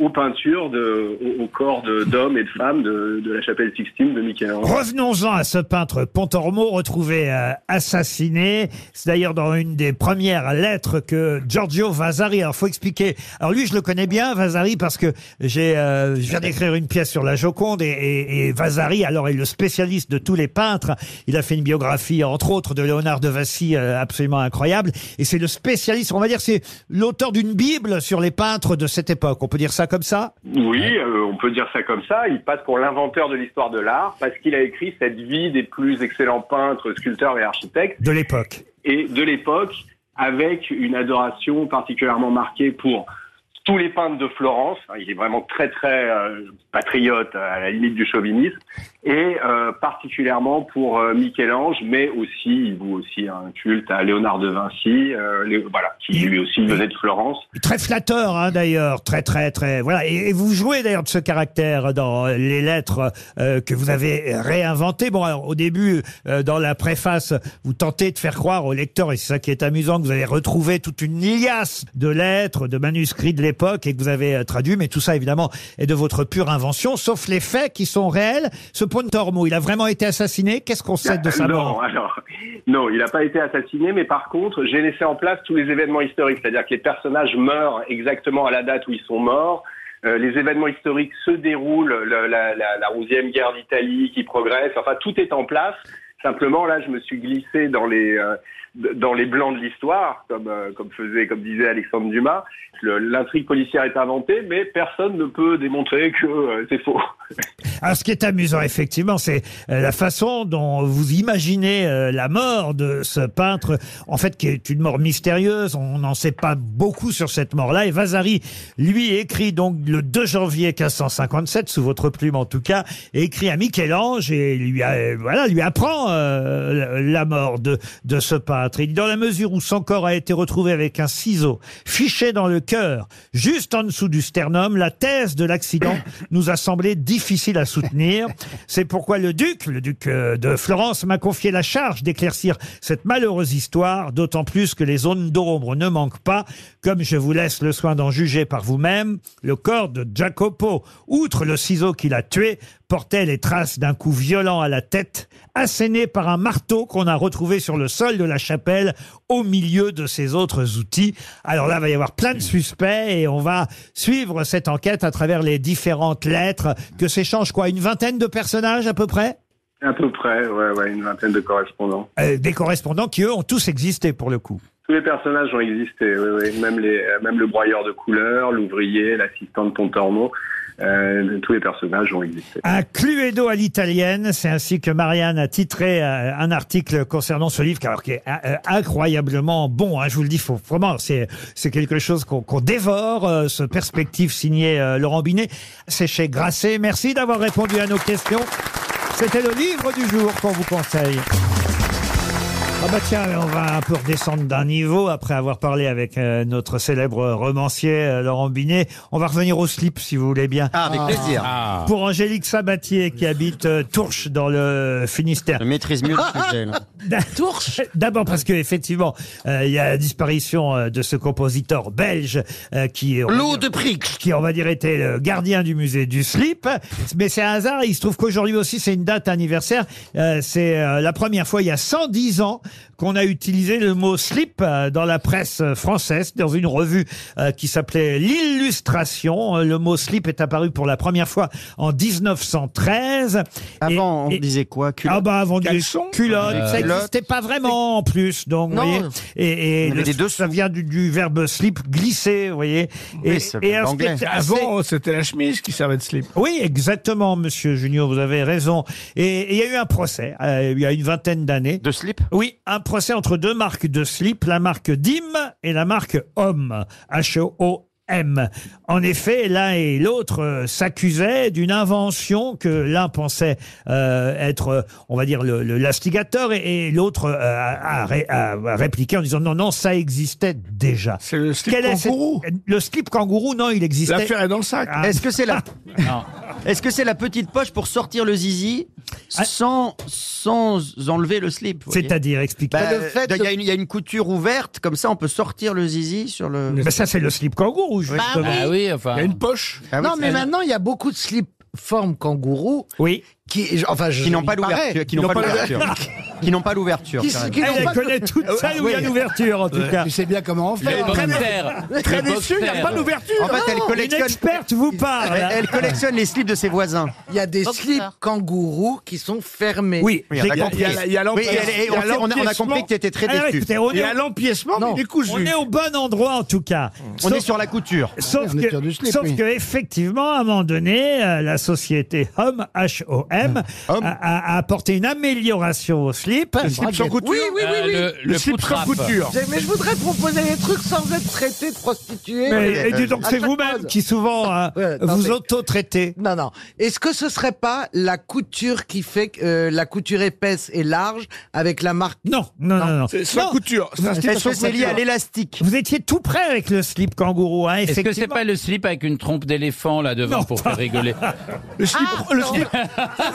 [SPEAKER 14] aux peintures, de, aux, aux corps de- d'hommes et de femmes de, de la chapelle Sixtine de Michel-Ange.
[SPEAKER 2] Revenons-en à ce peintre Pontormo retrouvé euh, assassiné. C'est d'ailleurs dans une des premières lettres que Giorgio Vasari. Alors faut expliquer. Alors lui, je le connais bien Vasari parce que j'ai euh, je viens d'écrire une pièce sur la Joconde et, et- et Vasari alors est le spécialiste de tous les peintres. Il a fait une biographie entre autres de Léonard de Vinci euh, absolument incroyable et c'est le spécialiste. On va dire c'est l'auteur d'une bible sur les peintres de cette époque. On peut dire ça comme ça.
[SPEAKER 14] Oui, euh, on peut dire ça comme ça. Il passe pour l'inventeur de l'histoire de l'art parce qu'il a écrit cette vie des plus excellents peintres, sculpteurs et architectes.
[SPEAKER 2] de l'époque.
[SPEAKER 14] et de l'époque, avec une adoration particulièrement marquée pour tous les peintres de Florence. Il est vraiment très très euh, patriote euh, à la limite du chauvinisme, et euh, particulièrement pour euh, Michel-Ange, mais aussi il voue aussi un culte à Léonard de Vinci, euh, Lé- voilà, qui lui aussi venait de Florence.
[SPEAKER 2] Très flatteur, hein, d'ailleurs. Très, très, très. Voilà. Et, et vous jouez d'ailleurs de ce caractère dans euh, les lettres euh, que vous avez réinventées. Bon, alors, au début, euh, dans la préface, vous tentez de faire croire au lecteur, et c'est ça qui est amusant, que vous avez retrouvé toute une liasse de lettres, de manuscrits de l'époque et que vous avez euh, traduit. Mais tout ça, évidemment, est de votre pure invention, sauf les faits qui sont réels. Ce Pontormo, il a vraiment été assassiné. Qu'est-ce qu'on sait de sa
[SPEAKER 14] non,
[SPEAKER 2] mort
[SPEAKER 14] alors, non, il n'a pas été assassiné, mais par contre, j'ai laissé en place tous les événements historiques, c'est-à-dire que les personnages meurent exactement à la date où ils sont morts. Euh, les événements historiques se déroulent, le- la, la, la 11e guerre d'Italie qui progresse, enfin tout est en place. Simplement, là, je me suis glissé dans les euh, d- dans les blancs de l'histoire, comme euh, comme faisait, comme disait Alexandre Dumas. Le- L'intrigue policière est inventée, mais personne ne peut démontrer que euh, c'est faux.
[SPEAKER 2] Alors, ce qui est amusant, effectivement, c'est euh, la façon dont vous imaginez euh, la mort de ce peintre, en fait, qui est une mort mystérieuse. On n'en sait pas beaucoup sur cette mort-là. Et Vasari, lui, écrit donc le 2 janvier 1557, sous votre plume en tout cas, et écrit à Michel-Ange et lui, euh, voilà, lui apprend euh, la la mort de, de ce peintre. Il dit, dans la mesure où son corps a été retrouvé avec un ciseau fiché dans le cœur, juste en dessous du sternum, la thèse de l'accident nous a semblé difficile à soutenir. C'est pourquoi le duc, le duc euh, de Florence, m'a confié la charge d'éclaircir cette malheureuse histoire, d'autant plus que les zones d'ombre ne manquent pas. Comme je vous laisse le soin d'en juger par vous-même, le corps de Jacopo, outre le ciseau qui l'a tué, portait les traces d'un coup violent à la tête, asséné par un marteau qu'on a retrouvé sur le sol de la chapelle au milieu de ses autres outils. Alors là, il va y avoir plein de suspects et on va suivre cette enquête à travers les différentes lettres que s'échangent quoi, une vingtaine de personnages à peu près
[SPEAKER 14] À peu près, ouais, ouais, une vingtaine de correspondants.
[SPEAKER 2] Euh, Des correspondants qui, eux, ont tous existé pour le coup.
[SPEAKER 14] Tous les personnages ont existé, oui, oui. Même, les, euh, même le broyeur de couleurs, l'ouvrier, l'assistant de Pontormo, euh, tous les personnages ont existé.
[SPEAKER 2] Un Cluedo à l'italienne, c'est ainsi que Marianne a titré euh, un article concernant ce livre, qui- alors, qui est euh, incroyablement bon. hein, je vous le dis, faut vraiment, c'est c'est quelque chose qu'on qu'on dévore. euh, ce perspective signé euh, Laurent Binet, c'est chez Grasset. Merci d'avoir répondu à nos questions. C'était le livre du jour qu'on vous conseille. Ah bah tiens, on va un peu redescendre d'un niveau après avoir parlé avec euh, notre célèbre romancier euh, Laurent Binet. On va revenir au slip si vous voulez bien.
[SPEAKER 9] Ah, avec plaisir. Ah.
[SPEAKER 2] Pour Angélique Sabatier qui habite euh, Tourche dans le Finistère. Je maîtrise
[SPEAKER 9] mieux le sujet, là.
[SPEAKER 2] Tourche. D'abord parce que effectivement, euh, il y a la disparition euh, de ce compositeur belge euh, qui L'eau de Prix qui on va dire était le gardien du musée du slip, mais c'est un hasard, il se trouve qu'aujourd'hui aussi c'est une date anniversaire, Euh, c'est euh, la première fois il y a 110 ans qu'on a utilisé le mot slip euh, dans la presse euh, française dans une revue euh, qui s'appelait l'illustration, Euh, le mot slip est apparu pour la première fois en 1913. Avant on disait quoi culotte Ah bah avant on disait culotte,
[SPEAKER 9] Euh,
[SPEAKER 2] ça n'existait pas vraiment en plus donc
[SPEAKER 9] Non.
[SPEAKER 2] vous voyez. et, et
[SPEAKER 9] Il y avait
[SPEAKER 2] le-
[SPEAKER 9] des
[SPEAKER 2] ça vient du, du verbe slip glisser vous voyez et,
[SPEAKER 8] ça
[SPEAKER 2] et
[SPEAKER 8] vient
[SPEAKER 2] un
[SPEAKER 8] d'anglais.
[SPEAKER 2] spectacle-
[SPEAKER 8] Avant, c'était la chemise qui servait de slip.
[SPEAKER 2] oui, exactement, monsieur Junior, vous avez raison. Et et il y a eu un procès, euh, il y a une vingtaine d'années. De slip Oui, un procès entre deux marques de slip, la marque DIM et la marque HOM. H-O-M. En effet, l'un et l'autre euh, s'accusaient d'une invention que l'un pensait euh, être, euh, on va dire, le, le lastigateur et, et l'autre euh, a, a ré- a- a répliqué en disant non, non, ça existait déjà. C'est le
[SPEAKER 8] slip kangourou
[SPEAKER 2] Le slip kangourou, non, il existait.
[SPEAKER 8] L'affaire est dans le sac.
[SPEAKER 2] Ah.
[SPEAKER 8] Est-ce que c'est la-
[SPEAKER 2] Non.
[SPEAKER 7] Est-ce que c'est la petite poche pour sortir le zizi sans, sans enlever le slip vous voyez
[SPEAKER 2] Ah. C'est-à-dire, explique.
[SPEAKER 7] Bah,
[SPEAKER 2] Le
[SPEAKER 7] le
[SPEAKER 2] fait
[SPEAKER 7] fait il y, a une- il y a une couture ouverte, comme ça on peut sortir le zizi sur le.
[SPEAKER 2] Mais ça, c'est le slip kangourou,
[SPEAKER 7] Bah justement. oui. Ah oui, enfin. Il y a une
[SPEAKER 8] poche.
[SPEAKER 9] Ah
[SPEAKER 3] non, mais maintenant, il y a beaucoup de slips forme kangourou.
[SPEAKER 2] Oui.
[SPEAKER 3] Qui, enfin, je-
[SPEAKER 9] Qui n'ont pas
[SPEAKER 3] il paraît.
[SPEAKER 9] l'ouverture, qui n'ont pas l'ouverture. qui n'ont pas l'ouverture.
[SPEAKER 3] Qui- qui n'ont Elle pas- connaît
[SPEAKER 9] toute
[SPEAKER 3] toutes ça où il y a l'ouverture, en tout cas.
[SPEAKER 5] Tu sais bien comment on
[SPEAKER 3] Les
[SPEAKER 5] fait.
[SPEAKER 3] boxers.
[SPEAKER 9] Très déçu, il n'y a pas d'ouverture.
[SPEAKER 3] En fait, elle collectionne-
[SPEAKER 2] vous
[SPEAKER 3] parle.
[SPEAKER 9] Elle, elle collectionne les slips de ses voisins.
[SPEAKER 3] Il y a des slips kangourous qui sont fermés.
[SPEAKER 9] Oui, Oui, on a j'ai- compris. il y a- il y a l'empi-
[SPEAKER 3] Oui, et- et
[SPEAKER 9] il y a
[SPEAKER 3] on sait- on a- on a
[SPEAKER 9] l'empiècement.
[SPEAKER 3] compris que tu étais très
[SPEAKER 2] Ah
[SPEAKER 9] Alors,
[SPEAKER 3] déçu.
[SPEAKER 9] écoutez, on est- Il y a l'empiècement, mais
[SPEAKER 3] Non.
[SPEAKER 9] du coup, je-
[SPEAKER 2] On est au bon endroit en tout cas.
[SPEAKER 9] On est sur la couture.
[SPEAKER 2] Sauf,
[SPEAKER 9] Ah oui, on est
[SPEAKER 2] que,
[SPEAKER 9] sur du slip,
[SPEAKER 2] sauf
[SPEAKER 9] oui.
[SPEAKER 2] que, effectivement, à un moment donné, euh, la société Home H O M a, a- a apporté une amélioration au slip.
[SPEAKER 3] Le
[SPEAKER 9] Ah,
[SPEAKER 3] slip sans couture Oui, oui, oui, oui. Euh,
[SPEAKER 8] le- le slip sans couture.
[SPEAKER 3] J'ai- Mais je voudrais proposer des trucs sans être traité de prostituée.
[SPEAKER 2] Mais- et dis donc,
[SPEAKER 3] À
[SPEAKER 2] c'est
[SPEAKER 3] chaque
[SPEAKER 2] vous-même
[SPEAKER 3] phrase.
[SPEAKER 2] qui souvent, hein,
[SPEAKER 3] Ouais,
[SPEAKER 2] vous
[SPEAKER 3] mais-
[SPEAKER 2] auto-traitez.
[SPEAKER 3] Non, non. Est-ce que ce serait pas la couture qui fait que, euh, la couture épaisse et large avec la marque
[SPEAKER 2] Non, non, non, non.
[SPEAKER 3] C'est
[SPEAKER 2] sans Non. couture, c'est un slip Est-ce sans que c'est lié à couture.
[SPEAKER 3] l'élastique
[SPEAKER 2] Vous étiez tout près avec le slip kangourou, hein,
[SPEAKER 4] Est-ce que c'est
[SPEAKER 2] effectivement.
[SPEAKER 4] pas le slip avec une trompe d'éléphant là devant pour faire rigoler
[SPEAKER 2] Ah,
[SPEAKER 8] Le slip, le slip.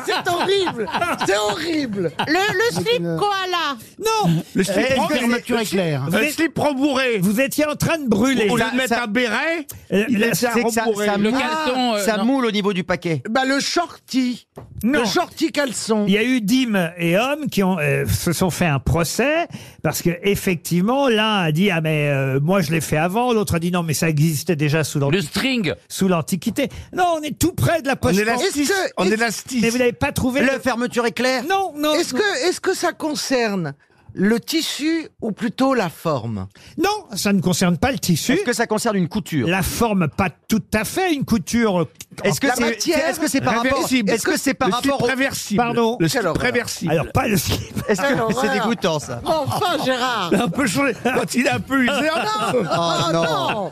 [SPEAKER 3] C'est horrible C'est horrible
[SPEAKER 6] Ah. Le, le slip koala.
[SPEAKER 7] Eh,
[SPEAKER 2] Non
[SPEAKER 8] Le slip
[SPEAKER 2] Eh, Est-ce
[SPEAKER 8] en
[SPEAKER 2] que-
[SPEAKER 8] fermeture
[SPEAKER 2] le slip-
[SPEAKER 8] éclair.
[SPEAKER 2] vous
[SPEAKER 8] Un
[SPEAKER 2] êtes-
[SPEAKER 8] slip rembourré.
[SPEAKER 2] Vous étiez en train de brûler.
[SPEAKER 8] Au lieu
[SPEAKER 2] Ça-
[SPEAKER 8] de mettre
[SPEAKER 2] ça-
[SPEAKER 8] un béret,
[SPEAKER 2] Euh,
[SPEAKER 8] il
[SPEAKER 2] là,
[SPEAKER 8] laissait un
[SPEAKER 2] c'est que ça-
[SPEAKER 8] rembourré.
[SPEAKER 2] ça-
[SPEAKER 8] Le
[SPEAKER 2] Ah,
[SPEAKER 8] caleçon, euh,
[SPEAKER 2] ça
[SPEAKER 8] non.
[SPEAKER 2] moule
[SPEAKER 7] au niveau du paquet.
[SPEAKER 3] Bah le shorty.
[SPEAKER 2] Non.
[SPEAKER 3] Le shorty caleçon.
[SPEAKER 2] Il y a eu Dim et Homme qui ont, euh, se sont fait un procès parce que effectivement l'un a dit ah mais euh, moi je l'ai fait avant, l'autre a dit non mais ça existait déjà sous l'antiquité.
[SPEAKER 4] string
[SPEAKER 2] sous l'antiquité. Non, on est tout près de la poche.
[SPEAKER 3] On est lastis, Est-ce que- on est
[SPEAKER 2] lastis. Mais vous n'avez pas trouvé
[SPEAKER 3] Le
[SPEAKER 7] fermeture éclair.
[SPEAKER 2] Non, non.
[SPEAKER 3] Est-ce que, est que ça concerne le tissu ou plutôt la forme
[SPEAKER 2] Non, ça ne concerne pas le tissu. Est-ce
[SPEAKER 7] que ça concerne une couture
[SPEAKER 2] La forme, pas tout à fait une couture.
[SPEAKER 7] Est-ce que
[SPEAKER 2] La
[SPEAKER 7] c'est-
[SPEAKER 2] matière
[SPEAKER 7] c'est- est-ce que c'est par rapport-
[SPEAKER 2] réversible.
[SPEAKER 7] est-ce que c'est par
[SPEAKER 2] Le slip
[SPEAKER 7] rapport au-
[SPEAKER 2] réversible. Pardon.
[SPEAKER 7] Le slip Quelle horreur. réversible.
[SPEAKER 2] Alors pas le slip.
[SPEAKER 7] Est-ce que- Quelle horreur. c'est dégoûtant, ça. Ah, Mais enfin, Gérard. Il a un
[SPEAKER 8] peu changé. Quand il Ah, est un peu usé,
[SPEAKER 7] hop. Oh, non.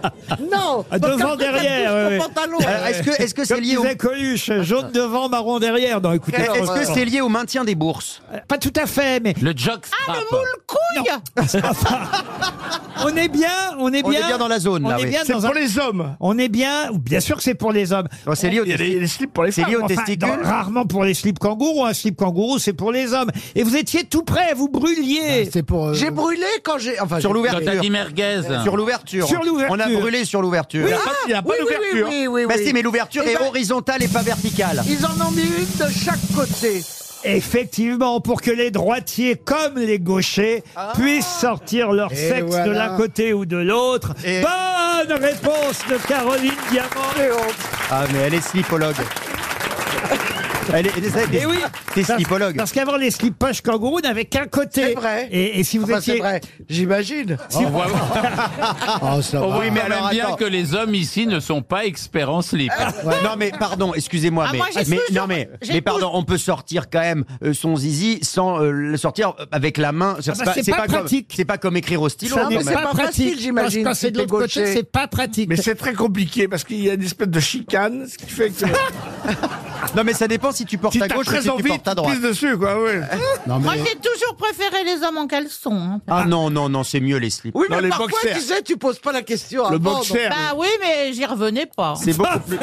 [SPEAKER 3] Non
[SPEAKER 2] Ah, Devant, derrière. ouais, ouais.
[SPEAKER 7] Alors, Est-ce que est-ce que c'est
[SPEAKER 2] Comme
[SPEAKER 7] lié au
[SPEAKER 2] disait Coluche, jaune devant, marron derrière. Non, écoutez.
[SPEAKER 7] Est-ce que c'est lié au maintien des bourses
[SPEAKER 2] Pas tout à fait, mais
[SPEAKER 4] le jockstrap.
[SPEAKER 7] Ah
[SPEAKER 2] le moule couille. on est bien, on est
[SPEAKER 7] On
[SPEAKER 2] bien.
[SPEAKER 7] est bien dans la zone,
[SPEAKER 2] on
[SPEAKER 7] là,
[SPEAKER 2] est
[SPEAKER 7] oui.
[SPEAKER 2] bien
[SPEAKER 7] C'est
[SPEAKER 2] dans
[SPEAKER 7] pour
[SPEAKER 2] un-
[SPEAKER 8] les hommes.
[SPEAKER 2] On est bien. Bien sûr que c'est pour les hommes.
[SPEAKER 7] c'est lié aux
[SPEAKER 8] Il y a des- des slips pour les
[SPEAKER 7] C'est
[SPEAKER 2] femmes,
[SPEAKER 7] lié aux
[SPEAKER 2] enfin,
[SPEAKER 7] testicules
[SPEAKER 2] dans- rarement pour les slips kangourous. Un slip kangourou, c'est pour les hommes. Et vous étiez tout près, vous brûliez.
[SPEAKER 5] C'est pour.
[SPEAKER 3] J'ai brûlé quand j'ai. Enfin,
[SPEAKER 7] Sur
[SPEAKER 3] j'ai-
[SPEAKER 7] l'ouverture.
[SPEAKER 4] Quand t'as dit merguez.
[SPEAKER 7] Sur l'ouverture.
[SPEAKER 2] Sur l'ouverture.
[SPEAKER 7] On a brûlé sur l'ouverture.
[SPEAKER 3] Oui, Il y a pas- ah, il y a pas oui, oui, d'ouverture. oui, oui, oui,
[SPEAKER 7] Bah
[SPEAKER 3] oui.
[SPEAKER 7] si, mais l'ouverture
[SPEAKER 3] Eh
[SPEAKER 7] est
[SPEAKER 3] ben-
[SPEAKER 7] horizontale et pas verticale.
[SPEAKER 3] Ils en ont mis une de chaque côté.
[SPEAKER 2] Effectivement, pour que les droitiers comme les gauchers
[SPEAKER 3] Ah.
[SPEAKER 2] puissent sortir leur
[SPEAKER 5] Et
[SPEAKER 2] sexe de
[SPEAKER 5] voilà.
[SPEAKER 2] l'un côté ou de l'autre. Bonne réponse de Caroline Diamant.
[SPEAKER 7] Ah, mais elle est slipologue. Elle est,
[SPEAKER 2] Eh oui.
[SPEAKER 7] T'es
[SPEAKER 2] Parce-
[SPEAKER 7] slipologue.
[SPEAKER 2] Parce qu'avant, les slip poches kangourous n'avaient qu'un côté.
[SPEAKER 3] C'est vrai.
[SPEAKER 2] Et, et si vous
[SPEAKER 3] Enfin,
[SPEAKER 2] étiez.
[SPEAKER 3] c'est vrai. J'imagine.
[SPEAKER 4] On voit,
[SPEAKER 9] Ah,
[SPEAKER 5] ça
[SPEAKER 4] on voit
[SPEAKER 7] Oui, mais
[SPEAKER 4] quand même
[SPEAKER 7] alors,
[SPEAKER 4] bien
[SPEAKER 7] attends.
[SPEAKER 4] que les hommes ici ne sont pas experts en slip.
[SPEAKER 7] Ouais, Non mais pardon, excusez-moi,
[SPEAKER 6] Ah,
[SPEAKER 7] mais,
[SPEAKER 6] moi, j'ai
[SPEAKER 7] mais-
[SPEAKER 6] toujours-
[SPEAKER 7] non mais,
[SPEAKER 6] j'ai
[SPEAKER 7] mais pardon, on peut sortir quand même euh, son zizi sans euh, le sortir avec la main. C'est
[SPEAKER 2] bah, c'est pas
[SPEAKER 7] comme-
[SPEAKER 2] pratique.
[SPEAKER 7] C'est pas comme écrire au stylo. hein,
[SPEAKER 2] Ça
[SPEAKER 7] quand
[SPEAKER 2] n'est
[SPEAKER 7] même.
[SPEAKER 2] pas, pratique.
[SPEAKER 3] facile, j'imagine,
[SPEAKER 2] Quand, quand
[SPEAKER 3] si
[SPEAKER 2] c'est de
[SPEAKER 3] t'es
[SPEAKER 2] l'autre côté,
[SPEAKER 3] gaucher.
[SPEAKER 2] c'est pas pratique.
[SPEAKER 8] Mais c'est très compliqué parce qu'il y a une espèce de chicane, ce qui fait que
[SPEAKER 7] Non mais ça dépend si tu portes
[SPEAKER 8] si
[SPEAKER 7] à
[SPEAKER 8] t'as
[SPEAKER 7] gauche ou
[SPEAKER 8] très
[SPEAKER 7] si tu
[SPEAKER 8] envie,
[SPEAKER 7] portes à
[SPEAKER 8] tu
[SPEAKER 7] droite.
[SPEAKER 8] pisses dessus, quoi. ouais.
[SPEAKER 7] Non,
[SPEAKER 6] Moi,
[SPEAKER 7] mais-
[SPEAKER 6] j'ai toujours préféré les hommes en caleçon. hein.
[SPEAKER 7] Ah non non non, c'est mieux les slips.
[SPEAKER 3] Oui,
[SPEAKER 8] Non,
[SPEAKER 3] mais
[SPEAKER 8] les
[SPEAKER 3] parfois,
[SPEAKER 8] boxers.
[SPEAKER 3] tu sais, tu poses pas la question
[SPEAKER 8] Le
[SPEAKER 3] avant.
[SPEAKER 8] boxer.
[SPEAKER 6] Bah oui, mais j'y revenais pas.
[SPEAKER 7] C'est
[SPEAKER 3] Ah,
[SPEAKER 7] beaucoup plus.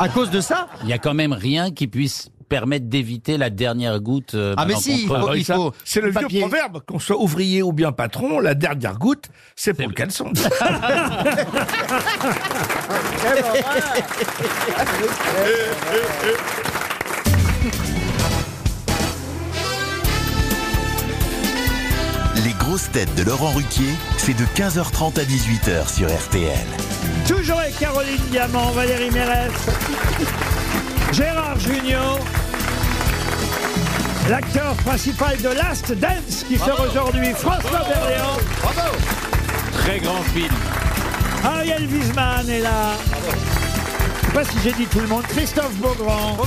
[SPEAKER 7] À cause de ça
[SPEAKER 4] Il y a quand même rien qui puisse permettre d'éviter la dernière goutte. euh,
[SPEAKER 7] Ah, mais
[SPEAKER 4] pendant
[SPEAKER 7] si,
[SPEAKER 4] qu'on
[SPEAKER 7] il faut-
[SPEAKER 4] creuse.
[SPEAKER 7] il faut-
[SPEAKER 8] C'est le vieux
[SPEAKER 7] Papier.
[SPEAKER 8] proverbe, qu'on soit ouvrier ou bien patron, la dernière goutte, c'est pour le caleçon.
[SPEAKER 1] Les grosses têtes de Laurent Ruquier, c'est de 15h30 à 18h sur RTL.
[SPEAKER 2] Toujours avec Caroline Diamant, Valérie Mérès, Gérard Junior, l'acteur principal de Last Dance qui sort aujourd'hui, François Berléand.
[SPEAKER 4] Très grand film.
[SPEAKER 2] Ariel Wiesman est là. Je sais pas si j'ai dit tout le monde. Christophe Beaugrand.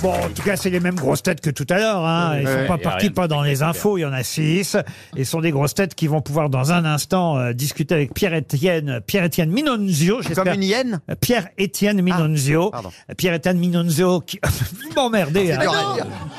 [SPEAKER 2] Bon, en tout cas, c'est les mêmes grosses têtes que tout à l'heure. Hein. Ils ne
[SPEAKER 15] Ouais,
[SPEAKER 2] sont pas
[SPEAKER 15] y a
[SPEAKER 2] partis
[SPEAKER 15] rien.
[SPEAKER 2] pas dans les infos. Il y en a six. Et ce sont des grosses têtes qui vont pouvoir, dans un instant, euh, discuter avec Pierre-Étienne Pierre-Étienne Minonzio. Euh,
[SPEAKER 9] Comme une hyène Ah,
[SPEAKER 2] Pierre-Étienne Minonzio. Pierre-Étienne Minonzio qui... Vous m'emmerdez. hein.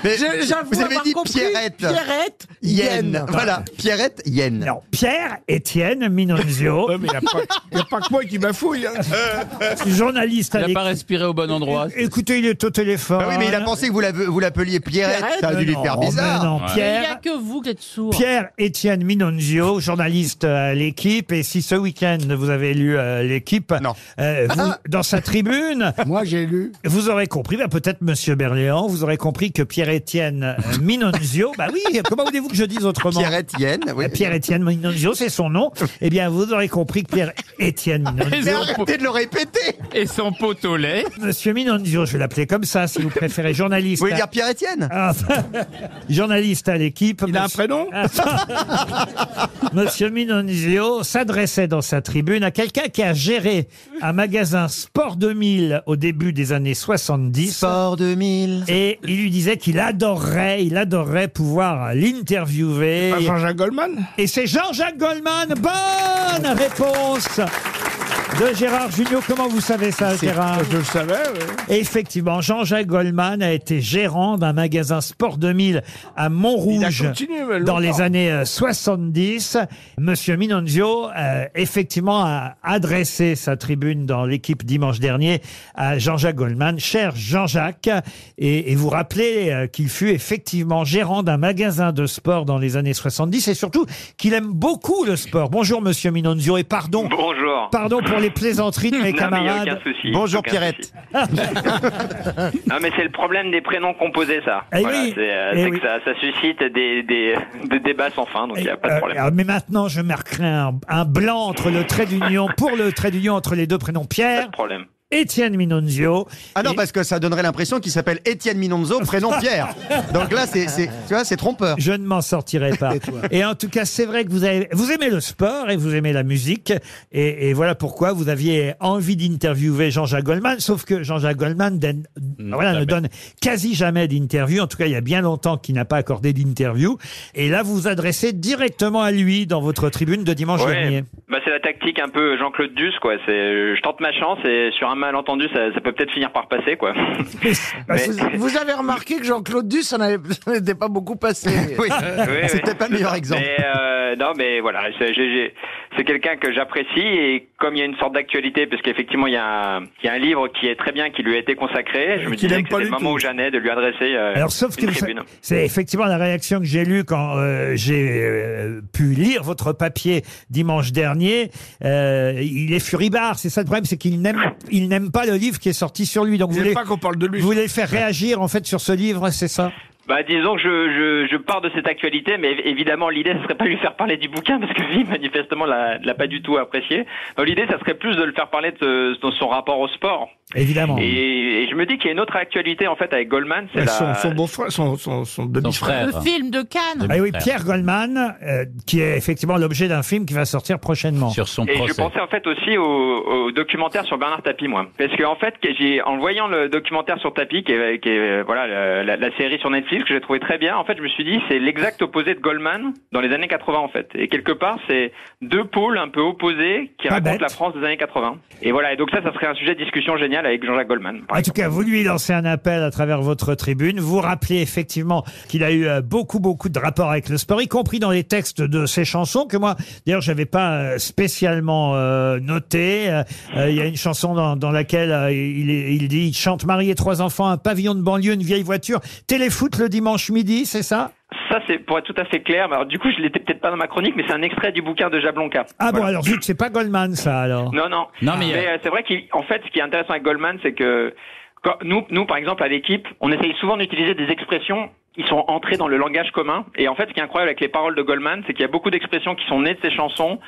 [SPEAKER 9] Mais
[SPEAKER 2] Je- j'avoue
[SPEAKER 9] vous avez
[SPEAKER 2] avoir
[SPEAKER 9] dit
[SPEAKER 2] compris.
[SPEAKER 9] Pierrette.
[SPEAKER 2] Pierrette,
[SPEAKER 9] Yen.
[SPEAKER 2] Yen.
[SPEAKER 9] Voilà, Pierrette, Yen.
[SPEAKER 2] Non, Pierre-Étienne Minonzio.
[SPEAKER 9] Ouais, mais il y a pas-
[SPEAKER 8] Il n'y a pas que moi qui bafouille.
[SPEAKER 2] Euh. Journaliste à
[SPEAKER 4] Il n'a pas
[SPEAKER 2] l'écrit.
[SPEAKER 4] respiré au bon endroit.
[SPEAKER 2] Écoutez, il est au téléphone.
[SPEAKER 9] Ah oui, mais il a pensé que vous l'ave- vous l'appeliez Pierrette. Ça a dû lui
[SPEAKER 2] Non,
[SPEAKER 9] faire bizarre.
[SPEAKER 2] mais non,
[SPEAKER 6] Il n'y a
[SPEAKER 2] Pierre.
[SPEAKER 6] que vous qui êtes sourd.
[SPEAKER 2] Pierre-Étienne Minonzio, journaliste euh, à l'équipe. Et si ce week-end vous avez lu euh, l'équipe, euh, vous- dans sa tribune,
[SPEAKER 5] moi j'ai lu.
[SPEAKER 2] Vous aurez compris, bah, peut-être Monsieur Berléand, vous aurez compris que Pierre-Étienne euh, Minonzio, bah oui, comment voulez-vous que je dise autrement Euh,
[SPEAKER 9] Pierre-Étienne, oui.
[SPEAKER 2] Pierre-Étienne Minonzio, c'est son nom. Eh bien, vous aurez compris que Pierre-Étienne
[SPEAKER 9] Mais
[SPEAKER 2] Minonzio.
[SPEAKER 9] arrêtez de le répéter
[SPEAKER 4] Et son pot au lait.
[SPEAKER 2] Monsieur Minonzio, je vais l'appeler comme ça, si vous préférez, journaliste.
[SPEAKER 9] Vous voulez
[SPEAKER 2] à-
[SPEAKER 9] dire Pierre-Étienne
[SPEAKER 2] Ah, journaliste à l'équipe. Il a un
[SPEAKER 8] prénom
[SPEAKER 2] Monsieur Minonzio s'adressait dans sa tribune à quelqu'un qui a géré un magasin Sport 2000 au début des années 70. Sport 2000. Et il lui disait qu'il adorerait, il adorerait pouvoir l'interviewer.
[SPEAKER 8] pas Jean-Jacques Goldman
[SPEAKER 2] Et c'est Jean-Jacques Goldman. Bonne réponse de Gérard Junior. Comment vous savez ça, Gérard
[SPEAKER 8] Je le savais.
[SPEAKER 2] et Effectivement, Jean-Jacques Goldman a été gérant d'un magasin Sport 2000 à Montrouge
[SPEAKER 8] Il a continué, mais
[SPEAKER 2] dans
[SPEAKER 8] longtemps.
[SPEAKER 2] les années euh, 70. Monsieur Minonzio, euh, effectivement, a adressé sa tribune dans l'équipe dimanche dernier à Jean-Jacques Goldman. Cher Jean-Jacques, et, et vous rappelez euh, qu'il fut effectivement gérant d'un magasin de sport dans les années 70 et surtout qu'il aime beaucoup le sport. Bonjour, Monsieur Minonzio, et pardon.
[SPEAKER 16] Bonjour.
[SPEAKER 2] Pardon pour les plaisanteries de
[SPEAKER 16] Non, mais
[SPEAKER 2] mes
[SPEAKER 16] y a
[SPEAKER 2] camarades.
[SPEAKER 16] aucun souci, Bonjour, aucun Pierrette. souci. Non mais c'est le problème des prénoms composés ça.
[SPEAKER 2] Eh
[SPEAKER 16] Voilà,
[SPEAKER 2] oui.
[SPEAKER 16] c'est euh,
[SPEAKER 2] Eh
[SPEAKER 16] c'est
[SPEAKER 2] oui.
[SPEAKER 16] que ça, ça suscite des, des, des débats sans fin, hein, donc il n'y a pas de
[SPEAKER 2] Euh,
[SPEAKER 16] problème.
[SPEAKER 2] alors, mais maintenant, je marquerai un, un blanc entre le trait d'union, pour le trait d'union entre les deux prénoms Pierre,
[SPEAKER 16] problème.
[SPEAKER 2] Étienne Minonzio.
[SPEAKER 9] Ah non, parce que ça donnerait l'impression qu'il s'appelle Étienne Minonzo, prénom Pierre. Donc là, c'est, c'est- tu vois, c'est trompeur.
[SPEAKER 2] Je ne m'en sortirai pas. et en tout cas, c'est vrai que vous, avez, vous aimez le sport et vous aimez la musique. Et, et voilà pourquoi vous aviez envie d'interviewer Jean-Jacques Goldman. Sauf que Jean-Jacques Goldman donne- voilà, ne donne quasi jamais d'interview. En tout cas, il y a bien longtemps qu'il n'a pas accordé d'interview. Et là, vous vous adressez directement à lui dans votre tribune de dimanche
[SPEAKER 16] Ouais.
[SPEAKER 2] dernier.
[SPEAKER 16] Bah, c'est la tactique un peu Jean-Claude Duss quoi. C'est euh, je tente ma chance et sur un malentendu ça, ça peut peut-être finir par passer quoi. Euh, Mais-
[SPEAKER 3] Vous, vous avez remarqué que Jean-Claude Duss en avait- n'était pas beaucoup passé.
[SPEAKER 16] Oui, oui. Mais, euh, non, mais voilà, c'est j'ai- j'ai- c'est quelqu'un que j'apprécie et comme il y a une sorte d'actualité, parce qu'effectivement il y, a un- il y a un livre qui est très bien qui lui a été consacré, je me disais que c'était le moment où j'en ai de lui adresser euh,
[SPEAKER 2] Alors,
[SPEAKER 16] une
[SPEAKER 2] sauf que vous savez-
[SPEAKER 16] tribune.
[SPEAKER 2] c'est effectivement la réaction que j'ai lue quand euh, j'ai euh, pu lire votre papier dimanche dernier. Euh, il est furibard, c'est ça le problème, c'est qu'il n'aime, il n'aime pas le livre qui est sorti sur lui. Donc vous
[SPEAKER 8] aime
[SPEAKER 2] voulez
[SPEAKER 8] pas qu'on parle de lui.
[SPEAKER 2] Vous voulez le faire réagir en fait sur ce livre, c'est ça
[SPEAKER 16] Bah, disons que je, je, je pars de cette actualité, mais évi- évidemment l'idée ce serait pas de lui faire parler du bouquin parce que lui manifestement l'a l'a pas du tout apprécié. Donc, L'idée ça serait plus de le faire parler de, de son rapport au sport.
[SPEAKER 2] Évidemment.
[SPEAKER 16] Et, et je me dis qu'il y a une autre actualité en fait avec Goldman, c'est
[SPEAKER 8] Mais
[SPEAKER 16] la,
[SPEAKER 8] Son, son beau-frère, son, son, son demi-frère.
[SPEAKER 6] Le film de Cannes.
[SPEAKER 2] Ah oui, Pierre Goldman, euh, qui est effectivement l'objet d'un film qui va sortir prochainement. Sur son
[SPEAKER 16] Et je pensais en fait aussi au, au documentaire sur Bernard Tapie, moi. Parce que en fait, que j'ai, en voyant le documentaire sur Tapie, qui est, qui est, euh, voilà le- la, la série sur Netflix que j'ai trouvé très bien, en fait, je me suis dit c'est l'exact opposé de Goldman dans les années 80 en fait. Et quelque part, c'est deux pôles un peu opposés qui
[SPEAKER 2] Pas
[SPEAKER 16] racontent
[SPEAKER 2] bête.
[SPEAKER 16] la France des années 80. Et voilà. Et donc ça, ça serait un sujet de discussion génial avec Jean-Jacques Goldman.
[SPEAKER 2] En tout cas, vous lui lancez un appel à travers votre tribune. Vous rappelez effectivement qu'il a eu euh, beaucoup, beaucoup de rapports avec le sport, y compris dans les textes de ses chansons que moi, d'ailleurs, j'avais pas euh, spécialement euh, noté. Euh, euh, Il y a une chanson dans, dans laquelle euh, il, est- il dit il chante marié, trois enfants, un pavillon de banlieue, une vieille voiture, téléfoot le dimanche midi, c'est ça
[SPEAKER 16] Ça, c'est pour être tout à fait clair. mais Alors, du coup, je l'étais peut-être pas dans ma chronique, mais c'est un extrait du bouquin de Jablonka.
[SPEAKER 2] Ah bon, alors zut, c'est pas Goldman ça alors.
[SPEAKER 16] Non, non.
[SPEAKER 2] Non, mais,
[SPEAKER 16] mais euh, c'est vrai qu'en fait, ce qui est intéressant avec Goldman, c'est que quand- nous, nous, par exemple, à l'équipe, on essaye souvent d'utiliser des expressions qui sont entrées dans le langage commun. Et en fait, ce qui est incroyable avec les paroles de Goldman, c'est qu'il y a beaucoup d'expressions qui sont nées de ses chansons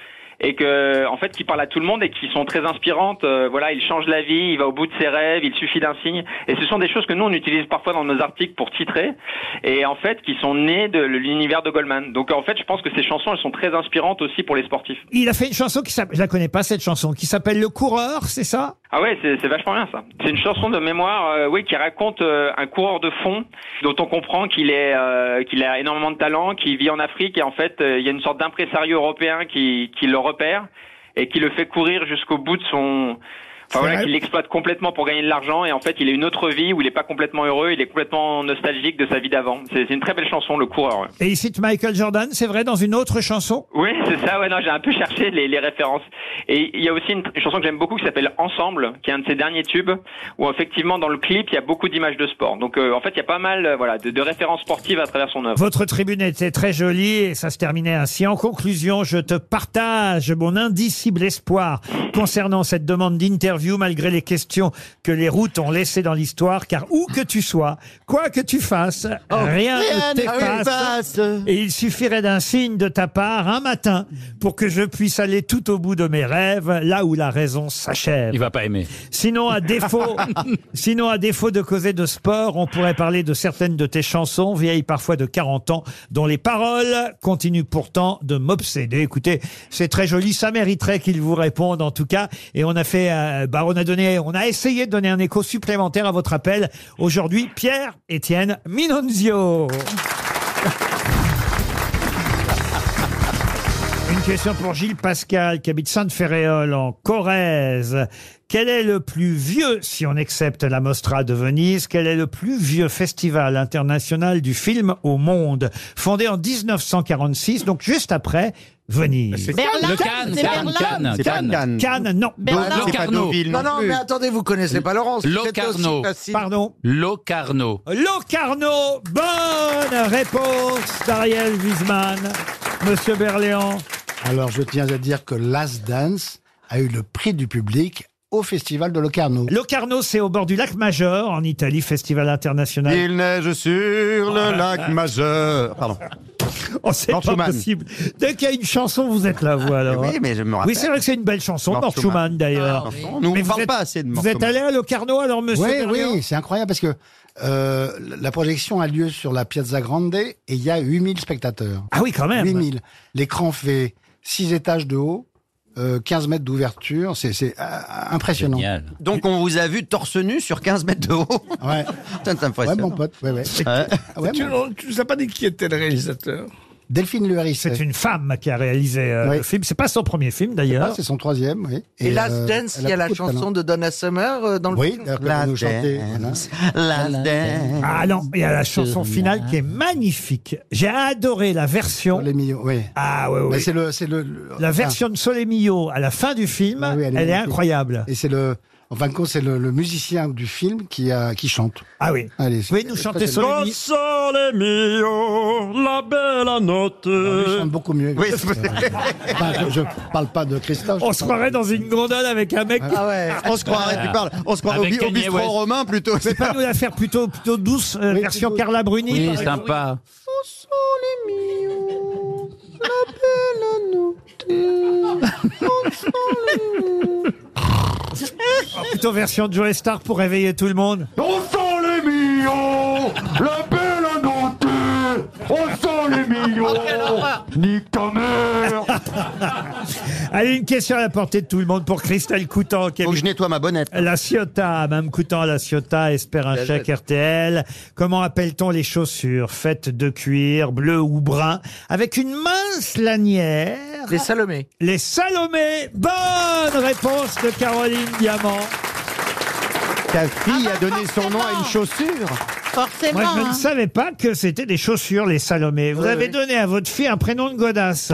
[SPEAKER 16] et que, en fait, qui parlent à tout le monde et qui sont très inspirantes. Euh, voilà, il change la vie, il va au bout de ses rêves, il suffit d'un signe. Et ce sont des choses que nous, on utilise parfois dans nos articles pour titrer et en fait, qui sont nées de l'univers de Goldman. Donc, en fait, je pense que ces chansons, elles sont très inspirantes aussi pour les sportifs.
[SPEAKER 2] Il a fait une chanson qui s'appelle, je la connais pas cette chanson, qui s'appelle Le coureur, c'est ça
[SPEAKER 16] Ah ouais, c'est c'est vachement bien ça. C'est une chanson de mémoire, euh, oui, qui raconte euh, un coureur de fond dont on comprend qu'il est, euh, qu'il a énormément de talent, qu'il vit en Afrique et en fait, euh, il y a une sorte d'impresario européen qui, qui le repère et qui le fait courir jusqu'au bout de son.
[SPEAKER 2] C'est
[SPEAKER 16] Enfin voilà,
[SPEAKER 2] vrai.
[SPEAKER 16] qu'il l'exploite complètement pour gagner de l'argent et en fait, il a une autre vie où il est pas complètement heureux, il est complètement nostalgique de sa vie d'avant. C'est c'est une très belle chanson, le coureur. ouais.
[SPEAKER 2] Et il cite Michael Jordan, c'est vrai, dans une autre chanson
[SPEAKER 16] Oui, c'est ça. Ouais, non, j'ai un peu cherché les, les références. Et il y a aussi une, une chanson que j'aime beaucoup qui s'appelle Ensemble, qui est un de ses derniers tubes, où effectivement dans le clip il y a beaucoup d'images de sport. Donc euh, en fait, il y a pas mal, euh, voilà, de, de références sportives à travers son œuvre.
[SPEAKER 2] Votre tribune était très jolie et ça se terminait ainsi. En conclusion, je te partage mon indicible espoir concernant cette demande d'interview malgré les questions que les routes ont laissées dans l'histoire, car où que tu sois, quoi que tu fasses, Oh. rien,
[SPEAKER 7] rien
[SPEAKER 2] ne
[SPEAKER 7] ne
[SPEAKER 2] t'efface. Et il suffirait d'un signe de ta part un matin pour que je puisse aller tout au bout de mes rêves, là où la raison s'achève.
[SPEAKER 4] Il va pas aimer.
[SPEAKER 2] Sinon, à défaut, sinon à défaut de causer de sport, on pourrait parler de certaines de tes chansons, vieilles parfois de 40 ans, dont les paroles continuent pourtant de m'obséder. Écoutez, c'est très joli, ça mériterait qu'ils vous répondent en tout cas. Et on a fait, euh, bah, on a donné, on a essayé de donner un écho supplémentaire à votre appel aujourd'hui. Pierre, Étienne, Minonzio. Une question pour Gilles Pascal, qui habite Sainte-Ferréole, en Corrèze. Quel est le plus vieux, si on accepte la Mostra de Venise, quel est le plus vieux festival international du film au monde, fondé en 1946, donc juste après Venise
[SPEAKER 3] C'est Berlin. Le Cannes, c'est Berlin. C'est pas Cannes.
[SPEAKER 2] Cannes, non.
[SPEAKER 3] Berlin. C'est pas Deauville non Non, non, plus. mais attendez, vous connaissez pas Laurence, c'est
[SPEAKER 4] Locarno.
[SPEAKER 3] aussi facile.
[SPEAKER 2] Pardon
[SPEAKER 4] Locarno.
[SPEAKER 2] Locarno, bonne réponse d'Ariel Wiesman. Monsieur Berléand.
[SPEAKER 5] Alors, je tiens à dire que Last Dance a eu le prix du public au Festival de Locarno.
[SPEAKER 2] Locarno, c'est au bord du lac Majeur, en Italie, festival international.
[SPEAKER 9] Il neige sur le lac majeur. Pardon.
[SPEAKER 2] Oh, c'est pas
[SPEAKER 9] Schumann.
[SPEAKER 2] possible. Dès qu'il y a une chanson, vous êtes là, vous, alors.
[SPEAKER 9] Oui, mais je me rappelle.
[SPEAKER 2] Oui, c'est vrai que c'est une belle chanson,
[SPEAKER 9] Mort
[SPEAKER 2] Mort Schumann,
[SPEAKER 9] Schumann. Ah,
[SPEAKER 2] d'ailleurs.
[SPEAKER 9] Mort Schumann. Nous, on
[SPEAKER 2] Mais
[SPEAKER 9] parle
[SPEAKER 2] vous êtes-
[SPEAKER 9] pas assez de Mort
[SPEAKER 2] Vous êtes
[SPEAKER 9] Schumann.
[SPEAKER 2] allé à Locarno, alors, monsieur
[SPEAKER 5] Oui,
[SPEAKER 2] Berléand
[SPEAKER 5] oui, c'est incroyable parce que euh, la projection a lieu sur la Piazza Grande et il y a 8000 spectateurs.
[SPEAKER 2] Ah oui, quand même.
[SPEAKER 5] 8000. L'écran fait 6 étages de haut, euh, 15 mètres d'ouverture. C'est c'est, euh, impressionnant.
[SPEAKER 9] Donc on vous a vu torse nu sur 15 mètres de haut.
[SPEAKER 5] Ouais.
[SPEAKER 9] Putain, ça me
[SPEAKER 5] Ouais,
[SPEAKER 9] fascine.
[SPEAKER 5] mon pote. Ouais, ouais.
[SPEAKER 9] Ah
[SPEAKER 5] Ouais,
[SPEAKER 8] tu
[SPEAKER 5] mon-
[SPEAKER 8] ne sais pas dit qui était le réalisateur
[SPEAKER 5] Delphine Luaris.
[SPEAKER 2] C'est une femme qui a réalisé euh,
[SPEAKER 5] Oui.
[SPEAKER 2] le film. C'est pas son premier film, d'ailleurs.
[SPEAKER 5] pas, c'est son troisième, oui.
[SPEAKER 3] Et, Last
[SPEAKER 5] euh,
[SPEAKER 3] Dance,
[SPEAKER 5] elle
[SPEAKER 3] il y a la
[SPEAKER 5] beaucoup de talent.
[SPEAKER 3] chanson de Donna Summer euh, dans le
[SPEAKER 5] Oui,
[SPEAKER 3] film
[SPEAKER 5] elle peut nous chanter. voilà.
[SPEAKER 9] Last Dance.
[SPEAKER 2] Ah non, il y a la chanson finale qui est magnifique. J'ai adoré la version. Ah ouais, ouais.
[SPEAKER 5] Mais c'est le, c'est le, le-
[SPEAKER 2] La
[SPEAKER 5] ah,
[SPEAKER 2] version de Solemillo à la fin du film,
[SPEAKER 5] oui,
[SPEAKER 2] elle, est
[SPEAKER 5] magnifique.
[SPEAKER 2] incroyable.
[SPEAKER 5] Et c'est le, en fin de compte, c'est le, le musicien du film qui, a, qui chante.
[SPEAKER 2] Ah oui.
[SPEAKER 5] Allez,
[SPEAKER 2] Vous pouvez nous chanter
[SPEAKER 5] Solemillo
[SPEAKER 2] Solemillo
[SPEAKER 15] la
[SPEAKER 5] Ah,
[SPEAKER 15] bella notte.
[SPEAKER 5] Il chante beaucoup mieux.
[SPEAKER 15] Oui,
[SPEAKER 5] Euh, enfin, je, je parle pas de Christophe.
[SPEAKER 2] On
[SPEAKER 5] je
[SPEAKER 2] se
[SPEAKER 5] parle-
[SPEAKER 2] croirait dans une gondole avec un mec.
[SPEAKER 5] Ah ouais.
[SPEAKER 9] On se croirait, tu parles. On se croirait au, bi-
[SPEAKER 4] Avec
[SPEAKER 9] au
[SPEAKER 4] Kanye
[SPEAKER 9] bistrot
[SPEAKER 4] West.
[SPEAKER 9] romain plutôt.
[SPEAKER 2] Mais pas nous la faire plutôt, plutôt douce, euh, version Carla Bruni.
[SPEAKER 4] Oui,
[SPEAKER 2] par exemple.
[SPEAKER 4] sympa.
[SPEAKER 2] Oh, Plutôt version de Joe Star pour réveiller tout le monde.
[SPEAKER 15] On sent les millions, la belle note. On sent les millions, nique ta mère.
[SPEAKER 2] Allez, une question à la portée de tout le monde pour Christelle Coutan. Qui Faut que je
[SPEAKER 9] nettoie ma bonnette.
[SPEAKER 2] La Ciotat, Mme Coutan, la Ciotat espère un
[SPEAKER 9] La
[SPEAKER 2] chèque
[SPEAKER 9] jette.
[SPEAKER 2] RTL. Comment appelle-t-on les chaussures faites de cuir, bleu ou brun, avec une mince lanière Les
[SPEAKER 3] Salomé.
[SPEAKER 2] Les Salomé Bonne réponse de Caroline Diamant.
[SPEAKER 9] Ta fille a donné son nom à une chaussure.
[SPEAKER 6] Forcément.
[SPEAKER 2] Moi, je
[SPEAKER 6] hein.
[SPEAKER 2] ne savais pas que c'était des chaussures, les Salomé. Vous
[SPEAKER 6] Oui,
[SPEAKER 2] avez
[SPEAKER 6] oui.
[SPEAKER 2] donné à votre fille un prénom de godasse.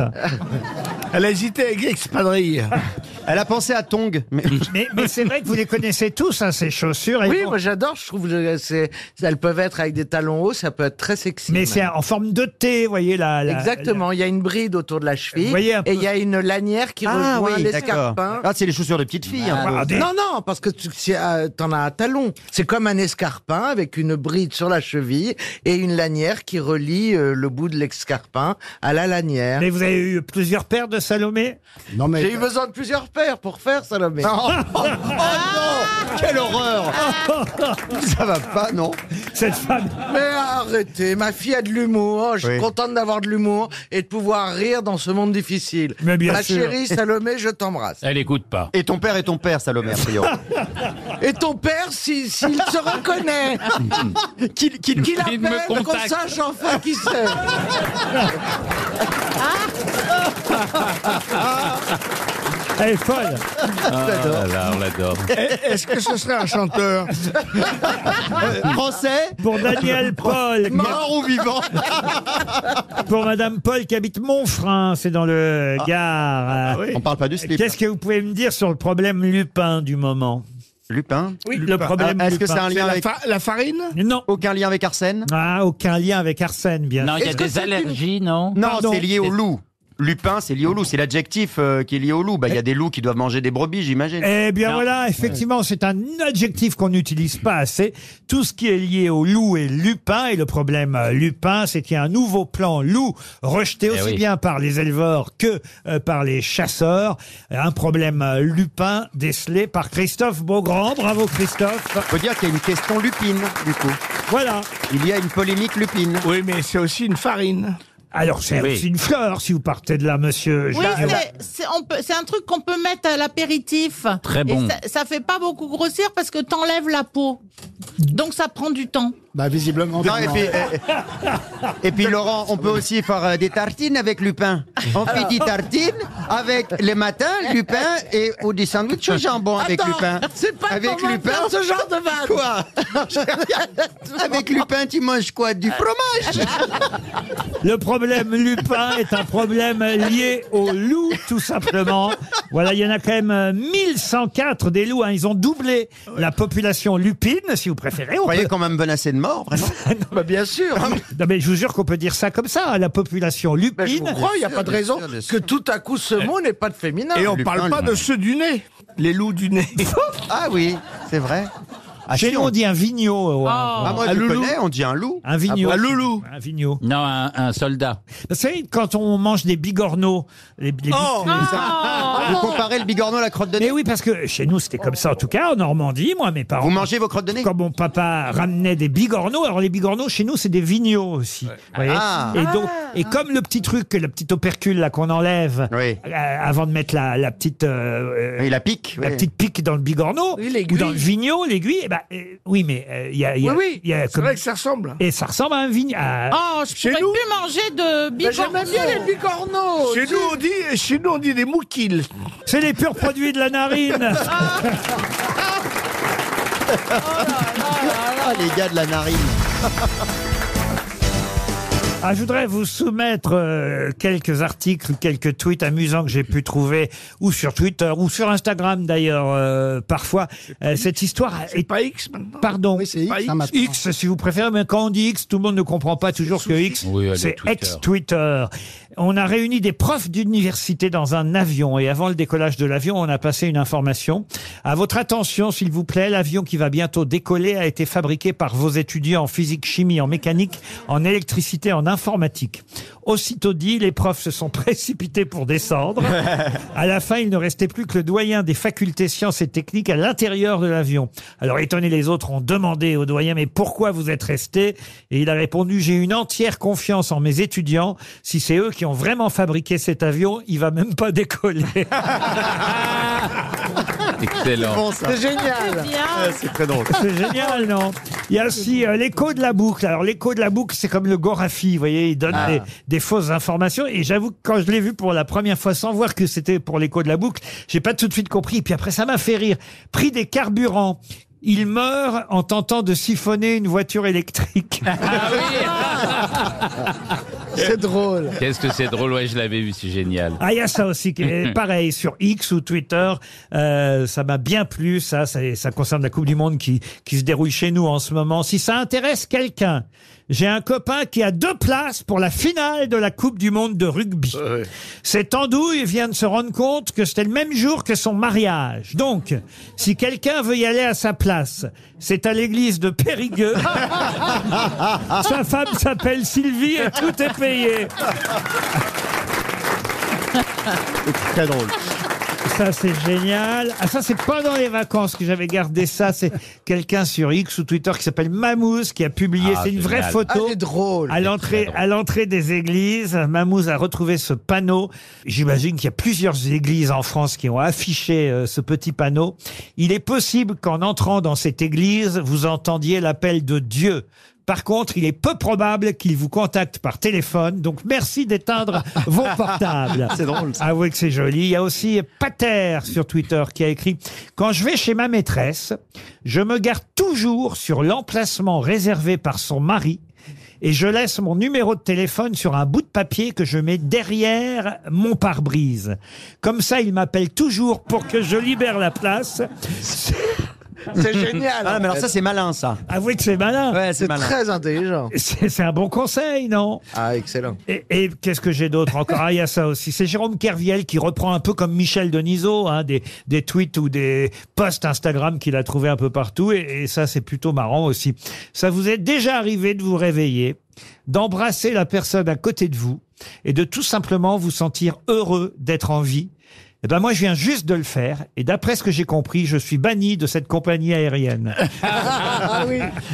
[SPEAKER 8] Elle hésitait avec Expadrille.
[SPEAKER 9] Elle a pensé à Tong. Mais...
[SPEAKER 2] Mais, mais c'est vrai que vous les connaissez tous, hein, ces chaussures.
[SPEAKER 3] Oui, moi j'adore, je trouve que c'est- elles peuvent être avec des talons hauts, ça peut être très sexy.
[SPEAKER 2] Mais c'est en forme de T, vous voyez là.
[SPEAKER 3] Exactement, il y a une bride autour de la cheville
[SPEAKER 2] Vous voyez un
[SPEAKER 3] et
[SPEAKER 2] peu-
[SPEAKER 3] il y a une lanière qui
[SPEAKER 9] Ah
[SPEAKER 3] rejoint
[SPEAKER 9] oui, d'accord.
[SPEAKER 3] l'escarpin.
[SPEAKER 9] Ah, c'est les chaussures de hein. petite fille. un peu.
[SPEAKER 3] hein.
[SPEAKER 2] Bah, Ah,
[SPEAKER 3] Non, non, parce que tu c'est, euh, t'en as un talon. C'est comme un escarpin avec une bride sur la cheville et une lanière qui relie euh, le bout de l'escarpin à la lanière.
[SPEAKER 2] Mais vous avez eu plusieurs paires de Salomé
[SPEAKER 5] Non, mais.
[SPEAKER 3] J'ai eu besoin de plusieurs paires pour faire Salomé.
[SPEAKER 9] Oh, oh non Quelle horreur Ça va pas, non
[SPEAKER 2] Cette femme.
[SPEAKER 3] Mais arrêtez, ma fille a de l'humour. Je suis
[SPEAKER 2] Oui.
[SPEAKER 3] contente d'avoir de l'humour et de pouvoir rire dans ce monde difficile.
[SPEAKER 9] Mais bien
[SPEAKER 3] ma
[SPEAKER 9] sûr.
[SPEAKER 3] chérie Salomé, je t'embrasse.
[SPEAKER 4] Elle écoute pas.
[SPEAKER 9] Et ton père est ton père, Salomé, a priori.
[SPEAKER 3] Et ton père, si- s'il se reconnaît, qu'il qu'il
[SPEAKER 9] qu'il
[SPEAKER 3] appelle,
[SPEAKER 9] me
[SPEAKER 3] qu'on
[SPEAKER 9] contacte.
[SPEAKER 3] sache enfin qui
[SPEAKER 9] Hein
[SPEAKER 3] c'est.
[SPEAKER 2] Elle est folle.
[SPEAKER 4] Ah, là, on l'adore.
[SPEAKER 8] Est-ce que ce serait un chanteur
[SPEAKER 9] Euh, Français
[SPEAKER 2] Pour Daniel Paul.
[SPEAKER 9] Mort ou vivant
[SPEAKER 2] Pour Madame Paul qui habite Montfrin, c'est dans le Gard.
[SPEAKER 9] Ah. On parle pas du slip.
[SPEAKER 2] Qu'est-ce que vous pouvez me dire sur le problème Lupin du moment
[SPEAKER 9] Lupin
[SPEAKER 2] Oui, le problème.
[SPEAKER 9] Ah, Est-ce que
[SPEAKER 2] Lupin.
[SPEAKER 9] c'est un lien avec
[SPEAKER 8] farine
[SPEAKER 2] Non.
[SPEAKER 9] Aucun lien avec Arsène
[SPEAKER 2] Ah, aucun lien avec Arsène, bien
[SPEAKER 9] Non,
[SPEAKER 2] sûr.
[SPEAKER 9] il y a Est-ce que des c'est une-
[SPEAKER 4] allergies, non
[SPEAKER 9] Non,
[SPEAKER 2] Pardon.
[SPEAKER 9] c'est lié au loup. Lupin, c'est lié au loup. C'est l'adjectif euh, qui est lié au loup. Bah, Il y a des loups qui doivent manger des brebis, j'imagine.
[SPEAKER 2] Eh bien
[SPEAKER 9] Non.
[SPEAKER 2] voilà, effectivement, c'est un adjectif qu'on n'utilise pas assez. Tout ce qui est lié au loup et Lupin, et le problème euh, Lupin, c'est qu'il y a un nouveau plan loup rejeté
[SPEAKER 9] Eh
[SPEAKER 2] aussi
[SPEAKER 4] oui.
[SPEAKER 2] bien par les éleveurs que euh, par les chasseurs. Un problème euh, Lupin décelé par Christophe Beaugrand. Bravo Christophe.
[SPEAKER 9] Faut dire qu'il y a une question lupine, du coup.
[SPEAKER 2] Voilà.
[SPEAKER 9] Il y a une polémique lupine.
[SPEAKER 8] Oui, mais c'est aussi une farine.
[SPEAKER 2] Alors c'est
[SPEAKER 8] Oui.
[SPEAKER 2] aussi une fleur si vous partez de là, monsieur.
[SPEAKER 6] Oui,
[SPEAKER 2] Jacques.
[SPEAKER 6] mais c'est on peut- c'est un truc qu'on peut mettre à l'apéritif.
[SPEAKER 2] Très
[SPEAKER 6] Et
[SPEAKER 2] bon.
[SPEAKER 6] ça, ça fait pas beaucoup grossir parce que t'enlèves la peau. Donc ça prend du temps.
[SPEAKER 5] Bah, visiblement.
[SPEAKER 9] Non, et puis,
[SPEAKER 7] eh,
[SPEAKER 9] Et puis Laurent, on peut aussi faire euh, des tartines avec Lupin. On fait des tartines avec le matin, Lupin, et ou des sandwichs au jambon avec
[SPEAKER 7] Attends,
[SPEAKER 9] Lupin.
[SPEAKER 7] c'est pas le
[SPEAKER 9] avec
[SPEAKER 7] moment de faire ce genre de vanne.
[SPEAKER 9] Quoi Avec Lupin, tu manges quoi Du fromage
[SPEAKER 2] Le problème Lupin est un problème lié au loup, tout simplement. Voilà, il y en a quand même euh, 1104 des loups. hein. Ils ont doublé la population lupine, si vous préférez. On
[SPEAKER 9] Vous croyez
[SPEAKER 2] peut-
[SPEAKER 9] qu'on va me menacer de mort, vraiment
[SPEAKER 3] Bah, bien sûr.
[SPEAKER 2] Non, mais je vous jure qu'on peut dire ça comme ça, hein, la population lupine.
[SPEAKER 3] Bah, Je vous crois, il n'y a pas de raison que tout à coup ce mot n'est pas de féminin.
[SPEAKER 8] Et on parle pas de ceux du nez, les loups du nez. Ah,
[SPEAKER 9] ah oui, c'est vrai.
[SPEAKER 2] Chez nous, on dit un vigneau. euh,
[SPEAKER 9] Ah, moi,
[SPEAKER 2] un
[SPEAKER 9] je
[SPEAKER 2] loulou.
[SPEAKER 9] connais, on dit un loup.
[SPEAKER 2] Un vigneau.
[SPEAKER 9] Ah bon
[SPEAKER 2] Un vigneau.
[SPEAKER 4] Non, un, un soldat.
[SPEAKER 2] Vous savez, quand on mange des bigorneaux, les, les
[SPEAKER 9] Oh
[SPEAKER 2] biscuits-
[SPEAKER 9] Vous comparez le bigorneau à la crotte de nez
[SPEAKER 2] Mais oui, parce que chez nous, c'était comme ça, en tout cas, en Normandie. Moi, mes parents.
[SPEAKER 9] Vous mangez vos crottes de nez
[SPEAKER 2] Quand mon papa ramenait des bigorneaux, alors les bigorneaux, chez nous, c'est des vigneaux aussi. vous voyez.
[SPEAKER 9] Ah.
[SPEAKER 2] Et donc, et comme le petit truc, le petit opercule là qu'on enlève euh, avant de mettre la, la petite. euh,
[SPEAKER 9] Et la pique,
[SPEAKER 2] La
[SPEAKER 9] oui.
[SPEAKER 2] petite pique dans le bigorneau. ou dans le vigneau, l'aiguille. eh ben, euh, oui, mais euh, il y a. il y a-
[SPEAKER 8] Oui, oui,
[SPEAKER 2] il y a
[SPEAKER 8] c'est vrai que ça ressemble. Ah,
[SPEAKER 2] Et ça ressemble à un vigne. à-
[SPEAKER 6] Oh, je pourrais plus manger de bigorneaux.
[SPEAKER 3] j'aimais bien les bigorneaux.
[SPEAKER 8] Chez nous, on dit, chez nous, on dit des mouquilles.
[SPEAKER 2] C'est les purs produits de la narine.
[SPEAKER 8] Ah.
[SPEAKER 9] Ah, les gars de la narine.
[SPEAKER 2] Ah, je voudrais vous soumettre euh, quelques articles, quelques tweets amusants que j'ai pu trouver, ou sur Twitter, ou sur Instagram d'ailleurs, euh, parfois. Euh, cette histoire est
[SPEAKER 8] pas X maintenant.
[SPEAKER 2] Pardon.
[SPEAKER 5] X, Pas hein, X. maintenant.
[SPEAKER 2] X, si vous préférez, mais quand on dit X, tout le monde ne comprend pas toujours ce que X.
[SPEAKER 4] Oui, allez,
[SPEAKER 2] c'est
[SPEAKER 4] Twitter.
[SPEAKER 2] ex-Twitter. On a réuni des profs d'université dans un avion et avant le décollage de l'avion, on a passé une information. À votre attention, s'il vous plaît, l'avion qui va bientôt décoller a été fabriqué par vos étudiants en physique, chimie, en mécanique, en électricité, en informatique. Aussitôt dit, les profs se sont précipités pour descendre. À la fin, il ne restait plus que le doyen des facultés sciences et techniques à l'intérieur de l'avion. Alors, étonnés, les autres ont demandé au doyen, mais pourquoi vous êtes resté Et il a répondu, j'ai une entière confiance en mes étudiants. Si c'est eux qui ont vraiment fabriqué cet avion, il va même pas décoller.
[SPEAKER 4] Excellent.
[SPEAKER 3] C'est génial.
[SPEAKER 9] Euh, C'est très drôle.
[SPEAKER 2] Ah, C'est génial, non Il y a aussi euh, l'écho de la boucle. Alors, l'écho de la boucle, c'est comme le Gorafi, vous voyez, il donne
[SPEAKER 9] Ah.
[SPEAKER 2] des, des fausses informations. Et j'avoue que quand je l'ai vu pour la première fois, sans voir que c'était pour l'écho de la boucle, j'ai pas tout de suite compris. Et puis après, ça m'a fait rire. Prix des carburants. Il meurt en tentant de siphonner une voiture électrique.
[SPEAKER 3] Ah C'est drôle.
[SPEAKER 4] Qu'est-ce que c'est drôle, ouais, je l'avais vu, c'est génial. Hmm.
[SPEAKER 2] Ah, il y a ça aussi, qui est pareil, sur X ou Twitter, euh, ça m'a bien plu, ça, ça, ça concerne la Coupe du Monde qui, qui se déroule chez nous en ce moment. Si ça intéresse quelqu'un, j'ai un copain qui a deux places pour la finale de la Coupe du Monde de rugby. Cette andouille vient de se rendre compte que c'était le même jour que son mariage. Donc, si quelqu'un veut y aller à sa place, c'est à l'église de Périgueux. sa femme s'appelle Sylvie et tout est payé.
[SPEAKER 9] C'est très drôle.
[SPEAKER 2] Ça, c'est génial. Ah, ça, c'est pendant les vacances que j'avais gardé ça. C'est quelqu'un sur X ou Twitter qui s'appelle Mamouze qui a publié.
[SPEAKER 3] Ah,
[SPEAKER 2] c'est une vraie
[SPEAKER 3] génial.
[SPEAKER 2] photo.
[SPEAKER 3] Ah, elle est drôle.
[SPEAKER 2] À l'entrée, à l'entrée des églises, Mamouze a retrouvé ce panneau. J'imagine qu'il y a plusieurs églises en France qui ont affiché euh, ce petit panneau. Il est possible qu'en entrant dans cette église, vous entendiez l'appel de Dieu. Par contre, il est peu probable qu'il vous contacte par téléphone, donc merci d'éteindre vos portables.
[SPEAKER 17] C'est drôle,
[SPEAKER 2] Avouez que c'est joli. Il y a aussi Pater sur Twitter qui a écrit Quand je vais chez ma maîtresse, je me garde toujours sur l'emplacement réservé par son mari et je laisse mon numéro de téléphone sur un bout de papier que je mets derrière mon pare-brise. Comme ça, il m'appelle toujours pour que je libère la place.
[SPEAKER 9] C'est génial, Ah, en mais alors fait. ça, c'est
[SPEAKER 2] malin, ça. Avouez que c'est malin.
[SPEAKER 9] c'est malin. très
[SPEAKER 2] intelligent. C'est c'est un bon conseil, non Ah, excellent. Et, et qu'est-ce que j'ai d'autre encore Ah, il y a ça aussi. C'est Jérôme Kerviel qui reprend un peu comme Michel Denisot, hein, des, des tweets ou des posts Instagram qu'il a trouvé un peu partout. Et, et ça, c'est plutôt marrant aussi. Ça vous est déjà arrivé de vous réveiller, d'embrasser la personne à côté de vous et de tout simplement vous sentir heureux d'être en vie eh ben moi, je viens juste de le faire, et d'après ce que j'ai compris, je suis banni de cette compagnie aérienne.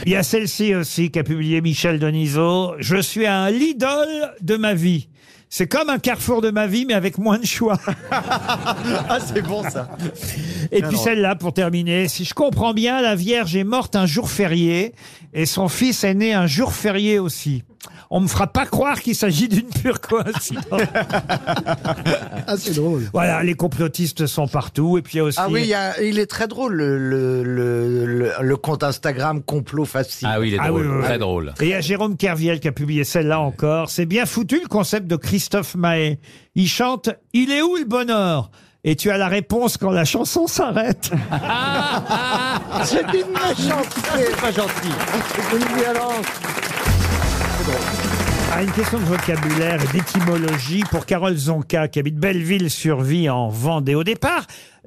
[SPEAKER 2] Il y a celle-ci aussi qu'a publié Michel Denisot. Je suis un l'idole de ma vie. C'est comme un carrefour de ma vie, mais avec moins de choix.
[SPEAKER 9] ah, c'est bon ça.
[SPEAKER 2] Et
[SPEAKER 9] Bien
[SPEAKER 2] puis
[SPEAKER 9] drôle.
[SPEAKER 2] celle-là, pour terminer, si je comprends bien, la Vierge est morte un jour férié et son fils est né un jour férié aussi. On me fera pas croire qu'il s'agit d'une pure coïncidence. ah, c'est drôle. Voilà, les complotistes sont partout. Et puis il y a aussi.
[SPEAKER 3] Ah oui, il, y a- il est très drôle le, le, le, le- le compte Instagram complot facile.
[SPEAKER 4] Ah oui, il est drôle, très drôle.
[SPEAKER 2] Et il y a Jérôme Kerviel qui a publié celle-là encore. C'est bien foutu le concept de Christophe Mahé. Il chante Il est où le bonheur Et tu as la réponse quand la chanson s'arrête.
[SPEAKER 9] C'est une méchanceté. C'est pas gentil. C'est une violence.
[SPEAKER 2] Ah, une question de vocabulaire et d'étymologie pour Carole Zonka, qui habite Belleville-sur-Vie en Vendée. Au départ,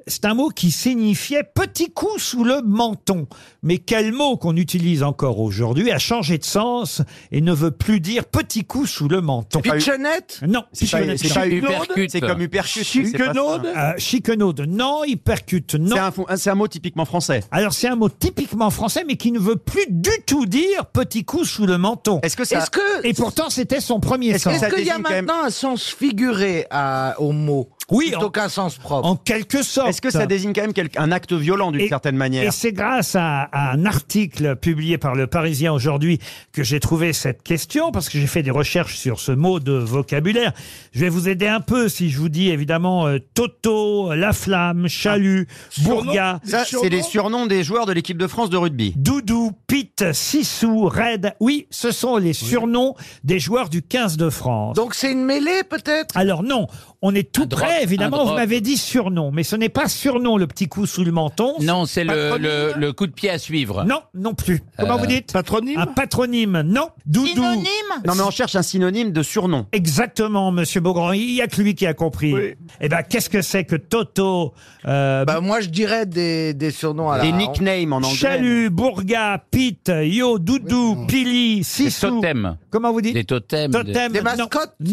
[SPEAKER 2] c'est un mot qui signifiait petit coup sous le menton. Mais quel mot qu'on utilise encore aujourd'hui a changé de sens et ne veut plus dire petit coup sous le menton.
[SPEAKER 3] C'est pas Pitchonnette
[SPEAKER 2] Non,
[SPEAKER 3] C'est pas-
[SPEAKER 2] pitchonnette,
[SPEAKER 3] c'est pas
[SPEAKER 2] chiclaude.
[SPEAKER 3] hypercute. C'est comme hypercute, c'est pas ça.
[SPEAKER 2] Chiquenaude Euh, Chiquenaude, non. Hypercute, non.
[SPEAKER 17] C'est un, mot typiquement français.
[SPEAKER 2] Alors c'est un mot typiquement français, mais qui ne veut plus du tout dire petit coup sous le menton.
[SPEAKER 3] Est-ce que ça- Est-ce que-
[SPEAKER 2] Et pourtant c'était son premier
[SPEAKER 3] Est-ce
[SPEAKER 2] sens.
[SPEAKER 3] qu'il y a maintenant un sens figuré à, au mot
[SPEAKER 2] Oui.
[SPEAKER 3] Plutôt qu'un sens propre.
[SPEAKER 2] En quelque sorte.
[SPEAKER 17] Est-ce que ça désigne quand même quel- un acte violent d'une certaine
[SPEAKER 2] Et
[SPEAKER 17] manière
[SPEAKER 2] c'est grâce à, à un article publié par le Parisien aujourd'hui que j'ai trouvé cette question, parce que j'ai fait des recherches sur ce mot de vocabulaire. Je vais vous aider un peu si je vous dis évidemment euh, Toto, La Flamme, Chalut, Bourga.
[SPEAKER 17] Ah, Ça, c'est les surnoms des joueurs de l'équipe de France de rugby.
[SPEAKER 2] Doudou, Pete, Sissou, Red. Oui, ce sont les surnoms des joueurs du 15 de France.
[SPEAKER 3] Donc c'est une mêlée peut-être
[SPEAKER 2] Alors non, on est tout
[SPEAKER 4] drop,
[SPEAKER 2] près,
[SPEAKER 4] un
[SPEAKER 2] évidemment, vous
[SPEAKER 4] drop.
[SPEAKER 2] m'avez dit surnom, mais ce n'est pas surnom le petit coup sous le menton.
[SPEAKER 4] Non, c'est le, le, le coup de pied à suivre.
[SPEAKER 2] Non, non plus. Comment
[SPEAKER 4] Euh,
[SPEAKER 2] vous dites Patronyme Un patronyme, non. Doudou. Synonyme
[SPEAKER 17] Non, mais on cherche un synonyme de surnom.
[SPEAKER 2] Exactement, monsieur Beaugrand. Il n'y a que lui qui a compris. Eh ben, qu'est-ce que c'est que Toto euh,
[SPEAKER 3] Bah, moi, je dirais des, des surnoms à la.
[SPEAKER 2] Des nicknames
[SPEAKER 3] en
[SPEAKER 2] Chalut, Bourga, Pete, Yo, Doudou, Pili, Sissou.
[SPEAKER 4] totems.
[SPEAKER 2] Comment vous dites
[SPEAKER 4] Des totems.
[SPEAKER 2] Totem,
[SPEAKER 4] Des
[SPEAKER 2] non,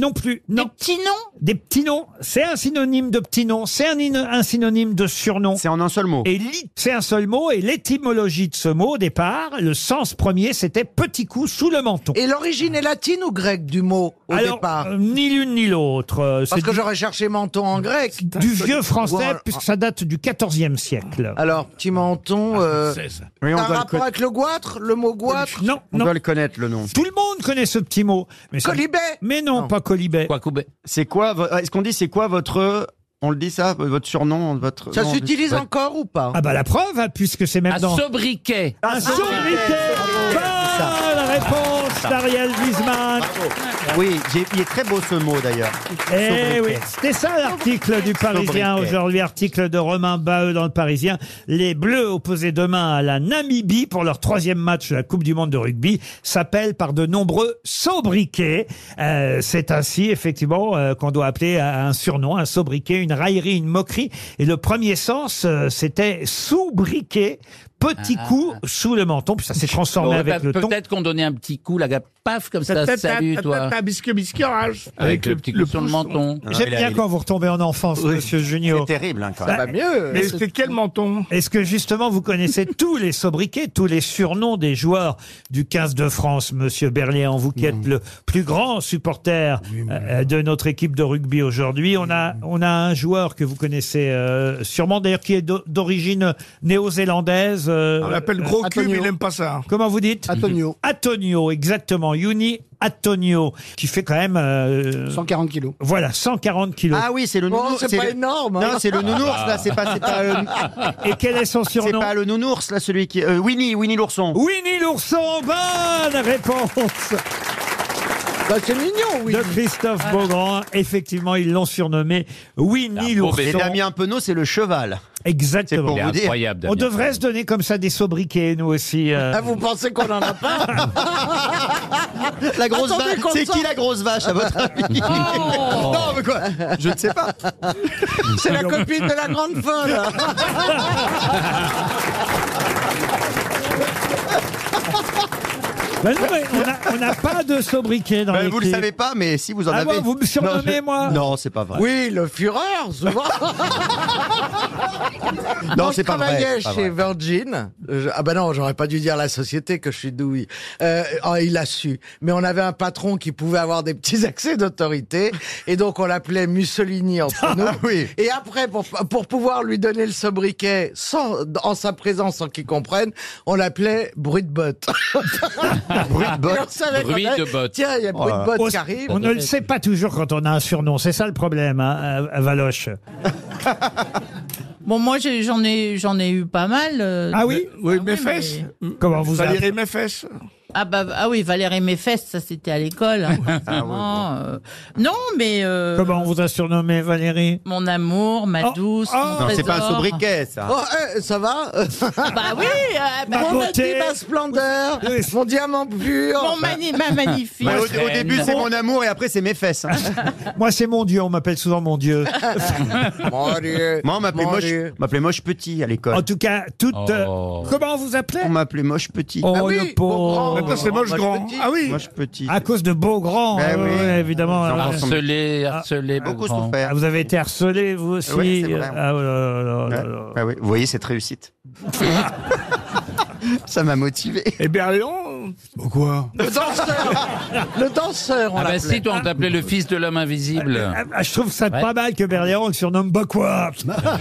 [SPEAKER 2] non, plus. Des petits noms Des petits noms. C'est un synonyme de petit nom. C'est un, in- un synonyme de surnom. C'est
[SPEAKER 17] en un seul mot.
[SPEAKER 2] Et li- c'est un seul mot. Et l'étymologie de ce mot, au départ, le sens premier, c'était petit coup sous le menton.
[SPEAKER 3] Et l'origine est latine ou grecque du mot au
[SPEAKER 2] Alors,
[SPEAKER 3] départ
[SPEAKER 2] euh, ni l'une ni l'autre. euh,
[SPEAKER 3] Parce
[SPEAKER 2] c'est
[SPEAKER 3] que
[SPEAKER 2] du-
[SPEAKER 3] j'aurais cherché menton en grec.
[SPEAKER 2] du vieux français,
[SPEAKER 3] Ou en-
[SPEAKER 2] puisque ça date du XIVe siècle. Ah,
[SPEAKER 3] Alors, petit menton. euh,
[SPEAKER 2] c'est ça.
[SPEAKER 3] t'as
[SPEAKER 2] Oui, on
[SPEAKER 3] un
[SPEAKER 2] doit le
[SPEAKER 3] rapport
[SPEAKER 2] conna-
[SPEAKER 3] avec le goitre Le mot goitre
[SPEAKER 2] Non,
[SPEAKER 17] On
[SPEAKER 2] non.
[SPEAKER 17] doit le connaître, le nom.
[SPEAKER 2] Tout le monde connaît ce petit mot. Mais ça-
[SPEAKER 3] Colibet
[SPEAKER 2] Mais non, pas Colibet.
[SPEAKER 17] C'est quoi vo- euh, Est-ce qu'on dit c'est quoi votre On le dit ça, votre surnom,
[SPEAKER 2] Euh,
[SPEAKER 17] votre.
[SPEAKER 3] Ça
[SPEAKER 17] non,
[SPEAKER 3] s'utilise
[SPEAKER 17] votre-
[SPEAKER 3] encore ou pas
[SPEAKER 2] Ah bah la preuve, hein, puisque c'est même
[SPEAKER 17] Un
[SPEAKER 2] dans...
[SPEAKER 4] sobriquet.
[SPEAKER 2] Un sobriquet Bonne réponse
[SPEAKER 17] Ah, ça.
[SPEAKER 2] d'Ariel Wiesmann
[SPEAKER 17] Oui, j'ai- il est très beau ce mot d'ailleurs.
[SPEAKER 2] Eh
[SPEAKER 17] Sobriquet.
[SPEAKER 2] oui, c'était ça l'article du Parisien
[SPEAKER 17] Sobriquet.
[SPEAKER 2] aujourd'hui, article de Romain Baeux dans le Parisien. Les Bleus opposés demain à la Namibie pour leur troisième match de la Coupe du Monde de rugby s'appellent par de nombreux sobriquets. Euh, C'est ainsi effectivement euh, qu'on doit appeler à un surnom, un sobriquet, une raillerie, une moquerie. Et le premier sens, euh, c'était soubriquet petit coup sous le menton, puis ça s'est transformé
[SPEAKER 4] Ah. Bon,
[SPEAKER 2] avec
[SPEAKER 4] peut-
[SPEAKER 2] le ton.
[SPEAKER 4] Peut-être qu'on donnait un petit coup, la gape, paf, comme ça,
[SPEAKER 2] Ta-ta-ta,
[SPEAKER 4] salut toi.
[SPEAKER 2] ta-ta-ta,
[SPEAKER 8] biscuit, biscuit, rage.
[SPEAKER 4] Avec le Ah, petit coup sur le menton.
[SPEAKER 2] J'aime bien quand vous retombez en enfance, monsieur Bah, Junio.
[SPEAKER 17] C'est terrible, hein, quand même.
[SPEAKER 8] Mais c'est quel menton
[SPEAKER 2] Est-ce que justement vous connaissez tous les sobriquets, tous les surnoms des joueurs du 15 de France, monsieur Berléand, vous qui êtes le plus grand supporter euh, de notre équipe de rugby aujourd'hui on a, on a un joueur que vous connaissez euh, sûrement, d'ailleurs qui est d'o- d'origine néo-zélandaise. euh,
[SPEAKER 8] On l'appelle
[SPEAKER 2] euh,
[SPEAKER 8] gros cul,
[SPEAKER 2] Antonio.
[SPEAKER 8] mais il aime pas ça.
[SPEAKER 2] Comment vous dites Antonio. Antonio, exactement. Yuni Antonio, qui fait quand même... euh,
[SPEAKER 5] 140 kilos.
[SPEAKER 2] Voilà, 140 kilos.
[SPEAKER 9] Ah oui, c'est hein. le nounours. le- Non, c'est le nounours, là, c'est pas. c'est pas, euh,
[SPEAKER 2] Et quel est son surnom
[SPEAKER 9] C'est pas le nounours, là, celui qui. euh, Winnie, Winnie l'ourson.
[SPEAKER 2] Winnie l'ourson, bonne réponse
[SPEAKER 9] Bah, c'est mignon, Ah.
[SPEAKER 2] De Christophe Beaugrand, effectivement, ils l'ont surnommé Winnie l'ourson.
[SPEAKER 9] Et Damien Penaud, c'est le cheval.
[SPEAKER 2] Exactement.
[SPEAKER 9] C'est pour vous dire.
[SPEAKER 2] On devrait se donner comme ça des sobriquets, nous aussi. euh.
[SPEAKER 9] Ah
[SPEAKER 7] Ah,
[SPEAKER 9] pensez qu'on en a pas La grosse
[SPEAKER 7] Attendez
[SPEAKER 9] vache.
[SPEAKER 7] qu'on
[SPEAKER 9] C'est
[SPEAKER 7] sorte.
[SPEAKER 9] qui la grosse vache, à votre avis
[SPEAKER 7] Oh.
[SPEAKER 9] Non, mais quoi Je ne sais pas.
[SPEAKER 7] C'est la copine de la grande folle.
[SPEAKER 2] Ben non, mais on a- on n'a pas de sobriquet dans
[SPEAKER 9] Ben,
[SPEAKER 2] les
[SPEAKER 9] vous le savez pas, mais si vous en
[SPEAKER 2] Ah,
[SPEAKER 9] avez.
[SPEAKER 2] moi, vous me surnommez,
[SPEAKER 9] Non, je-
[SPEAKER 2] moi
[SPEAKER 9] Non, c'est pas vrai.
[SPEAKER 3] Oui, le Führer, souvent.
[SPEAKER 9] Non,
[SPEAKER 3] Quand
[SPEAKER 9] c'est
[SPEAKER 3] je
[SPEAKER 9] pas vrai,
[SPEAKER 3] travaillais
[SPEAKER 9] c'est pas
[SPEAKER 3] chez Virgin. euh, je- ah ben non, j'aurais pas dû dire la société que je suis douille. Euh, oh, il a su. Mais on avait un patron qui pouvait avoir des petits accès d'autorité. Et donc, on l'appelait Mussolini
[SPEAKER 9] Ah
[SPEAKER 3] entre nous. Et après, pour, pour pouvoir lui donner le sobriquet sans, en sa présence, sans qu'il comprenne, on l'appelait Bruit de botte. bruit
[SPEAKER 2] de botte.
[SPEAKER 4] Bruit de botte.
[SPEAKER 3] Tiens, il y a Bruit de botte
[SPEAKER 2] On-
[SPEAKER 3] qui arrive.
[SPEAKER 2] Ah. On ne le sait pas toujours quand on a un surnom. C'est ça le problème, hein, à- à Valoche.
[SPEAKER 6] Bon, moi, j'ai- j'en ai, j'en ai eu pas mal. euh,
[SPEAKER 2] Ah oui
[SPEAKER 8] Oui, mes
[SPEAKER 6] mais-
[SPEAKER 8] fesses.
[SPEAKER 2] Comment vous
[SPEAKER 8] Valérie, mes fesses.
[SPEAKER 6] Ah, bah, ah oui, Valérie Méfeste, ça c'était à l'école. hein, forcément, euh, Non, mais euh,
[SPEAKER 2] Comment on vous a surnommé, Valérie Oh,
[SPEAKER 6] mon amour, ma douce. mon Ah, trésor.
[SPEAKER 3] Oh, eh, ça va
[SPEAKER 6] Bah oui, euh, bah,
[SPEAKER 3] Mon
[SPEAKER 6] mon
[SPEAKER 3] petit,
[SPEAKER 6] petit
[SPEAKER 3] ma splendeur, mon diamant pur.
[SPEAKER 6] Mon mani- ma magnifique.
[SPEAKER 9] Mais au, au début, c'est mon amour et après, c'est mes fesses. hein.
[SPEAKER 2] Moi, c'est mon Dieu. On m'appelle souvent mon Dieu.
[SPEAKER 9] mon
[SPEAKER 3] Dieu.
[SPEAKER 9] Moi, on m'appelait
[SPEAKER 2] Mon
[SPEAKER 9] moche,
[SPEAKER 2] Dieu.
[SPEAKER 9] on m'appelait moche petit à l'école.
[SPEAKER 2] En tout cas, toute. euh, Comment on vous appelait
[SPEAKER 9] On m'appelait moche petit.
[SPEAKER 2] Oh, Ah oui, le pauvre. Beaugrand.
[SPEAKER 8] Maintenant, c'est moche grand. Ah oui.
[SPEAKER 9] Moche petit.
[SPEAKER 2] À cause de Beaugrand,
[SPEAKER 9] Ben
[SPEAKER 2] euh,
[SPEAKER 9] oui.
[SPEAKER 2] ouais, évidemment.
[SPEAKER 9] Jean
[SPEAKER 2] Alors,
[SPEAKER 4] Harcelé, harcelé,
[SPEAKER 9] beaucoup
[SPEAKER 4] Beaugrand.
[SPEAKER 9] souffert.
[SPEAKER 2] Ah, vous avez été harcelé, vous aussi.
[SPEAKER 9] Oui, c'est vrai.
[SPEAKER 2] Ah, oh là là là là là.
[SPEAKER 9] Ah oui, vous voyez cette réussite. Ça m'a motivé.
[SPEAKER 2] Eh
[SPEAKER 8] Et Berléon
[SPEAKER 9] Pourquoi
[SPEAKER 3] Le danseur Le danseur, on
[SPEAKER 4] Ah bah
[SPEAKER 3] l'appelait.
[SPEAKER 4] si, toi, on t'appelait le fils de l'homme invisible.
[SPEAKER 2] Ah, je trouve ça pas mal que Berléand le surnomme Bokwa. ah,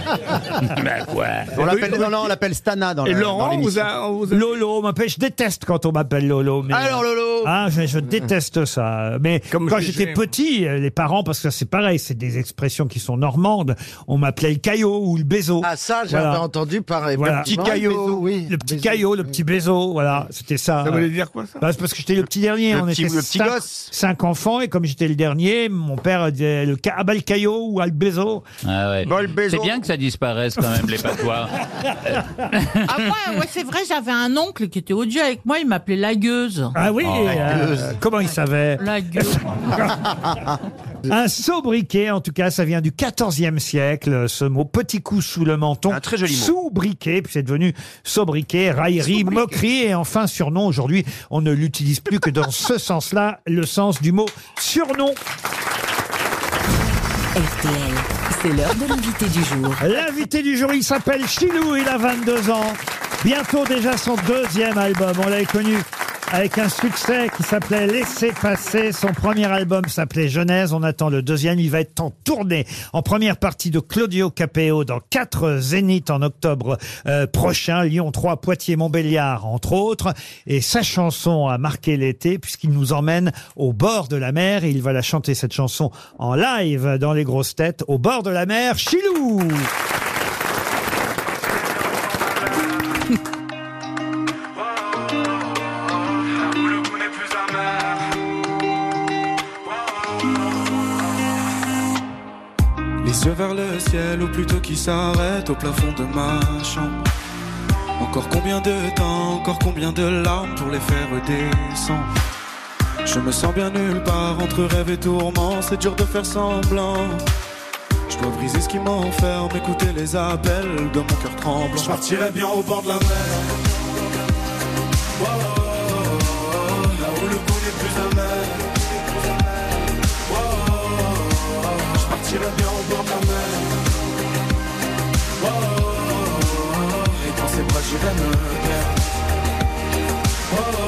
[SPEAKER 4] Bah quoi
[SPEAKER 9] On l'appelle, non, non, on l'appelle Stana dans
[SPEAKER 2] Et
[SPEAKER 9] la-
[SPEAKER 2] Laurent,
[SPEAKER 9] dans l'émission.
[SPEAKER 2] Lolo, on m'appelle, je déteste quand on m'appelle Lolo. mais-
[SPEAKER 9] Alors, Lolo
[SPEAKER 2] Ah, je, je déteste ça. Mais quand
[SPEAKER 8] Gégé,
[SPEAKER 2] j'étais
[SPEAKER 8] moi.
[SPEAKER 2] petit, euh, les parents, parce que c'est pareil, c'est des expressions qui sont normandes, on m'appelait le caillot ou le bézo.
[SPEAKER 3] Ah ça, j'avais
[SPEAKER 2] Voilà.
[SPEAKER 3] entendu parler.
[SPEAKER 2] Voilà.
[SPEAKER 3] effectivement.
[SPEAKER 9] oui.
[SPEAKER 2] Le petit caillot, le petit bézo, voilà, c'était ça.
[SPEAKER 8] Ça voulait dire quoi, ça
[SPEAKER 2] Bah, c'est parce que j'étais le petit dernier,
[SPEAKER 9] Le
[SPEAKER 2] on
[SPEAKER 9] petit-
[SPEAKER 2] était
[SPEAKER 9] le petit
[SPEAKER 2] cinq,
[SPEAKER 9] gosse.
[SPEAKER 2] cinq enfants, et comme j'étais le dernier, mon père disait le, ca- ah bah, le caillot ou ah, le bézo.
[SPEAKER 4] Ah ouais. C'est bien que ça disparaisse quand même, les patois.
[SPEAKER 6] Ah ouais, ouais, c'est vrai, j'avais un oncle qui était odieux avec moi, il m'appelait la gueuse.
[SPEAKER 2] Ah oui,
[SPEAKER 6] Oh,
[SPEAKER 2] euh, comment il savait
[SPEAKER 6] La gueuse.
[SPEAKER 2] Un sobriquet, en tout cas, ça vient du 14e siècle, ce mot. Petit coup sous le menton.
[SPEAKER 9] Un très joli mot.
[SPEAKER 2] Sobriquet, puis c'est devenu sobriquet, raillerie, moquerie, et enfin surnom. Aujourd'hui, on ne l'utilise plus que dans ce sens-là, le sens du mot surnom.
[SPEAKER 10] RTL, c'est l'heure de l'invité du jour.
[SPEAKER 2] L'invité du jour, il s'appelle Chilou, il a 22 ans. Bientôt déjà son deuxième album. On l'avait connu avec un succès qui s'appelait Laissez passer. Son premier album s'appelait Genèse. On attend le deuxième. Il va être en tournée en première partie de Claudio Capéo dans quatre zéniths en octobre euh, prochain. Lyon 3, Poitiers, Montbéliard, entre autres. Et sa chanson a marqué l'été puisqu'il nous emmène au bord de la mer. Et il va la chanter cette chanson en live dans les grosses têtes au bord de la mer. Chilou!
[SPEAKER 18] Les yeux vers le ciel, ou plutôt qui s'arrête au plafond de ma chambre. Encore combien de temps, encore combien de larmes pour les faire redescendre. Je me sens bien nulle part entre rêve et tourment, c'est dur de faire semblant. Je dois briser ce qui m'enferme, écouter les appels de mon cœur tremblant. Je partirai bien au bord de la mer. Oh, oh, oh, là où le goût n'est plus amer. Oh, oh, oh, oh, je partirai bien au bord de la mer. Oh, oh, oh, oh, et dans ses bras j'irai me perdre. Oh, oh, oh,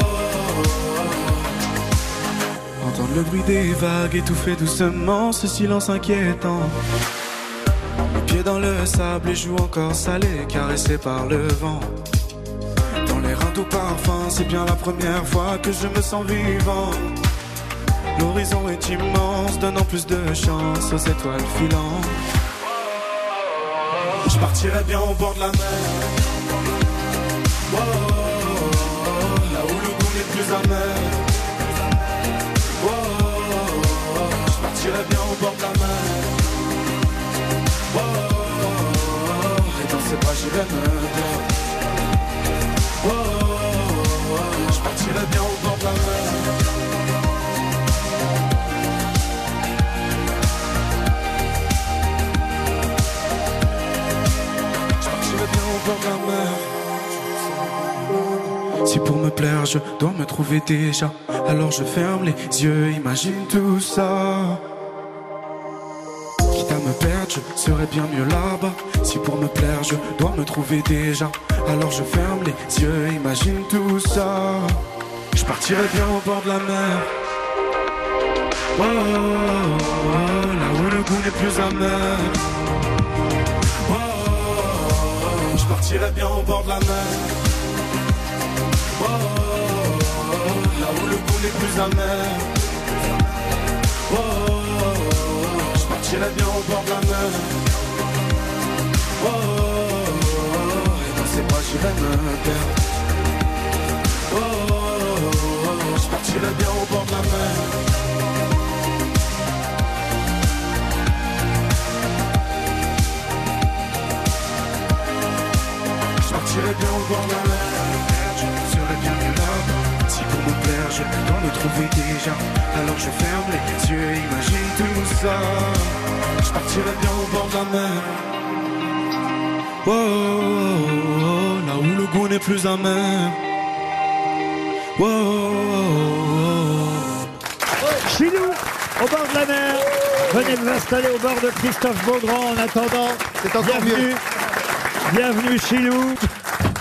[SPEAKER 18] oh. Entendre le bruit des vagues étouffer doucement ce silence inquiétant. Les pieds dans le sable, les joues encore salées, caressées par le vent. Dans les reins tout parfum, c'est bien la première fois que je me sens vivant. L'horizon est immense, donnant plus de chance aux étoiles filantes. Je partirai bien au bord de la mer. Oh, oh, oh, là où le goût n'est plus amer. Oh, oh, oh, oh, je partirai bien au bord de la mer. Oh, oh, oh, oh, et dans ses bras j'irai me perdre. Oh, oh, oh, oh, je partirai bien au bord de la mer. Je partirai bien au bord de la mer. Si pour me plaire je dois me trouver déjà, alors je ferme les yeux, imagine tout ça. Quitte à me perdre, je serais bien mieux là-bas. Si pour me plaire je dois me trouver déjà, alors je ferme les yeux, imagine tout ça. Je partirai bien au bord de la mer. Oh, oh, oh, oh, là où le goût n'est plus amer. Oh, oh, oh, oh, je partirai bien au bord de la mer. Oh, oh, oh, là où le goût n'est plus amer. Oh, oh, oh, je partirai bien au bord de la mer. Oh, oh, oh, et dans ses bras j'irai me perdre. Oh, oh, oh, oh, je partirai bien au bord de la mer. Je partirai bien au bord de la mer. Je serai bien mieux là. Si pour me plaire, je dois me trouver déjà. Alors je ferme les yeux, imagine tout ça. Je partirai bien au bord de la mer. Oh, oh, oh, oh, là où le goût n'est plus amer. Oh, oh, oh,
[SPEAKER 2] Chez nous, au bord de la mer. Venez vous installer au bord de Christophe Beaugrand en attendant. C'est encore bienvenue. Bienvenue chez nous.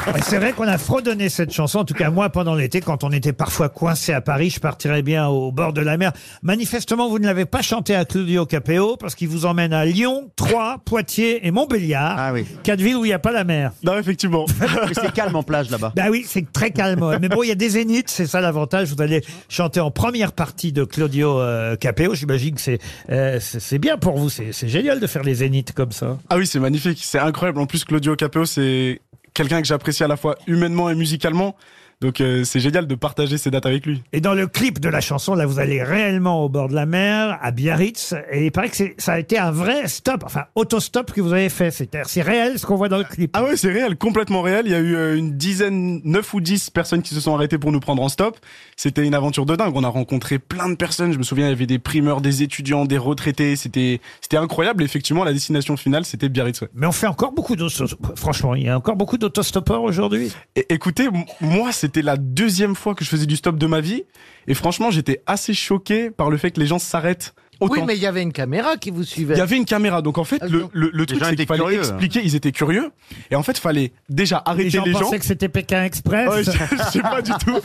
[SPEAKER 2] Ouais, C'est vrai qu'on a fredonné cette chanson, en tout cas moi pendant l'été, quand on était parfois coincé à Paris, je partirais bien au bord de la mer. Manifestement, vous ne l'avez pas chanté à Claudio Capéo parce qu'il vous emmène à Lyon, Troyes, Poitiers et Montbéliard, quatre villes où il n'y a pas la mer.
[SPEAKER 17] Non, effectivement. c'est calme en plage là-bas.
[SPEAKER 2] Ben oui, c'est très calme. ouais. Mais bon, il y a des zéniths, c'est ça l'avantage. Vous allez chanter en première partie de Claudio euh, Capéo. J'imagine que c'est euh, c'est c'est bien pour vous. C'est c'est génial de faire les zéniths comme ça.
[SPEAKER 19] Ah oui, c'est magnifique, c'est incroyable. En plus, Claudio Capéo, c'est quelqu'un que j'apprécie à la fois humainement et musicalement. Donc euh, c'est génial de partager ces dates avec lui.
[SPEAKER 2] Et dans le clip de la chanson, là, vous allez réellement au bord de la mer, à Biarritz, et il paraît que c'est- ça a été un vrai stop, enfin autostop que vous avez fait. C'est-à-dire, c'est réel ce qu'on voit dans le clip.
[SPEAKER 19] Ah ouais, c'est réel, complètement réel. Il y a eu euh, une dizaine, neuf ou dix personnes qui se sont arrêtées pour nous prendre en stop. C'était une aventure de dingue. On a rencontré plein de personnes. Je me souviens, il y avait des primeurs, des étudiants, des retraités. C'était, c'était incroyable. Effectivement, la destination finale, c'était Biarritz. ouais.
[SPEAKER 2] Mais on fait encore beaucoup d'autostoppeurs. Franchement, il y a encore beaucoup d'autostoppeurs aujourd'hui.
[SPEAKER 19] É- Écoutez, m- moi, c'était la deuxième fois que je faisais du stop de ma vie. Et franchement, j'étais assez choqué par le fait que les gens s'arrêtent.
[SPEAKER 3] Oui,
[SPEAKER 19] autant.
[SPEAKER 3] mais il y avait une caméra qui vous suivait.
[SPEAKER 19] Il y avait Ah, une caméra, donc en fait, le, le, le truc,
[SPEAKER 3] gens
[SPEAKER 19] c'est qu'il
[SPEAKER 3] étaient
[SPEAKER 19] fallait
[SPEAKER 3] curieux. hein.
[SPEAKER 19] expliquer, ils étaient curieux, et en fait, fallait déjà arrêter les gens.
[SPEAKER 2] gens pensaient que c'était Pékin Express.
[SPEAKER 19] Ouais, je, je sais pas du tout.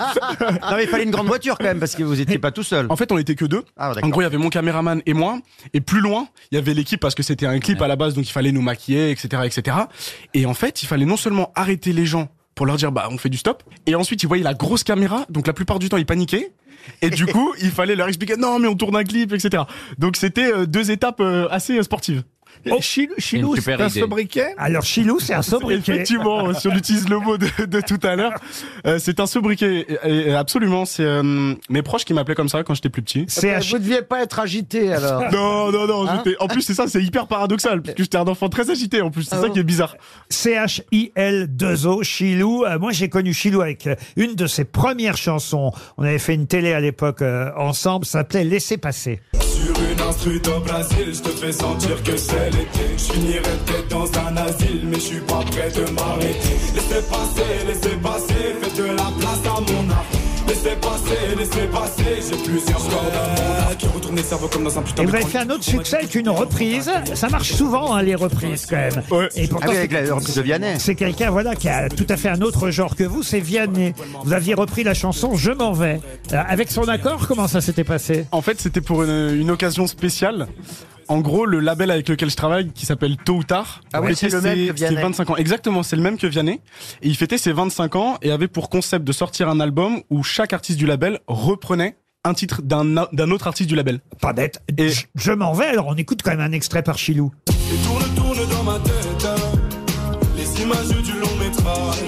[SPEAKER 19] non,
[SPEAKER 17] mais il fallait une grande voiture quand même, parce que vous n'étiez pas tout seul. Ah,
[SPEAKER 19] En fait, on était que deux. en gros, il y avait mon caméraman et moi, et plus loin, il y avait l'équipe parce que c'était un clip à la base, donc il fallait nous maquiller, etc., etc. Et en fait, il fallait non seulement arrêter les gens pour leur dire bah on fait du stop, et ensuite ils voyaient la grosse caméra, donc la plupart du temps ils paniquaient. Et du coup, il fallait leur expliquer non mais on tourne un clip, etc. Donc c'était euh, deux étapes euh, assez euh, sportives.
[SPEAKER 8] Chilou, Chilou, Une super c'est un idée. sobriquet
[SPEAKER 2] Alors Chilou, c'est un sobriquet.
[SPEAKER 19] Effectivement, si on utilise le mot de, de tout à l'heure, euh, c'est un sobriquet. Et- et absolument, c'est euh, mes proches qui m'appelaient comme ça quand j'étais plus petit.
[SPEAKER 3] Eh ben, Vous deviez pas être agité alors.
[SPEAKER 19] Non, non, non.
[SPEAKER 3] Hein
[SPEAKER 19] j'étais- En plus, c'est ça, c'est hyper paradoxal, puisque j'étais un enfant très agité. En plus,
[SPEAKER 2] Ah
[SPEAKER 19] c'est ça qui est bizarre.
[SPEAKER 2] C-H-I-L-2-O, Chilou. Euh, moi, j'ai connu Chilou avec euh, une de ses premières chansons. On avait fait une télé à l'époque euh, ensemble, ça s'appelait Laissez passer.
[SPEAKER 18] Sur une instru de Brésil, je te fais sentir que c'est l'été. Je finirai peut-être dans un asile, mais je suis pas prêt de m'arrêter. Laissez passer, laissez passer, faites de la place à mon art. Laissez passer, laissez passer, j'ai plusieurs cordes à mon arc. Qui retourne les cerveaux comme dans un putain
[SPEAKER 2] Et
[SPEAKER 18] de
[SPEAKER 2] vous avez
[SPEAKER 18] trou-
[SPEAKER 2] fait Eh ben, un autre succès avec une reprise. Ça marche souvent, hein, les reprises, quand même. Et
[SPEAKER 17] Ah oui,
[SPEAKER 2] c'est-
[SPEAKER 17] avec la reprise de Vianney.
[SPEAKER 2] C'est quelqu'un, voilà, qui a tout à fait un autre genre que vous, c'est Vianney. Vous aviez repris la chanson Je m'en vais. Euh, Avec son accord, comment ça s'était passé
[SPEAKER 19] En fait, c'était pour une, une occasion spéciale. En gros, le label avec lequel je travaille, qui s'appelle Tôt ou Tard,
[SPEAKER 9] Ah ouais,
[SPEAKER 19] fêtait
[SPEAKER 9] c'est le même
[SPEAKER 19] ses-
[SPEAKER 9] que Vianney.
[SPEAKER 19] ses 25 ans. Exactement, c'est le même que Vianney. Et il fêtait ses 25 ans et avait pour concept de sortir un album où chaque artiste du label reprenait un titre d'un a- d'un autre artiste du label.
[SPEAKER 2] Pas bête. Je, je m'en vais, alors on écoute quand même un extrait par Chilou.
[SPEAKER 18] Et tourne, tourne dans ma tête hein, Les images du long métrage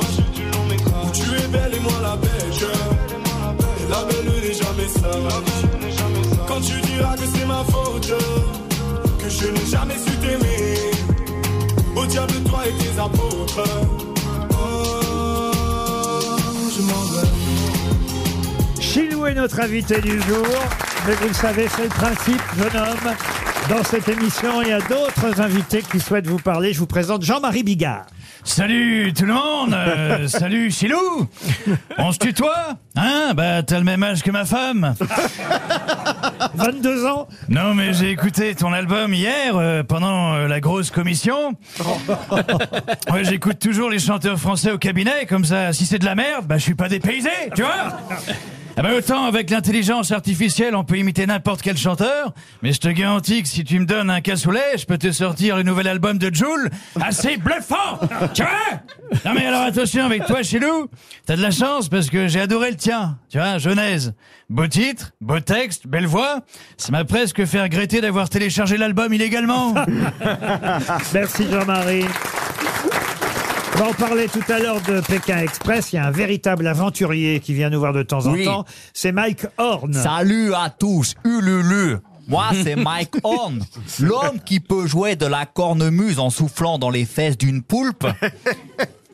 [SPEAKER 18] Où tu es belle et moi la bête Et la belle n'est jamais sage Quand tu diras que c'est ma faute Que je n'ai jamais su t'aimer Au diable toi et tes apôtres Oh, je m'en vais
[SPEAKER 2] Chilou est notre invité du jour. Mais vous le savez, c'est le principe, jeune homme. Dans cette émission, il y a d'autres invités qui souhaitent vous parler. Je vous présente Jean-Marie Bigard.
[SPEAKER 20] Salut tout le monde Euh, Salut Chilou On se tutoie Hein Bah t'as le même âge que ma femme
[SPEAKER 2] 22 ans
[SPEAKER 20] Non mais j'ai écouté ton album hier euh, pendant euh, la grosse commission. Ouais, j'écoute toujours les chanteurs français au cabinet, comme ça si c'est de la merde, bah je suis pas dépaysé, tu vois Ah bah, autant avec l'intelligence artificielle on peut imiter n'importe quel chanteur, mais je te garantis que si tu me donnes un cassoulet, je peux te sortir le nouvel album de Joule assez bluffant Tu vois Non mais alors attention avec toi Chilou, t'as de la chance parce que j'ai adoré le tien, tu vois, Genèse. Beau titre, beau texte, belle voix, ça m'a presque fait regretter d'avoir téléchargé l'album illégalement
[SPEAKER 2] Merci Jean-Marie. On va en parler tout à l'heure de Pékin Express. Il y a un véritable aventurier qui vient nous voir de temps en
[SPEAKER 21] Oui.
[SPEAKER 2] temps. C'est Mike Horn.
[SPEAKER 21] Salut à tous, ululu. Moi, c'est Mike Horn, l'homme qui peut jouer de la cornemuse en soufflant dans les fesses d'une poulpe.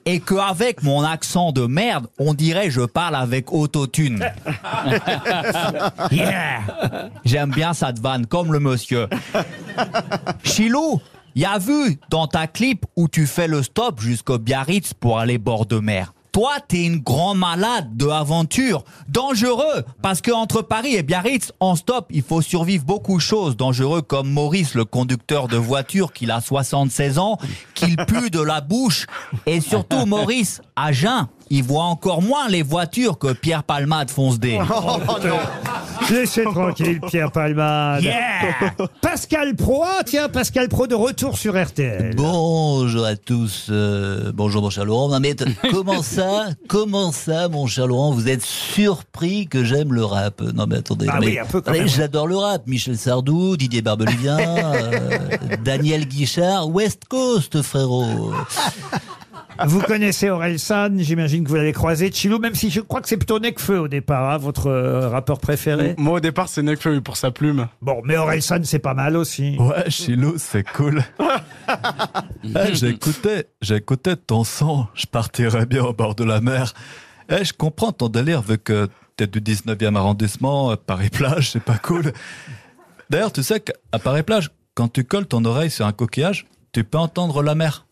[SPEAKER 21] Et qu'avec mon accent de merde, on dirait je parle avec autotune. Yeah. J'aime bien ça te vanne, comme le monsieur. Chilou, il y a vu dans ta clip où tu fais le stop jusqu'au Biarritz pour aller bord de mer. Toi, t'es une grand malade de aventure, dangereux, parce que entre Paris et Biarritz, en stop, il faut survivre beaucoup de choses dangereux comme Maurice, le conducteur de voiture, qu'il a 76 ans, qu'il pue de la bouche, et surtout Maurice, à jeun, il voit encore moins les voitures que Pierre Palmade fonce des.
[SPEAKER 2] Laissez tranquille Pierre Palmade.
[SPEAKER 21] Yeah.
[SPEAKER 2] Pascal Pro, ah, tiens, Pascal Pro de retour sur RTL.
[SPEAKER 21] Bonjour à tous. euh, bonjour mon cher Laurent. Non, mais t- comment ça Comment ça, mon cher Laurent Vous êtes surpris que j'aime le rap Non mais attendez.
[SPEAKER 2] Ah
[SPEAKER 21] mais-
[SPEAKER 2] oui, un peu quand
[SPEAKER 21] mais
[SPEAKER 2] même.
[SPEAKER 21] J'adore le rap. Michel Sardou, Didier Barbelivien, euh, Daniel Guichard, West Coast, frérot.
[SPEAKER 2] Vous connaissez Aurel San, j'imagine que vous l'avez croisé. Chilou, même si je crois que c'est plutôt Necfeu au départ, hein, votre euh, rappeur préféré.
[SPEAKER 19] Moi, au départ, c'est Nekfeu pour sa plume.
[SPEAKER 2] Bon, mais Aurel San, c'est pas mal aussi.
[SPEAKER 22] Ouais, Chilo, c'est cool. Eh, j'écoutais, j'écoutais ton son, je partirais bien au bord de la mer. Eh, je comprends ton délire vu que t'es du 19e arrondissement, euh, Paris-Plage, c'est pas cool. D'ailleurs, tu sais qu'à Paris-Plage, quand tu colles ton oreille sur un coquillage, tu peux entendre la mer.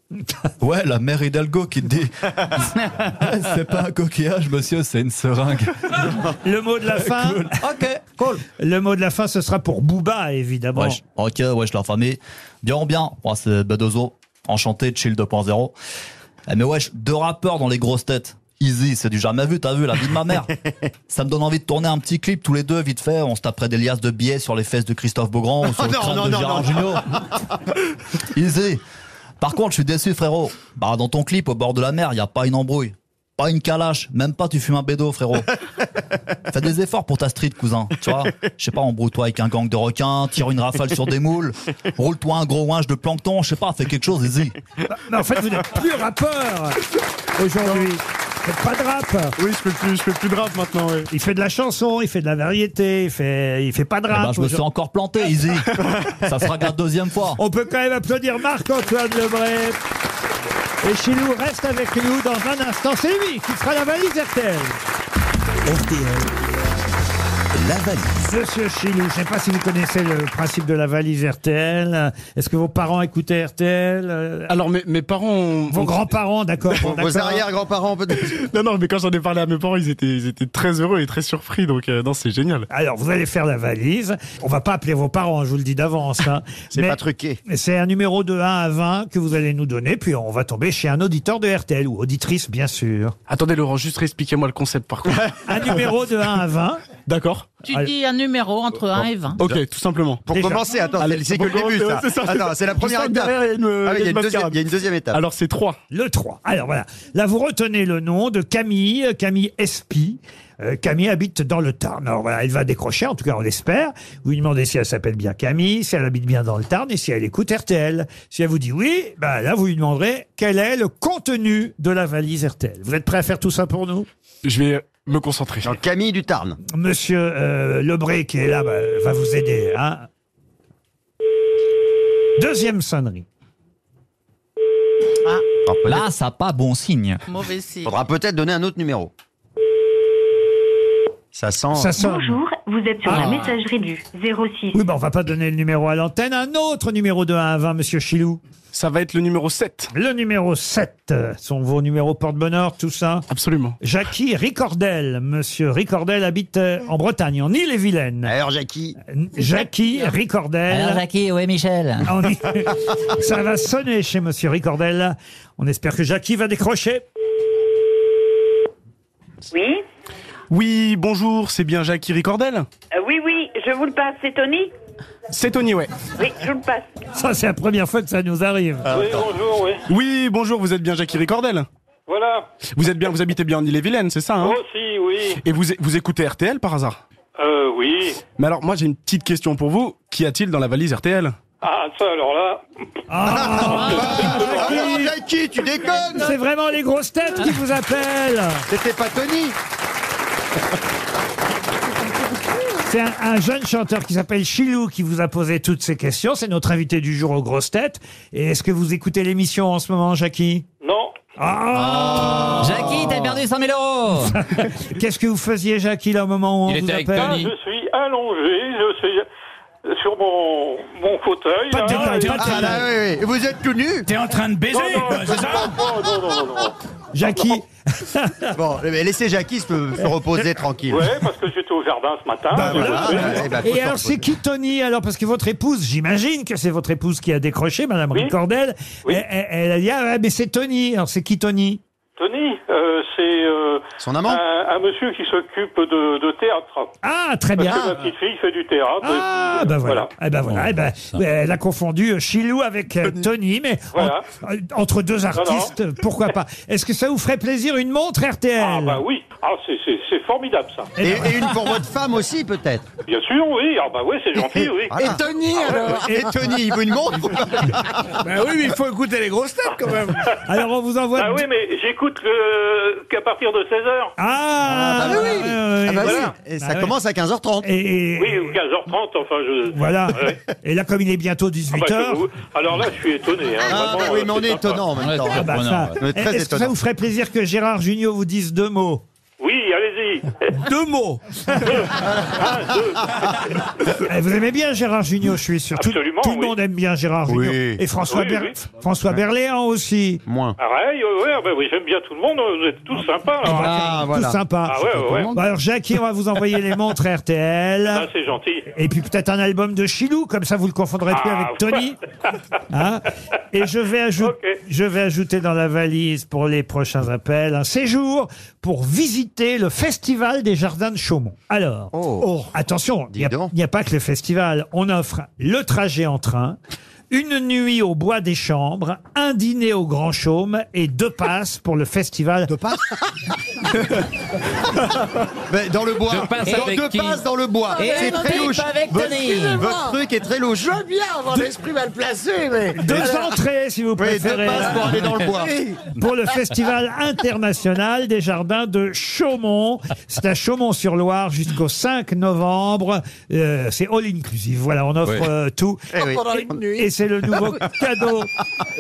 [SPEAKER 22] Ouais, la mère Hidalgo qui te dit Eh, C'est pas un coquillage, monsieur, c'est une seringue.
[SPEAKER 2] Le mot de la fin.
[SPEAKER 21] Ok,
[SPEAKER 2] cool. Le mot de la fin, ce sera pour Booba, évidemment.
[SPEAKER 21] Wesh, ok, wesh, la famille. Bien, bien. Moi, c'est Bedozo. Enchanté, chill 2.0. Eh, Mais wesh, deux rappeurs dans les grosses têtes. Easy, c'est du jamais vu, t'as vu, la vie de ma mère. Ça me donne envie de tourner un petit clip tous les deux, vite fait. On se taperait des liasses de billets sur les fesses de Christophe Beaugrand ou sur le
[SPEAKER 17] Oh Non,
[SPEAKER 21] crâne
[SPEAKER 17] non,
[SPEAKER 21] de
[SPEAKER 17] non,
[SPEAKER 21] Gérard
[SPEAKER 17] non.
[SPEAKER 21] Jugnot. Easy. Par contre, je suis déçu, frérot. Bah, dans ton clip, au bord de la mer, y a pas une embrouille. Pas une calache, même pas tu fumes un bédo, frérot. Fais des efforts pour ta street, cousin. Tu vois, je sais pas, embrouille-toi avec un gang de requins, tire une rafale sur des moules, roule-toi un gros ouinge de plancton, je sais pas, fais quelque chose, easy.
[SPEAKER 2] Non, en fait, vous n'êtes plus rappeur aujourd'hui. Faites Pas de rap.
[SPEAKER 19] Oui, je fais plus, je fais plus de rap maintenant.
[SPEAKER 2] Il fait de la chanson, il fait de la variété, il fait, il fait pas de
[SPEAKER 21] Eh ben,
[SPEAKER 2] rap.
[SPEAKER 21] je me suis
[SPEAKER 2] aujourd'hui.
[SPEAKER 21] encore planté, easy. Ça sera que la deuxième fois.
[SPEAKER 2] On peut quand même applaudir Marc-Antoine Lebret. Et Chilou reste avec nous dans un instant. C'est lui qui fera la valise RTL.
[SPEAKER 23] RTL.
[SPEAKER 24] La valise.
[SPEAKER 2] Monsieur Chilou, je ne sais pas si vous connaissez le principe de la valise RTL. Est-ce que vos parents écoutaient RTL
[SPEAKER 19] Alors, mes, parents.
[SPEAKER 2] Vos grands-parents, d'accord. bon, d'accord.
[SPEAKER 19] arrière-grands-parents, peut-être Non, non, mais quand j'en ai parlé à mes parents, ils étaient, ils étaient très heureux et très surpris, donc euh, non, c'est génial.
[SPEAKER 2] Alors, vous allez faire la valise. On va pas appeler vos parents, je vous le dis d'avance. hein.
[SPEAKER 19] C'est
[SPEAKER 2] Mais
[SPEAKER 19] pas truqué.
[SPEAKER 2] C'est un numéro de 1 à 20 que vous allez nous donner, puis on va tomber chez un auditeur de RTL ou auditrice, bien sûr.
[SPEAKER 19] Attendez, Laurent, juste réexpliquez-moi le concept par contre.
[SPEAKER 2] Un numéro de 1 à 20.
[SPEAKER 19] D'accord.
[SPEAKER 6] Tu dis un numéro entre 1 et 20.
[SPEAKER 19] Ok, tout simplement.
[SPEAKER 7] Pour
[SPEAKER 19] Déjà.
[SPEAKER 7] commencer, attends,
[SPEAKER 19] Allez,
[SPEAKER 7] c'est- c'est que
[SPEAKER 19] pour
[SPEAKER 7] le début,
[SPEAKER 19] commencer,
[SPEAKER 7] ça.
[SPEAKER 19] ouais, c'est
[SPEAKER 7] Attends, c'est la
[SPEAKER 19] Je
[SPEAKER 7] première
[SPEAKER 19] sens que
[SPEAKER 7] étape.
[SPEAKER 19] derrière, Il y a une,
[SPEAKER 7] Ah oui, il y a
[SPEAKER 19] il y a
[SPEAKER 7] une
[SPEAKER 19] une
[SPEAKER 7] deuxième-
[SPEAKER 19] mascarade.
[SPEAKER 7] il y a une deuxième étape.
[SPEAKER 19] Alors, c'est 3.
[SPEAKER 2] Le 3. Alors voilà. Là, vous retenez le nom de Camille, Camille Espy. Euh, Camille habite dans le Tarn. Alors voilà, elle va décrocher, en tout cas on l'espère. Vous lui demandez si elle s'appelle bien Camille, si elle habite bien dans le Tarn et si elle écoute RTL. Si elle vous dit oui, bah là vous lui demanderez quel est le contenu de la valise RTL. Vous êtes prêt à faire tout ça pour nous
[SPEAKER 19] Je vais me concentrer.
[SPEAKER 7] Camille du Tarn.
[SPEAKER 2] Monsieur euh, Lebré qui est là bah, va vous aider. hein. Deuxième sonnerie.
[SPEAKER 21] Là, ça n'a pas bon signe.
[SPEAKER 6] Mauvais signe.
[SPEAKER 7] Faudra peut-être donner un autre numéro.
[SPEAKER 21] Ça sent.
[SPEAKER 10] Bonjour, vous êtes sur
[SPEAKER 2] Ah.
[SPEAKER 10] la messagerie du 06.
[SPEAKER 2] Oui, bah on va pas donner le numéro à l'antenne. Un autre numéro de 1 à 20, monsieur Chilou.
[SPEAKER 19] Ça va être le numéro 7.
[SPEAKER 2] Le numéro 7. euh, Sont vos numéros porte-bonheur, tout ça
[SPEAKER 19] Absolument.
[SPEAKER 2] Jackie Ricordel. Monsieur Ricordel habite euh, en Bretagne, en Île-et-Vilaine. Alors, Jackie Jackie Ricordel.
[SPEAKER 21] Alors, Jackie, où est Michel
[SPEAKER 2] On y- Ça va sonner chez Monsieur Ricordel. On espère que Jackie va décrocher.
[SPEAKER 13] Oui,
[SPEAKER 19] Oui, bonjour, c'est bien Jackie Ricordel
[SPEAKER 13] Euh, oui, oui, je vous le passe, c'est Tony
[SPEAKER 19] C'est Tony, ouais.
[SPEAKER 13] Oui, je vous le passe.
[SPEAKER 2] Ça, c'est la première fois que ça nous arrive.
[SPEAKER 7] Ah,
[SPEAKER 13] Oui, bonjour, oui.
[SPEAKER 19] Oui, bonjour, vous êtes bien Jackie Ricordel
[SPEAKER 13] Voilà. Oh,
[SPEAKER 19] Vous êtes bien, vous habitez bien en Ille-et-Vilaine, c'est ça hein
[SPEAKER 13] Moi aussi, oui.
[SPEAKER 19] Et vous, vous écoutez RTL par hasard
[SPEAKER 13] Euh, oui.
[SPEAKER 19] Mais alors, moi j'ai une petite question pour vous. Qu'y a-t-il dans la valise RTL
[SPEAKER 13] Ah, ça, alors là.
[SPEAKER 9] Ah,
[SPEAKER 7] Alors, Jackie, tu déconnes
[SPEAKER 2] C'est vraiment les grosses têtes qui vous appellent.
[SPEAKER 7] C'était pas Tony
[SPEAKER 2] C'est un, un jeune chanteur qui s'appelle Chilou qui vous a posé toutes ces questions. C'est notre invité du jour aux grosses têtes. Et est-ce que vous écoutez l'émission en ce moment, Jackie
[SPEAKER 13] Non.
[SPEAKER 2] Ah
[SPEAKER 21] Jackie, t'as perdu 100 000 euros
[SPEAKER 2] Qu'est-ce que vous faisiez, Jackie, là, au moment où on vous appelle
[SPEAKER 13] Ah, je suis allongé, je suis sur mon, mon fauteuil.
[SPEAKER 2] Pas de
[SPEAKER 13] là,
[SPEAKER 2] détails,
[SPEAKER 13] et-
[SPEAKER 2] pas de détails. Ah, là,
[SPEAKER 7] bah, oui, oui. Vous êtes tout nu
[SPEAKER 9] T'es en train de baiser,
[SPEAKER 13] Non, non,
[SPEAKER 9] quoi, c'est ça
[SPEAKER 13] non, non, non, non, non.
[SPEAKER 2] Jackie
[SPEAKER 7] Bon, mais laissez Jackie se, se reposer tranquille.
[SPEAKER 13] Ouais, parce que j'étais au jardin ce matin.
[SPEAKER 7] Bah,
[SPEAKER 13] j'ai
[SPEAKER 7] voilà.
[SPEAKER 13] fait-
[SPEAKER 7] Eh ben, faut
[SPEAKER 2] Ah, Et
[SPEAKER 7] s'en
[SPEAKER 2] alors, c'est qui Tony Alors, parce que votre épouse, j'imagine que c'est votre épouse qui a décroché, Madame Ricordel. Elle, elle- elle a dit Ah, ouais, mais c'est Tony. Alors, c'est qui Tony
[SPEAKER 13] Tony, euh, c'est euh, un, un monsieur qui s'occupe de, de théâtre.
[SPEAKER 2] Ah, très bien.
[SPEAKER 13] Parce que ma petite fille fait du théâtre.
[SPEAKER 2] Ah, ben voilà. Eh ben
[SPEAKER 7] Oh,
[SPEAKER 2] voilà. Eh ben, elle a confondu euh, Chilou avec euh, Tony, mais en-
[SPEAKER 13] Voilà.
[SPEAKER 2] euh, entre deux artistes, euh, pourquoi pas Est-ce que ça vous ferait plaisir une montre RTL
[SPEAKER 13] Ah bah oui, ah, c'est- c'est c'est formidable ça.
[SPEAKER 7] Et, et une pour votre femme aussi, peut-être.
[SPEAKER 13] Bien sûr, oui. Ah bah oui, c'est gentil, oui.
[SPEAKER 7] Et Tony, alors Et Tony, il veut une montre
[SPEAKER 25] Ben oui, mais il faut écouter les grosses têtes quand même.
[SPEAKER 2] Alors on vous envoie.
[SPEAKER 13] Ah oui, mais j'écoute que- qu'à partir de 16h.
[SPEAKER 2] Ah,
[SPEAKER 7] bah oui. Ah bah oui.
[SPEAKER 13] Voilà.
[SPEAKER 7] Et ça
[SPEAKER 2] Ah oui.
[SPEAKER 7] commence à 15h30.
[SPEAKER 2] Et, et-
[SPEAKER 13] Oui, ou 15h30, enfin je...
[SPEAKER 2] voilà.
[SPEAKER 13] Ouais.
[SPEAKER 2] Et là, comme il est bientôt
[SPEAKER 13] Ah
[SPEAKER 2] 18h.
[SPEAKER 13] bah, je vous- Alors là, je suis étonné. hein,
[SPEAKER 7] Ah,
[SPEAKER 13] vraiment,
[SPEAKER 7] bah oui,
[SPEAKER 13] euh,
[SPEAKER 7] mais on
[SPEAKER 13] c'est
[SPEAKER 7] est
[SPEAKER 13] sympa.
[SPEAKER 7] étonnant en même temps.
[SPEAKER 2] Ah bah ça.
[SPEAKER 7] On est très
[SPEAKER 2] Est-ce que ça
[SPEAKER 7] étonnant.
[SPEAKER 2] vous ferait plaisir que Gérard Junior vous dise deux mots
[SPEAKER 13] Oui, allez-y.
[SPEAKER 2] Deux mots Ah. Eh, Vous aimez bien Gérard Junior, je suis sûr. Tout,
[SPEAKER 13] Absolument,
[SPEAKER 2] tout le
[SPEAKER 13] oui.
[SPEAKER 2] monde aime bien Gérard Junior.
[SPEAKER 13] Oui.
[SPEAKER 2] Et François,
[SPEAKER 13] Oui,
[SPEAKER 2] Ber-
[SPEAKER 13] oui.
[SPEAKER 2] François Berléand aussi.
[SPEAKER 7] Moins.
[SPEAKER 13] Pareil, ouais, ouais, bah oui, j'aime bien tout le monde, vous êtes tous sympas. hein.
[SPEAKER 2] Eh ben,
[SPEAKER 13] alors.
[SPEAKER 2] Tout sympa.
[SPEAKER 13] Ah ouais, ouais, ouais.
[SPEAKER 2] Bah alors Jackie, on va vous envoyer les montres RTL.
[SPEAKER 13] Ah, c'est gentil.
[SPEAKER 2] Et puis peut-être un album de Chilou, comme ça vous le confondrez plus
[SPEAKER 13] Ah,
[SPEAKER 2] avec Tony. Hein et je vais, ajou- je vais ajouter dans la valise pour les prochains appels un séjour pour visiter le festival des jardins de Chaumont. Alors, oh, attention, il n'y a- il n'y a, pas que le festival. On offre le trajet en train. Une nuit au bois des chambres, un dîner au Grand Chaume et deux passes pour le festival. Deux passes
[SPEAKER 7] Mais dans le bois.
[SPEAKER 26] Deux passes
[SPEAKER 7] dans
[SPEAKER 26] avec
[SPEAKER 7] deux
[SPEAKER 26] qui
[SPEAKER 7] passes dans le bois.
[SPEAKER 2] Eh,
[SPEAKER 26] Et
[SPEAKER 7] C'est
[SPEAKER 26] non,
[SPEAKER 7] très
[SPEAKER 26] mais
[SPEAKER 7] louche.
[SPEAKER 26] pas avec
[SPEAKER 7] votre,
[SPEAKER 26] Tony.
[SPEAKER 7] votre truc est très louche.
[SPEAKER 3] Je veux bien avoir l'esprit mal placé, mais.
[SPEAKER 2] Deux entrées, si vous
[SPEAKER 7] Oui, deux
[SPEAKER 2] préférez.
[SPEAKER 7] passes pour aller dans le bois.
[SPEAKER 2] Pour le Festival international des jardins de Chaumont. C'est à Chaumont-sur-Loire jusqu'au 5 novembre. Euh, c'est all inclusive. Voilà, on offre
[SPEAKER 8] Oui.
[SPEAKER 2] euh, tout.
[SPEAKER 8] Eh oui. Pendant une nuit.
[SPEAKER 2] Et c'est le nouveau cadeau,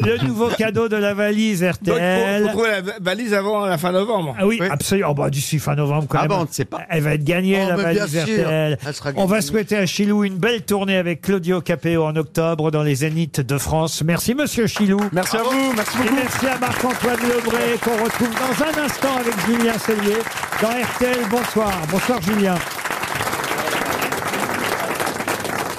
[SPEAKER 2] le nouveau cadeau de la valise
[SPEAKER 8] Donc,
[SPEAKER 2] RTL.
[SPEAKER 8] faut, faut trouver la va- valise avant la fin novembre.
[SPEAKER 2] Ah oui, absolument. Bah, D'ici fin novembre,
[SPEAKER 8] Ah
[SPEAKER 2] quand même. Elle va être gagnée,
[SPEAKER 8] Oh,
[SPEAKER 2] la
[SPEAKER 8] mais
[SPEAKER 2] valise
[SPEAKER 8] bien sûr.
[SPEAKER 2] RTL.
[SPEAKER 8] Elle sera
[SPEAKER 2] On va
[SPEAKER 8] gagnée.
[SPEAKER 2] souhaiter à Chilou une belle tournée avec Claudio Capéo en octobre dans les Zéniths de France. Merci, monsieur Chilou.
[SPEAKER 8] Merci à vous, merci beaucoup.
[SPEAKER 2] Et merci à Marc-Antoine Lebré qu'on retrouve dans un instant avec Julien Cellier dans RTL. Bonsoir. Bonsoir, Julien.